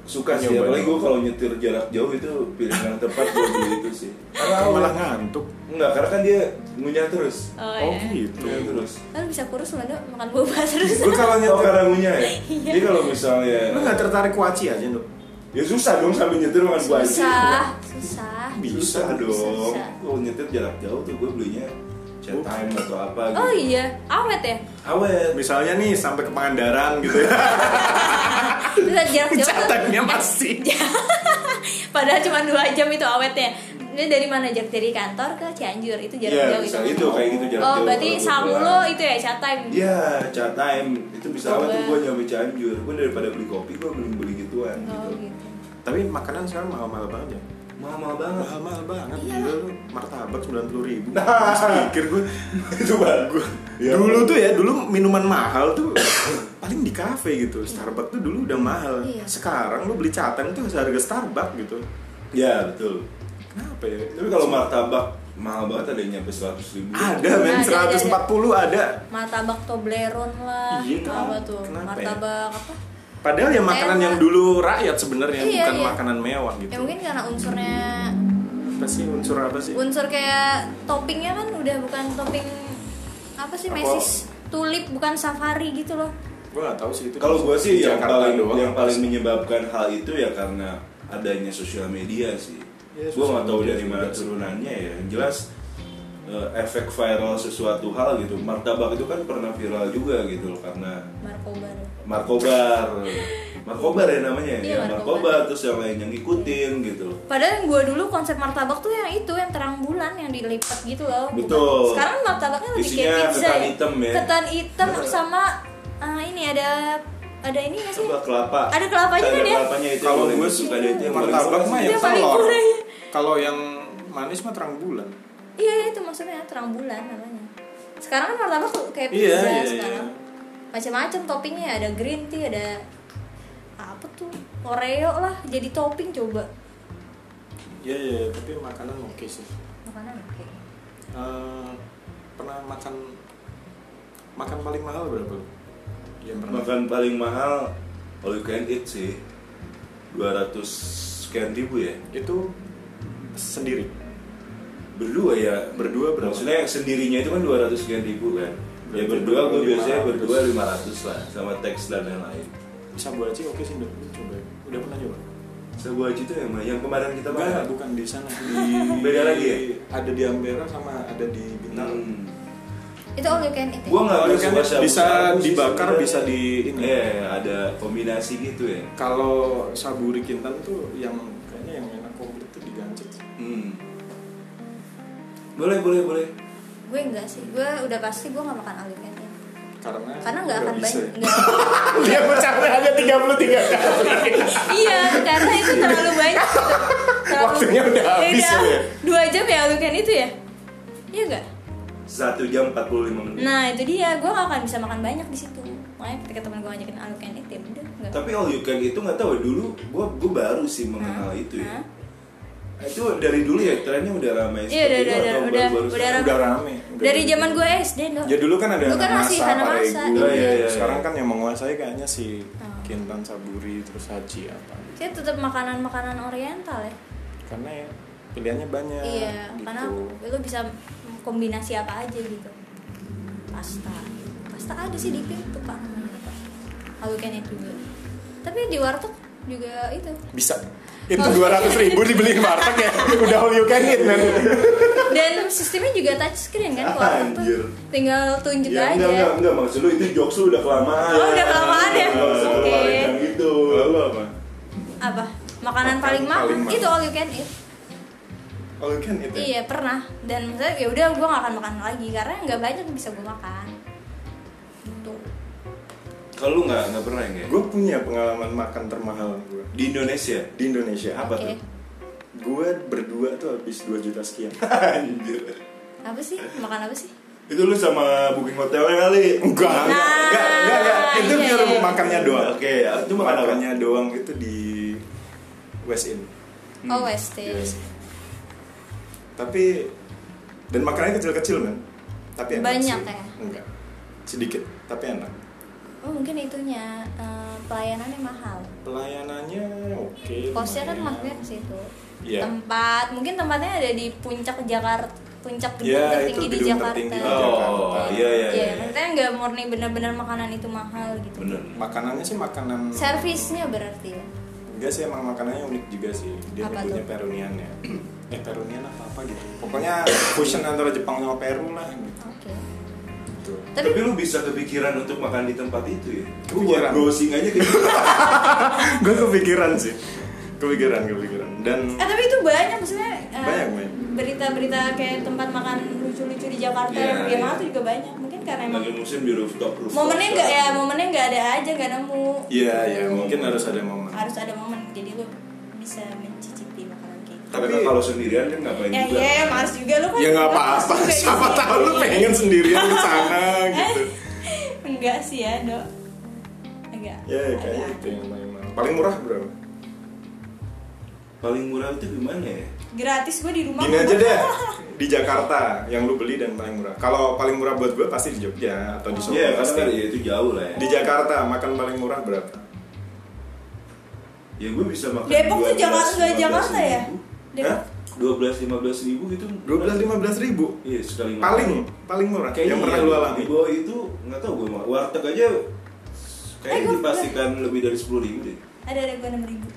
[SPEAKER 2] suka sih,
[SPEAKER 3] Nyobain.
[SPEAKER 2] apalagi gue kalau nyetir jarak jauh itu pilihan yang tepat gue beli itu sih Karena
[SPEAKER 3] malah ngantuk.
[SPEAKER 2] Enggak, karena kan dia ngunyah terus
[SPEAKER 1] oh,
[SPEAKER 3] Oh,
[SPEAKER 1] ya
[SPEAKER 3] gitu.
[SPEAKER 2] Ngunyah terus
[SPEAKER 1] kan bisa kurus lo Dok, makan boba terus
[SPEAKER 3] Gue kalau
[SPEAKER 2] Oh
[SPEAKER 3] nyetir,
[SPEAKER 2] karena ngunyah ya?
[SPEAKER 1] Iya.
[SPEAKER 2] Jadi kalau misalnya
[SPEAKER 3] lu nggak tertarik kuaci aja lu?
[SPEAKER 2] Ya susah dong sambil nyetir makan buah aci.
[SPEAKER 1] susah susah
[SPEAKER 2] Bisa,
[SPEAKER 3] Bisa,
[SPEAKER 2] dong.
[SPEAKER 1] bisa.
[SPEAKER 2] Kalau nyetir jarak jauh tuh gue belinya
[SPEAKER 3] Oh.
[SPEAKER 2] chat time atau apa gitu.
[SPEAKER 1] oh iya awet ya
[SPEAKER 2] Awet.
[SPEAKER 3] Misalnya nih sampai ke Pangandaran gitu ya.
[SPEAKER 1] bisa jarak jauh tuh
[SPEAKER 3] Catatnya masih.
[SPEAKER 1] padahal cuma dua jam itu awetnya ini dari mana jarak dari kantor ke Cianjur itu jarak
[SPEAKER 2] Iya,
[SPEAKER 1] jauh
[SPEAKER 2] bisa
[SPEAKER 1] itu
[SPEAKER 2] itu kayak gitu jarak
[SPEAKER 1] oh
[SPEAKER 2] jauh.
[SPEAKER 1] berarti
[SPEAKER 2] kalau gua
[SPEAKER 1] sam
[SPEAKER 2] pulang.
[SPEAKER 1] lo itu ya chat time
[SPEAKER 2] Iya, chat time itu bisa awet tuh
[SPEAKER 1] Coba.
[SPEAKER 2] gue nyampe Cianjur. Gue daripada beli kopi gue beli beli gituan
[SPEAKER 1] oh
[SPEAKER 2] gitu.
[SPEAKER 1] gitu
[SPEAKER 3] Tapi makanan sekarang mahal-mahal banget ya.
[SPEAKER 2] Mahal banget.
[SPEAKER 3] Mahal-mahal banget.
[SPEAKER 1] Iya.
[SPEAKER 3] Gila lu martabak 90 ribu.
[SPEAKER 2] Nah.
[SPEAKER 3] pikir gue.
[SPEAKER 2] itu bagus.
[SPEAKER 3] dulu tuh ya, dulu minuman mahal tuh paling di kafe gitu. Starbucks tuh dulu udah mahal.
[SPEAKER 1] Iya.
[SPEAKER 3] Sekarang lu beli catan tuh harga Starbucks gitu.
[SPEAKER 2] Ya betul.
[SPEAKER 3] Kenapa ya?
[SPEAKER 2] Tapi kalau martabak mahal banget ada yang nyampe seratus ribu.
[SPEAKER 3] ada men
[SPEAKER 1] Ada, ada,
[SPEAKER 3] 140 ada.
[SPEAKER 1] martabak Toblerone lah
[SPEAKER 3] Iya,
[SPEAKER 1] apa tuh
[SPEAKER 3] kenapa ya?
[SPEAKER 1] martabak apa
[SPEAKER 3] Padahal ya makanan
[SPEAKER 1] Enak.
[SPEAKER 3] yang dulu rakyat sebenarnya
[SPEAKER 1] Iya,
[SPEAKER 3] bukan
[SPEAKER 1] iya.
[SPEAKER 3] makanan mewah gitu.
[SPEAKER 1] ya mungkin karena unsurnya
[SPEAKER 3] Apa sih unsur apa sih?
[SPEAKER 1] unsur kayak toppingnya kan udah bukan topping apa sih
[SPEAKER 3] Apa?
[SPEAKER 1] mesis tulip bukan safari gitu loh
[SPEAKER 3] Gue gak tahu sih itu.
[SPEAKER 2] Kalau gue sih
[SPEAKER 3] Di
[SPEAKER 2] yang
[SPEAKER 3] Jakarta
[SPEAKER 2] paling
[SPEAKER 3] doang.
[SPEAKER 2] yang paling menyebabkan hal itu ya karena adanya sosial media sih.
[SPEAKER 1] Iya,
[SPEAKER 3] Ya,
[SPEAKER 2] gue
[SPEAKER 3] sosial
[SPEAKER 2] nggak tahu
[SPEAKER 3] media
[SPEAKER 2] dari mana
[SPEAKER 3] juga sih.
[SPEAKER 2] turunannya ya. Yang jelas eh, efek viral sesuatu hal gitu. Martabak itu kan pernah viral juga gitu loh karena
[SPEAKER 1] markobar
[SPEAKER 2] Markobar. Markobar ya namanya
[SPEAKER 1] Iya,
[SPEAKER 2] ya.
[SPEAKER 1] Markobar.
[SPEAKER 2] Markobar terus yang lain yang ngikutin gitu loh.
[SPEAKER 1] Padahal yang gua dulu konsep martabak tuh yang itu yang terang bulan yang dilipat gitu loh. Bukan-
[SPEAKER 2] Betul.
[SPEAKER 1] Sekarang martabaknya lebih
[SPEAKER 2] Isinya
[SPEAKER 1] kayak pizza
[SPEAKER 2] ketan hitam ya.
[SPEAKER 1] Ketan hitam
[SPEAKER 2] Betul.
[SPEAKER 1] sama eh, ini ada ada ini nggak sih?
[SPEAKER 2] Coba kelapa.
[SPEAKER 1] Ada kelapanya
[SPEAKER 2] ada
[SPEAKER 1] kan ya?
[SPEAKER 2] kelapanya itu.
[SPEAKER 3] Kalau
[SPEAKER 2] yang
[SPEAKER 3] gue
[SPEAKER 2] paling-
[SPEAKER 3] suka
[SPEAKER 2] ada itu yang paling
[SPEAKER 3] martabak
[SPEAKER 2] suka
[SPEAKER 3] mah
[SPEAKER 2] sih.
[SPEAKER 3] ya
[SPEAKER 1] Dia paling
[SPEAKER 3] telur.
[SPEAKER 1] murah, ya.
[SPEAKER 3] Kalau yang manis mah terang bulan.
[SPEAKER 1] Iya itu maksudnya terang bulan namanya. Sekarang kan martabak tuh kayak
[SPEAKER 3] Iya,
[SPEAKER 1] pizza
[SPEAKER 3] iya,
[SPEAKER 1] sekarang.
[SPEAKER 3] iya.
[SPEAKER 1] Macam-macam toppingnya ada green tea ada apa tuh Oreo lah jadi topping coba
[SPEAKER 3] Iya iya, tapi makanan oke sih.
[SPEAKER 1] makanan gitu. oke.
[SPEAKER 3] Eh, pernah makan makan paling
[SPEAKER 2] ya.
[SPEAKER 3] mahal berapa? lu? Yang pernah.
[SPEAKER 2] Makan paling mahal all you can eat sih. 200 sekian ribu ya
[SPEAKER 3] Itu sendiri.
[SPEAKER 2] berdua ya
[SPEAKER 3] Berdua berapa?
[SPEAKER 2] maksudnya yang sendirinya itu kan 200 sekian ribu kan ya
[SPEAKER 3] Berarti
[SPEAKER 2] berdua gue
[SPEAKER 3] 500.
[SPEAKER 2] biasanya berdua 500 lah sama teks dan lain-lain
[SPEAKER 3] Sabu aja oke sih, udah coba. Udah pernah coba?
[SPEAKER 2] sebuah itu yang mana? yang kemarin kita
[SPEAKER 3] Enggak,
[SPEAKER 2] makan
[SPEAKER 3] bukan di sana. Di,
[SPEAKER 2] Beda lagi ya?
[SPEAKER 3] Ada di Ampera sama ada di Bintang.
[SPEAKER 2] hmm.
[SPEAKER 1] Itu all you can eat. ya?
[SPEAKER 2] gue nggak
[SPEAKER 3] Kalau
[SPEAKER 2] tahu
[SPEAKER 3] ikan
[SPEAKER 2] sebuah shabu
[SPEAKER 3] kan bisa
[SPEAKER 2] shabu sih
[SPEAKER 3] dibakar,
[SPEAKER 2] sebenarnya.
[SPEAKER 3] bisa di- ini.
[SPEAKER 2] Iya, iya, ada kombinasi gitu ya
[SPEAKER 3] Kalau Saburi Kintan tuh yang kayaknya yang enak komplit tuh di Gancet.
[SPEAKER 2] hmm. boleh boleh boleh
[SPEAKER 1] Gue enggak sih. Gue udah pasti gue nggak makan all you can eat.
[SPEAKER 3] Karena
[SPEAKER 1] Karena nggak akan
[SPEAKER 3] bisa
[SPEAKER 1] banyak.
[SPEAKER 3] ya.
[SPEAKER 1] nggak-
[SPEAKER 3] Dia mencapai ada 33 kali.
[SPEAKER 1] iya, karena itu terlalu banyak. gitu. Terlalu-
[SPEAKER 3] Waktunya udah
[SPEAKER 1] Ya
[SPEAKER 3] habis
[SPEAKER 1] udah,
[SPEAKER 3] ya.
[SPEAKER 1] Dua jam ya all you can itu ya? Iya enggak?
[SPEAKER 2] satu jam 45 menit
[SPEAKER 1] Nah itu dia, gue gak akan bisa makan banyak di situ. Makanya ketika teman gue ngajakin all you can eat ya udah nggak.
[SPEAKER 2] tapi all you can itu nggak tahu ya, dulu gue gue baru sih mengenal
[SPEAKER 1] Hah?
[SPEAKER 2] itu ya
[SPEAKER 1] Hah?
[SPEAKER 2] itu dari dulu ya trennya udah
[SPEAKER 1] Iya,
[SPEAKER 2] ramai seperti
[SPEAKER 1] udah,
[SPEAKER 2] itu
[SPEAKER 1] udah,
[SPEAKER 2] atau
[SPEAKER 1] udah,
[SPEAKER 2] baru-baru
[SPEAKER 1] udah
[SPEAKER 2] sekarang?
[SPEAKER 1] ramai.
[SPEAKER 3] Udah rame. udah
[SPEAKER 1] Dari
[SPEAKER 3] rame.
[SPEAKER 1] zaman gue SD dong.
[SPEAKER 3] Ya dulu kan ada
[SPEAKER 1] Lu kan
[SPEAKER 3] Hana
[SPEAKER 1] masih
[SPEAKER 3] Masa,
[SPEAKER 1] Hana
[SPEAKER 3] Pak
[SPEAKER 1] Masa,
[SPEAKER 3] Regu.
[SPEAKER 1] iya.
[SPEAKER 2] Iya, iya, iya.
[SPEAKER 3] Sekarang kan yang menguasai kayaknya si
[SPEAKER 1] Oh.
[SPEAKER 3] Kintan Saburi terus Haji apa.
[SPEAKER 1] Saya tetap makanan-makanan Oriental ya.
[SPEAKER 3] Karena ya pilihannya banyak.
[SPEAKER 1] iya,
[SPEAKER 3] gitu.
[SPEAKER 1] karena lu bisa kombinasi apa aja gitu. Pasta, pasta ada sih di pintu pak namanya apa? All you can eat juga. Tapi di warteg juga itu.
[SPEAKER 3] bisa itu dua ratus ribu dibeliin warteg ya udah all you can eat man
[SPEAKER 1] Dan sistemnya juga touch screen kan ke warteg
[SPEAKER 2] Anjir.
[SPEAKER 1] tuh. Tinggal
[SPEAKER 3] Iya,
[SPEAKER 1] tunjuk
[SPEAKER 2] Ya,
[SPEAKER 1] aja.
[SPEAKER 2] enggak, enggak, enggak, maksud lu itu jokes lu udah kelamaan
[SPEAKER 1] Oh, udah kelamaan ya?
[SPEAKER 2] Enggak usah
[SPEAKER 1] Oke.
[SPEAKER 2] keluarin yang gitu
[SPEAKER 3] Lalu apa?
[SPEAKER 1] Apa? Makanan
[SPEAKER 3] Makan
[SPEAKER 1] paling mahal.
[SPEAKER 3] paling mahal.
[SPEAKER 1] Itu all you can eat.
[SPEAKER 3] all you can eat ya?
[SPEAKER 1] Iya pernah dan maksudnya ya udah gue gak akan makan lagi karena nggak banyak yang bisa gue makan. Gitu. Tuh.
[SPEAKER 2] Kalau lu nggak, nggak pernah ya? Nge?
[SPEAKER 3] gue punya pengalaman makan termahal gue
[SPEAKER 2] Di Indonesia?
[SPEAKER 3] di Indonesia
[SPEAKER 2] Apa
[SPEAKER 1] Oke.
[SPEAKER 2] tuh?
[SPEAKER 3] gue berdua tuh habis 2 juta sekian
[SPEAKER 2] Anjir
[SPEAKER 1] Apa sih? Makan apa sih?
[SPEAKER 2] Itu lu sama booking hotelnya kali?
[SPEAKER 3] enggak enggak
[SPEAKER 1] Nah,
[SPEAKER 3] enggak enggak, enggak. itu
[SPEAKER 1] iya,
[SPEAKER 3] nyuruh
[SPEAKER 1] iya.
[SPEAKER 3] makannya doang
[SPEAKER 2] Oke, ya. itu makan apa?
[SPEAKER 3] makannya doang itu di West End Hmm.
[SPEAKER 1] Oh West End.
[SPEAKER 3] Yes. tapi dan makanannya kecil-kecil kan tapi enak
[SPEAKER 1] Banyak
[SPEAKER 3] sih.
[SPEAKER 1] ya?
[SPEAKER 3] enggak sedikit tapi enak
[SPEAKER 1] Oh mungkin itunya eh, pelayanannya mahal.
[SPEAKER 3] pelayanannya oke
[SPEAKER 1] Kosnya kan
[SPEAKER 3] lumayan.
[SPEAKER 1] maksudnya ke situ.
[SPEAKER 3] Iya.
[SPEAKER 1] Tempat mungkin tempatnya ada di puncak Jakarta, puncak gedung
[SPEAKER 3] Ya,
[SPEAKER 1] tertinggi
[SPEAKER 3] itu
[SPEAKER 1] di
[SPEAKER 3] gedung
[SPEAKER 1] Jakarta.
[SPEAKER 3] tertinggi di
[SPEAKER 1] Oh.
[SPEAKER 3] Jakarta.
[SPEAKER 2] Oh, iya, iya,
[SPEAKER 1] Iya,
[SPEAKER 2] iya
[SPEAKER 1] maksudnya nggak murni bener-bener makanan itu mahal gitu.
[SPEAKER 2] Bener
[SPEAKER 3] makanannya sih makanan
[SPEAKER 1] Servisnya berarti ya.
[SPEAKER 3] enggak sih emang makanannya unik juga sih dia
[SPEAKER 1] Apa
[SPEAKER 3] nyebutnya
[SPEAKER 1] tuh?
[SPEAKER 3] perunian ya eh perunian apa apa gitu pokoknya fusion antara Jepang sama Peru lah
[SPEAKER 1] Oke.
[SPEAKER 3] gitu
[SPEAKER 2] Tapi,
[SPEAKER 1] Tapi
[SPEAKER 2] lu bisa kepikiran untuk makan di tempat itu ya? Gue
[SPEAKER 3] Kepikiran.
[SPEAKER 2] buat browsing aja gitu
[SPEAKER 3] gue kepikiran sih kepikiran kepikiran dan
[SPEAKER 1] Eh tapi itu banyak maksudnya eh,
[SPEAKER 3] Banyak, banyak.
[SPEAKER 1] berita-berita kayak tempat makan lucu-lucu di Jakarta
[SPEAKER 2] Iya,
[SPEAKER 1] yang dia
[SPEAKER 2] iya.
[SPEAKER 1] mahal tuh juga banyak mungkin karena emang
[SPEAKER 2] Lagi musim di rooftop rooftop
[SPEAKER 1] momennya nggak ya momennya nggak ada aja nggak nemu
[SPEAKER 3] iya ya mungkin harus ada momen
[SPEAKER 1] harus ada momen jadi lu bisa mencicipi makanan kayak gitu.
[SPEAKER 2] Tapi
[SPEAKER 3] Tapi-
[SPEAKER 2] kalau sendirian kan ngapain
[SPEAKER 1] ya
[SPEAKER 2] juga
[SPEAKER 1] iya emang harus juga lu kan
[SPEAKER 3] ya nggak apa-apa
[SPEAKER 1] harus juga gitu.
[SPEAKER 3] siapa
[SPEAKER 1] di- Eh?
[SPEAKER 3] tahu lu pengen sendirian ke sana gitu
[SPEAKER 1] enggak sih ya dok agak
[SPEAKER 3] ya
[SPEAKER 1] agak-
[SPEAKER 3] kayak itu yang paling mahal paling murah berapa
[SPEAKER 2] Paling murah itu gimana ya?
[SPEAKER 1] gratis gue di rumah
[SPEAKER 3] Gini aja deh di Jakarta yang lu beli dan paling murah. Kalau paling murah buat gue pasti di Jogja
[SPEAKER 1] Oh.
[SPEAKER 3] atau di Solo
[SPEAKER 2] Iya,
[SPEAKER 3] pasti.
[SPEAKER 2] karena ya itu jauh lah ya
[SPEAKER 3] Di Jakarta makan paling murah berapa?
[SPEAKER 2] Ya gue bisa makan
[SPEAKER 1] Depok tuh
[SPEAKER 2] 12,
[SPEAKER 1] Jakarta nggak
[SPEAKER 2] 15
[SPEAKER 1] Jakarta ya
[SPEAKER 2] ribu.
[SPEAKER 1] Depok
[SPEAKER 3] Hah?
[SPEAKER 2] dua belas lima belas ribu gitu
[SPEAKER 3] 12 15 ribu.
[SPEAKER 2] iya sekali makan.
[SPEAKER 3] Paling paling murah
[SPEAKER 2] kayaknya
[SPEAKER 3] yang pernah
[SPEAKER 2] iya,
[SPEAKER 3] lu alami.
[SPEAKER 2] di bawah itu nggak tau gue warteg aja
[SPEAKER 1] Eh,
[SPEAKER 2] kayaknya
[SPEAKER 1] gua-
[SPEAKER 2] dipastikan lebih dari sepuluh ribu deh
[SPEAKER 1] ada ada gue enam ribu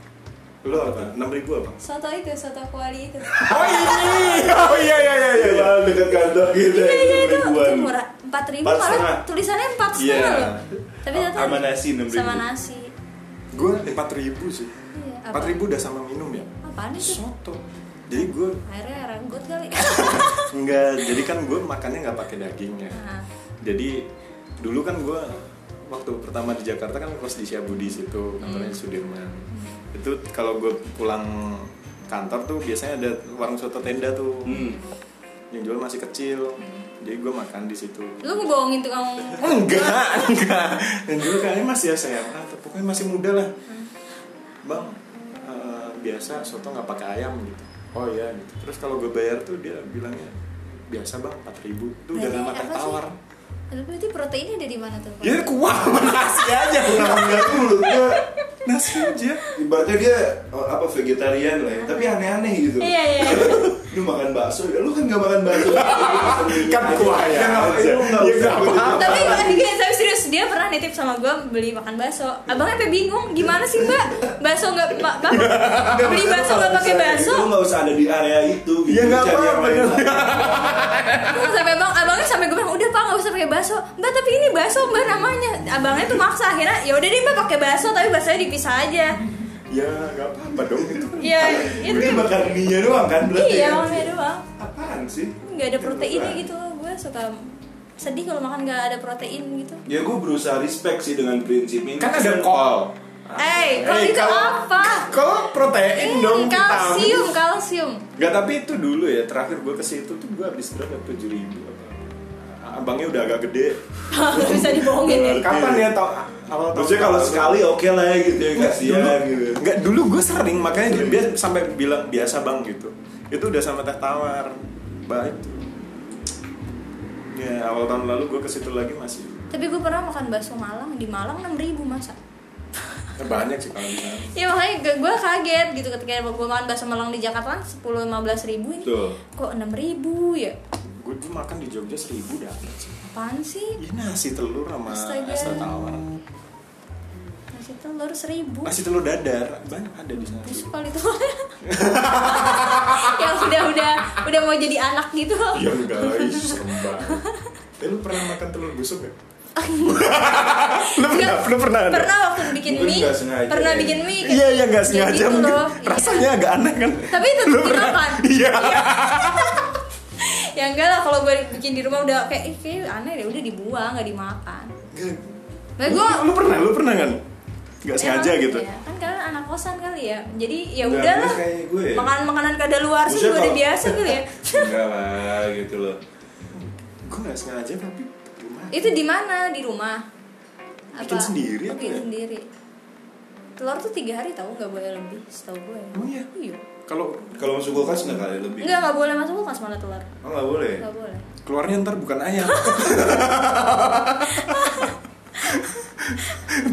[SPEAKER 3] Lu apa? 6 ribu apa?
[SPEAKER 1] soto itu soto kuali itu
[SPEAKER 3] Oh iya. Oh iya iya iya iya. iya.
[SPEAKER 2] Iya, dekat kantor
[SPEAKER 1] Iya
[SPEAKER 2] gitu
[SPEAKER 1] iya itu, itu
[SPEAKER 2] ribuan.
[SPEAKER 1] murah empat ribu
[SPEAKER 2] Empat setengah.
[SPEAKER 1] malah tulisannya empat
[SPEAKER 3] Iya. Oh,
[SPEAKER 1] setengah loh. Tapi ternyata
[SPEAKER 2] Sama nasi 6.000.
[SPEAKER 1] Sama nasi.
[SPEAKER 3] Gue 4 ribu sih.
[SPEAKER 1] Iya, apa?
[SPEAKER 3] 4 ribu udah sama minum ya.
[SPEAKER 1] Apaan itu?
[SPEAKER 3] Soto. Jadi gue
[SPEAKER 1] Akhirnya renggut kali.
[SPEAKER 3] enggak jadi kan gue makannya nggak pakai daging ya.
[SPEAKER 1] Nah,
[SPEAKER 3] Jadi dulu kan gue waktu pertama di Jakarta kan kos di Syabudi
[SPEAKER 1] Hmm.
[SPEAKER 3] situ kantornya di Sudirman. Itu kalau gue pulang kantor tuh biasanya ada warung soto tenda tuh
[SPEAKER 2] Hmm.
[SPEAKER 3] yang jual masih kecil. Jadi gue makan di situ.
[SPEAKER 1] Hmm. lu ngebohongin tukang
[SPEAKER 3] Enggak, enggak. Dan dulu kayaknya masih SMA atau pokoknya masih muda lah. Bang, eh, biasa soto nggak pakai ayam gitu. Oh iya gitu. Terus kalau gue bayar tuh dia bilangnya biasa bang 4000 tuh udah
[SPEAKER 1] Berarti
[SPEAKER 3] gak makan
[SPEAKER 1] apa sih?
[SPEAKER 3] tawar. Iya,
[SPEAKER 1] Lu berarti proteinnya ada di mana tuh? Pak?
[SPEAKER 2] Iya,
[SPEAKER 3] Ya kuah nasi aja
[SPEAKER 2] Nah, enggak dulu, gua
[SPEAKER 3] nasi aja
[SPEAKER 2] ibaratnya dia eh, apa vegetarian lah ya, tapi aneh-aneh gitu.
[SPEAKER 1] Iya, iya.
[SPEAKER 2] lu makan bakso, ya lu kan gak makan bakso.
[SPEAKER 3] Kan kuah ya aja.
[SPEAKER 2] ngapain Lu nggak
[SPEAKER 3] Ya,
[SPEAKER 2] usah
[SPEAKER 3] nggak apa-apa.
[SPEAKER 2] ikut-ikut.
[SPEAKER 1] tapi eh, guys tapi serius dia pernah nitip sama gue beli makan bakso abangnya sampai bingung gimana sih mbak bakso nggak mbak
[SPEAKER 2] Iya.
[SPEAKER 1] mbak beli bakso nggak pakai bakso
[SPEAKER 2] Lu nggak usah ada di area itu. gitu.
[SPEAKER 3] Ya, nggak
[SPEAKER 2] Lu cari yang
[SPEAKER 3] apa-apa,
[SPEAKER 2] lain
[SPEAKER 3] ya.
[SPEAKER 2] lah.
[SPEAKER 1] Terus sampai abang abangnya sampai gue bilang udah pak nggak usah pakai bakso mbak tapi ini bakso mbak namanya abangnya tuh maksa akhirnya ya udah deh mbak pakai bakso tapi baksonya dipisah aja
[SPEAKER 3] ya nggak apa-apa dong itu
[SPEAKER 1] ya itu
[SPEAKER 2] Iya, Ini makan mie doang kan berarti.
[SPEAKER 1] iya
[SPEAKER 2] kan?
[SPEAKER 1] makanya doang
[SPEAKER 2] Apaan sih?
[SPEAKER 1] nggak ada proteinnya
[SPEAKER 2] Apaan?
[SPEAKER 1] gitu loh gue suka sedih kalau makan nggak ada protein gitu
[SPEAKER 2] Ya gue berusaha respect sih dengan prinsip ini.
[SPEAKER 3] kan ada kol
[SPEAKER 1] eh kalau
[SPEAKER 3] Eh,
[SPEAKER 1] itu apa
[SPEAKER 3] kol protein dong
[SPEAKER 1] Eh, kalsium kalsium
[SPEAKER 3] Gak tapi itu dulu ya terakhir gue ke situ tuh gue habis berapa tujuh ribu abangnya udah agak gede
[SPEAKER 1] bisa dibohongin ya
[SPEAKER 3] kapan ya tau awal tahun
[SPEAKER 2] Maksudnya kalau
[SPEAKER 3] lalu.
[SPEAKER 2] sekali oke lah ya gitu ya kasihan gitu.
[SPEAKER 3] Enggak dulu gue sering makanya dia, dia sampai bilang biasa bang gitu. Itu udah sama teh tawar. Baik. Ya awal tahun lalu gue ke situ lagi masih
[SPEAKER 1] tapi gue pernah makan bakso Malang di Malang 6000 ribu masa
[SPEAKER 3] eh, banyak sih kalau di sana.
[SPEAKER 1] ya makanya gue, gue kaget gitu ketika gue makan bakso Malang di Jakarta kan sepuluh lima belas ribu ini
[SPEAKER 2] Betul.
[SPEAKER 1] kok enam ribu ya
[SPEAKER 3] Gue tuh makan di Jogja seribu dapet sih.
[SPEAKER 1] apaan sih
[SPEAKER 3] Ya nasi telur sama
[SPEAKER 1] Astaga.
[SPEAKER 3] es teh tawar.
[SPEAKER 1] nasi telur seribu
[SPEAKER 3] Nasi telur dadar banyak ada di sana.
[SPEAKER 1] terus kali itu yang udah udah udah mau jadi anak gitu
[SPEAKER 3] Iya guys, serem banget. Eh, lu pernah makan telur busuk gak? lu pernah, lu pernah ada?
[SPEAKER 1] pernah waktu bikin
[SPEAKER 2] Mungkin
[SPEAKER 1] mie
[SPEAKER 2] nggak sengaja
[SPEAKER 1] pernah
[SPEAKER 2] ya.
[SPEAKER 1] bikin mie
[SPEAKER 3] Iya, iya nggak
[SPEAKER 1] kayak
[SPEAKER 3] sengaja
[SPEAKER 1] gitu
[SPEAKER 3] mungkin.
[SPEAKER 1] loh, iya.
[SPEAKER 3] Rasanya agak aneh kan?
[SPEAKER 1] tapi itu
[SPEAKER 3] Lu pernah?
[SPEAKER 1] dimakan
[SPEAKER 3] Iya.
[SPEAKER 1] ya enggak lah kalau gue bikin di rumah udah kayak ih kayak aneh deh udah dibuang nggak dimakan nah
[SPEAKER 3] Lu,
[SPEAKER 1] gue
[SPEAKER 3] lu pernah, lu pernah kan? Gak sengaja
[SPEAKER 1] Emang,
[SPEAKER 3] gitu.
[SPEAKER 1] ya. kan kalian anak kosan kali ya jadi ya
[SPEAKER 2] Nggak,
[SPEAKER 1] udah
[SPEAKER 2] gue
[SPEAKER 1] lah
[SPEAKER 2] kayak gue ya.
[SPEAKER 1] makanan makanan kada luar sih
[SPEAKER 2] Maksudnya
[SPEAKER 1] juga udah
[SPEAKER 2] kalau-
[SPEAKER 1] biasa kali ya
[SPEAKER 2] Enggak lah gitu loh.
[SPEAKER 3] Gue gak sengaja tapi gimana?
[SPEAKER 1] itu di mana di rumah
[SPEAKER 3] Bikin sendiri
[SPEAKER 1] Oh,
[SPEAKER 3] apa
[SPEAKER 1] bikin
[SPEAKER 3] ya?
[SPEAKER 1] sendiri telur tuh tiga hari tahu nggak boleh lebih setahu gue ya
[SPEAKER 3] Emang iya?
[SPEAKER 1] iya
[SPEAKER 3] Kalau
[SPEAKER 2] Kalau masuk kulkas nggak kali lebih.
[SPEAKER 1] Enggak, nggak boleh masuk kulkas malah telur
[SPEAKER 3] Eh.
[SPEAKER 2] Oh nggak boleh.
[SPEAKER 1] nggak boleh
[SPEAKER 3] keluarnya ntar bukan ayam.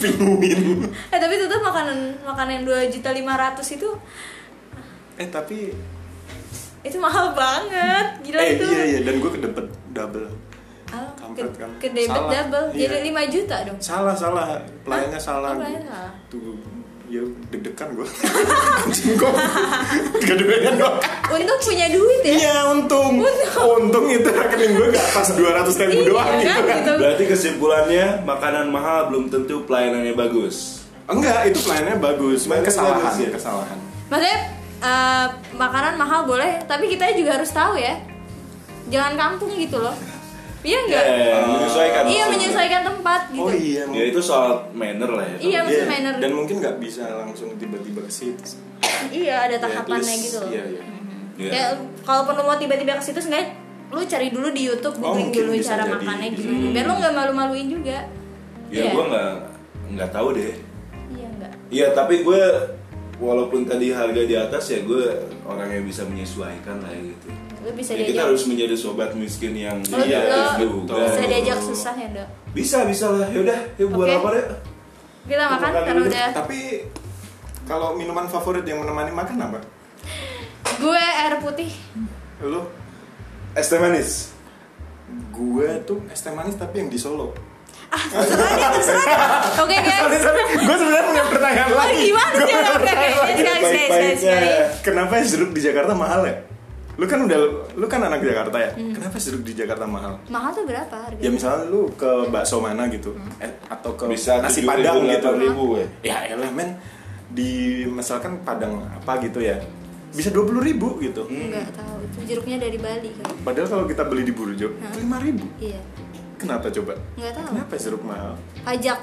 [SPEAKER 3] Bingungin.
[SPEAKER 1] eh tapi itu tuh makanan makanan dua juta lima ratus itu
[SPEAKER 3] Eh tapi
[SPEAKER 1] itu mahal banget gila
[SPEAKER 3] eh
[SPEAKER 1] itu
[SPEAKER 3] iya iya dan gue kedepet double.
[SPEAKER 1] Ah, ke,
[SPEAKER 3] Kampret kan.
[SPEAKER 1] ke debit
[SPEAKER 3] Salah.
[SPEAKER 1] double jadi
[SPEAKER 3] Iya.
[SPEAKER 1] lima juta dong
[SPEAKER 3] Salah salah pelayannya salah.
[SPEAKER 1] Oh,
[SPEAKER 3] gua.
[SPEAKER 1] pelayan salah.
[SPEAKER 3] Tuh ya deg-degan gue. Anjing gue. Deg-degan dong.
[SPEAKER 1] untuk punya duit ya
[SPEAKER 3] Iya untung.
[SPEAKER 1] Untung.
[SPEAKER 3] Untung itu rekening gue gak pas 200 ribu
[SPEAKER 1] Iya,
[SPEAKER 3] doang
[SPEAKER 1] kan,
[SPEAKER 3] gitu kan.
[SPEAKER 1] gitu.
[SPEAKER 2] Berarti kesimpulannya makanan mahal belum tentu pelayanannya bagus.
[SPEAKER 3] Enggak, itu pelayanannya bagus. Cuman
[SPEAKER 2] Pelayanannya
[SPEAKER 3] kesalahan, Iya,
[SPEAKER 2] bagus ya?
[SPEAKER 3] kesalahan.
[SPEAKER 1] Maksudnya eh, makanan mahal boleh, tapi kita juga harus tahu ya. Jangan kampung gitu loh. Iya enggak?
[SPEAKER 2] Ya, menyesuaikan.
[SPEAKER 1] Iya
[SPEAKER 2] maksudnya.
[SPEAKER 1] menyesuaikan tempat gitu.
[SPEAKER 3] Oh iya.
[SPEAKER 2] Ya itu soal manner lah ya.
[SPEAKER 1] Iya, maksudnya
[SPEAKER 3] Iya,
[SPEAKER 1] manner.
[SPEAKER 3] Dan mungkin nggak bisa langsung tiba-tiba ke situ.
[SPEAKER 1] Iya, ada
[SPEAKER 3] Ya,
[SPEAKER 1] tahapannya
[SPEAKER 3] please.
[SPEAKER 1] gitu loh.
[SPEAKER 3] Iya, iya.
[SPEAKER 2] Iya.
[SPEAKER 1] Ya kalaupun lu mau tiba-tiba ke situ enggak lu cari dulu di YouTube
[SPEAKER 3] Oh,
[SPEAKER 1] googling
[SPEAKER 3] mungkin
[SPEAKER 1] dulu
[SPEAKER 3] bisa
[SPEAKER 1] cara
[SPEAKER 3] jadi. Hmm. Iya,
[SPEAKER 1] makannya
[SPEAKER 3] Bisa
[SPEAKER 1] gimana.
[SPEAKER 2] jadi.
[SPEAKER 1] Biar lu nggak malu-maluin juga.
[SPEAKER 2] Ya gue nggak nggak tahu deh.
[SPEAKER 1] Iya enggak?
[SPEAKER 2] Iya tapi gue walaupun tadi harga di atas ya gue orang yang bisa menyesuaikan lah ya gitu.
[SPEAKER 1] Lu bisa
[SPEAKER 2] Ya, kita
[SPEAKER 1] diajak.
[SPEAKER 2] harus menjadi sobat miskin yang
[SPEAKER 1] Lu,
[SPEAKER 3] Iya,
[SPEAKER 1] lu
[SPEAKER 2] juga.
[SPEAKER 1] bisa diajak susah ya, Dok.
[SPEAKER 2] Bisa bisa lah. Yaudah, yuk buat
[SPEAKER 1] Oke.
[SPEAKER 2] apa deh?
[SPEAKER 1] Kita makan
[SPEAKER 2] makan
[SPEAKER 1] karena
[SPEAKER 2] dulu.
[SPEAKER 1] udah
[SPEAKER 3] Tapi kalau minuman favorit yang menemani makan apa?
[SPEAKER 1] gue air putih.
[SPEAKER 3] Lu?
[SPEAKER 2] Es teh manis.
[SPEAKER 3] Gue tuh es teh manis tapi yang di Solo.
[SPEAKER 1] Ah, terserah deh, terserah deh. Oke,
[SPEAKER 3] Sorry,
[SPEAKER 1] guys.
[SPEAKER 3] sorry. Gue sebenarnya punya pertanyaan
[SPEAKER 1] Oh,
[SPEAKER 3] lagi.
[SPEAKER 1] gimana sih?
[SPEAKER 3] Gua punya
[SPEAKER 1] Oke, oke,
[SPEAKER 3] pertanyaan
[SPEAKER 1] oke.
[SPEAKER 3] lagi.
[SPEAKER 1] Sekali, sekali, sekali, sekali.
[SPEAKER 3] Kenapa jeruk di Jakarta mahal ya? Lu kan udah lu kan anak Jakarta ya.
[SPEAKER 1] Hmm.
[SPEAKER 3] Kenapa jeruk di Jakarta mahal?
[SPEAKER 1] Mahal tuh berapa harganya?
[SPEAKER 3] Ya misalnya lu ke bakso mana gitu eh, atau ke
[SPEAKER 2] Bisa
[SPEAKER 3] nasi padang gitu.
[SPEAKER 2] ribu ya.
[SPEAKER 3] Ya elah men di misalkan padang apa gitu ya. Bisa 20.000 ribu gitu.
[SPEAKER 1] Enggak tahu itu jeruknya dari Bali kan.
[SPEAKER 3] Padahal kalau kita beli di Burjo
[SPEAKER 1] Hah?
[SPEAKER 3] itu 5.000 ribu.
[SPEAKER 1] Iya.
[SPEAKER 3] Kenapa coba?
[SPEAKER 1] Nggak tahu.
[SPEAKER 3] Kenapa jeruk mahal?
[SPEAKER 1] Pajak.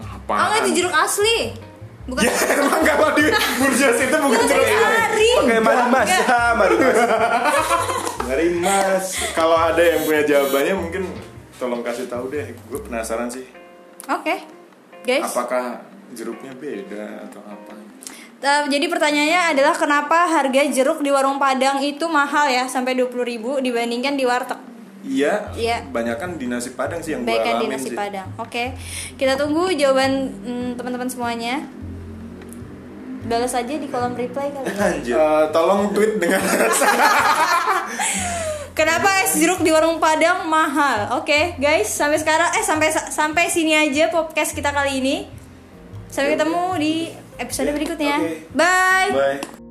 [SPEAKER 3] Apa?
[SPEAKER 1] Ah enggak itu jeruk asli. Bukan
[SPEAKER 3] Ya emang kalau di Burjo itu bukan
[SPEAKER 1] Bukan
[SPEAKER 3] jeruk
[SPEAKER 1] jeruk
[SPEAKER 3] asli.
[SPEAKER 1] ari.
[SPEAKER 3] Pakai mana mas?
[SPEAKER 1] Enggak.
[SPEAKER 3] Ah, mari mas.
[SPEAKER 2] Ngeri mas.
[SPEAKER 3] Kalau ada yang punya jawabannya mungkin tolong kasih tahu deh. Gue penasaran sih.
[SPEAKER 1] Oke. Guys.
[SPEAKER 3] Apakah jeruknya beda atau apa?
[SPEAKER 1] Eh, jadi pertanyaannya adalah kenapa harga jeruk di warung Padang itu mahal ya sampai 20.000 dibandingkan di warteg?
[SPEAKER 3] Iya,
[SPEAKER 1] Iya.
[SPEAKER 3] banyak kan di nasi Padang sih yang gue
[SPEAKER 1] Baikan di
[SPEAKER 3] alamin
[SPEAKER 1] nasi
[SPEAKER 3] sih.
[SPEAKER 1] Padang. Oke, kita tunggu jawaban mm, teman-teman semuanya. Balas aja di kolom reply kali. ya.
[SPEAKER 2] Anjir.
[SPEAKER 3] Eh, tolong tweet dengan
[SPEAKER 1] Kenapa es jeruk di warung Padang mahal? Oke, guys, sampai sekarang eh sampai sampai sini aja podcast kita kali ini. Sampai ketemu di episode berikutnya.
[SPEAKER 2] Oke.
[SPEAKER 1] Bye.
[SPEAKER 2] Bye.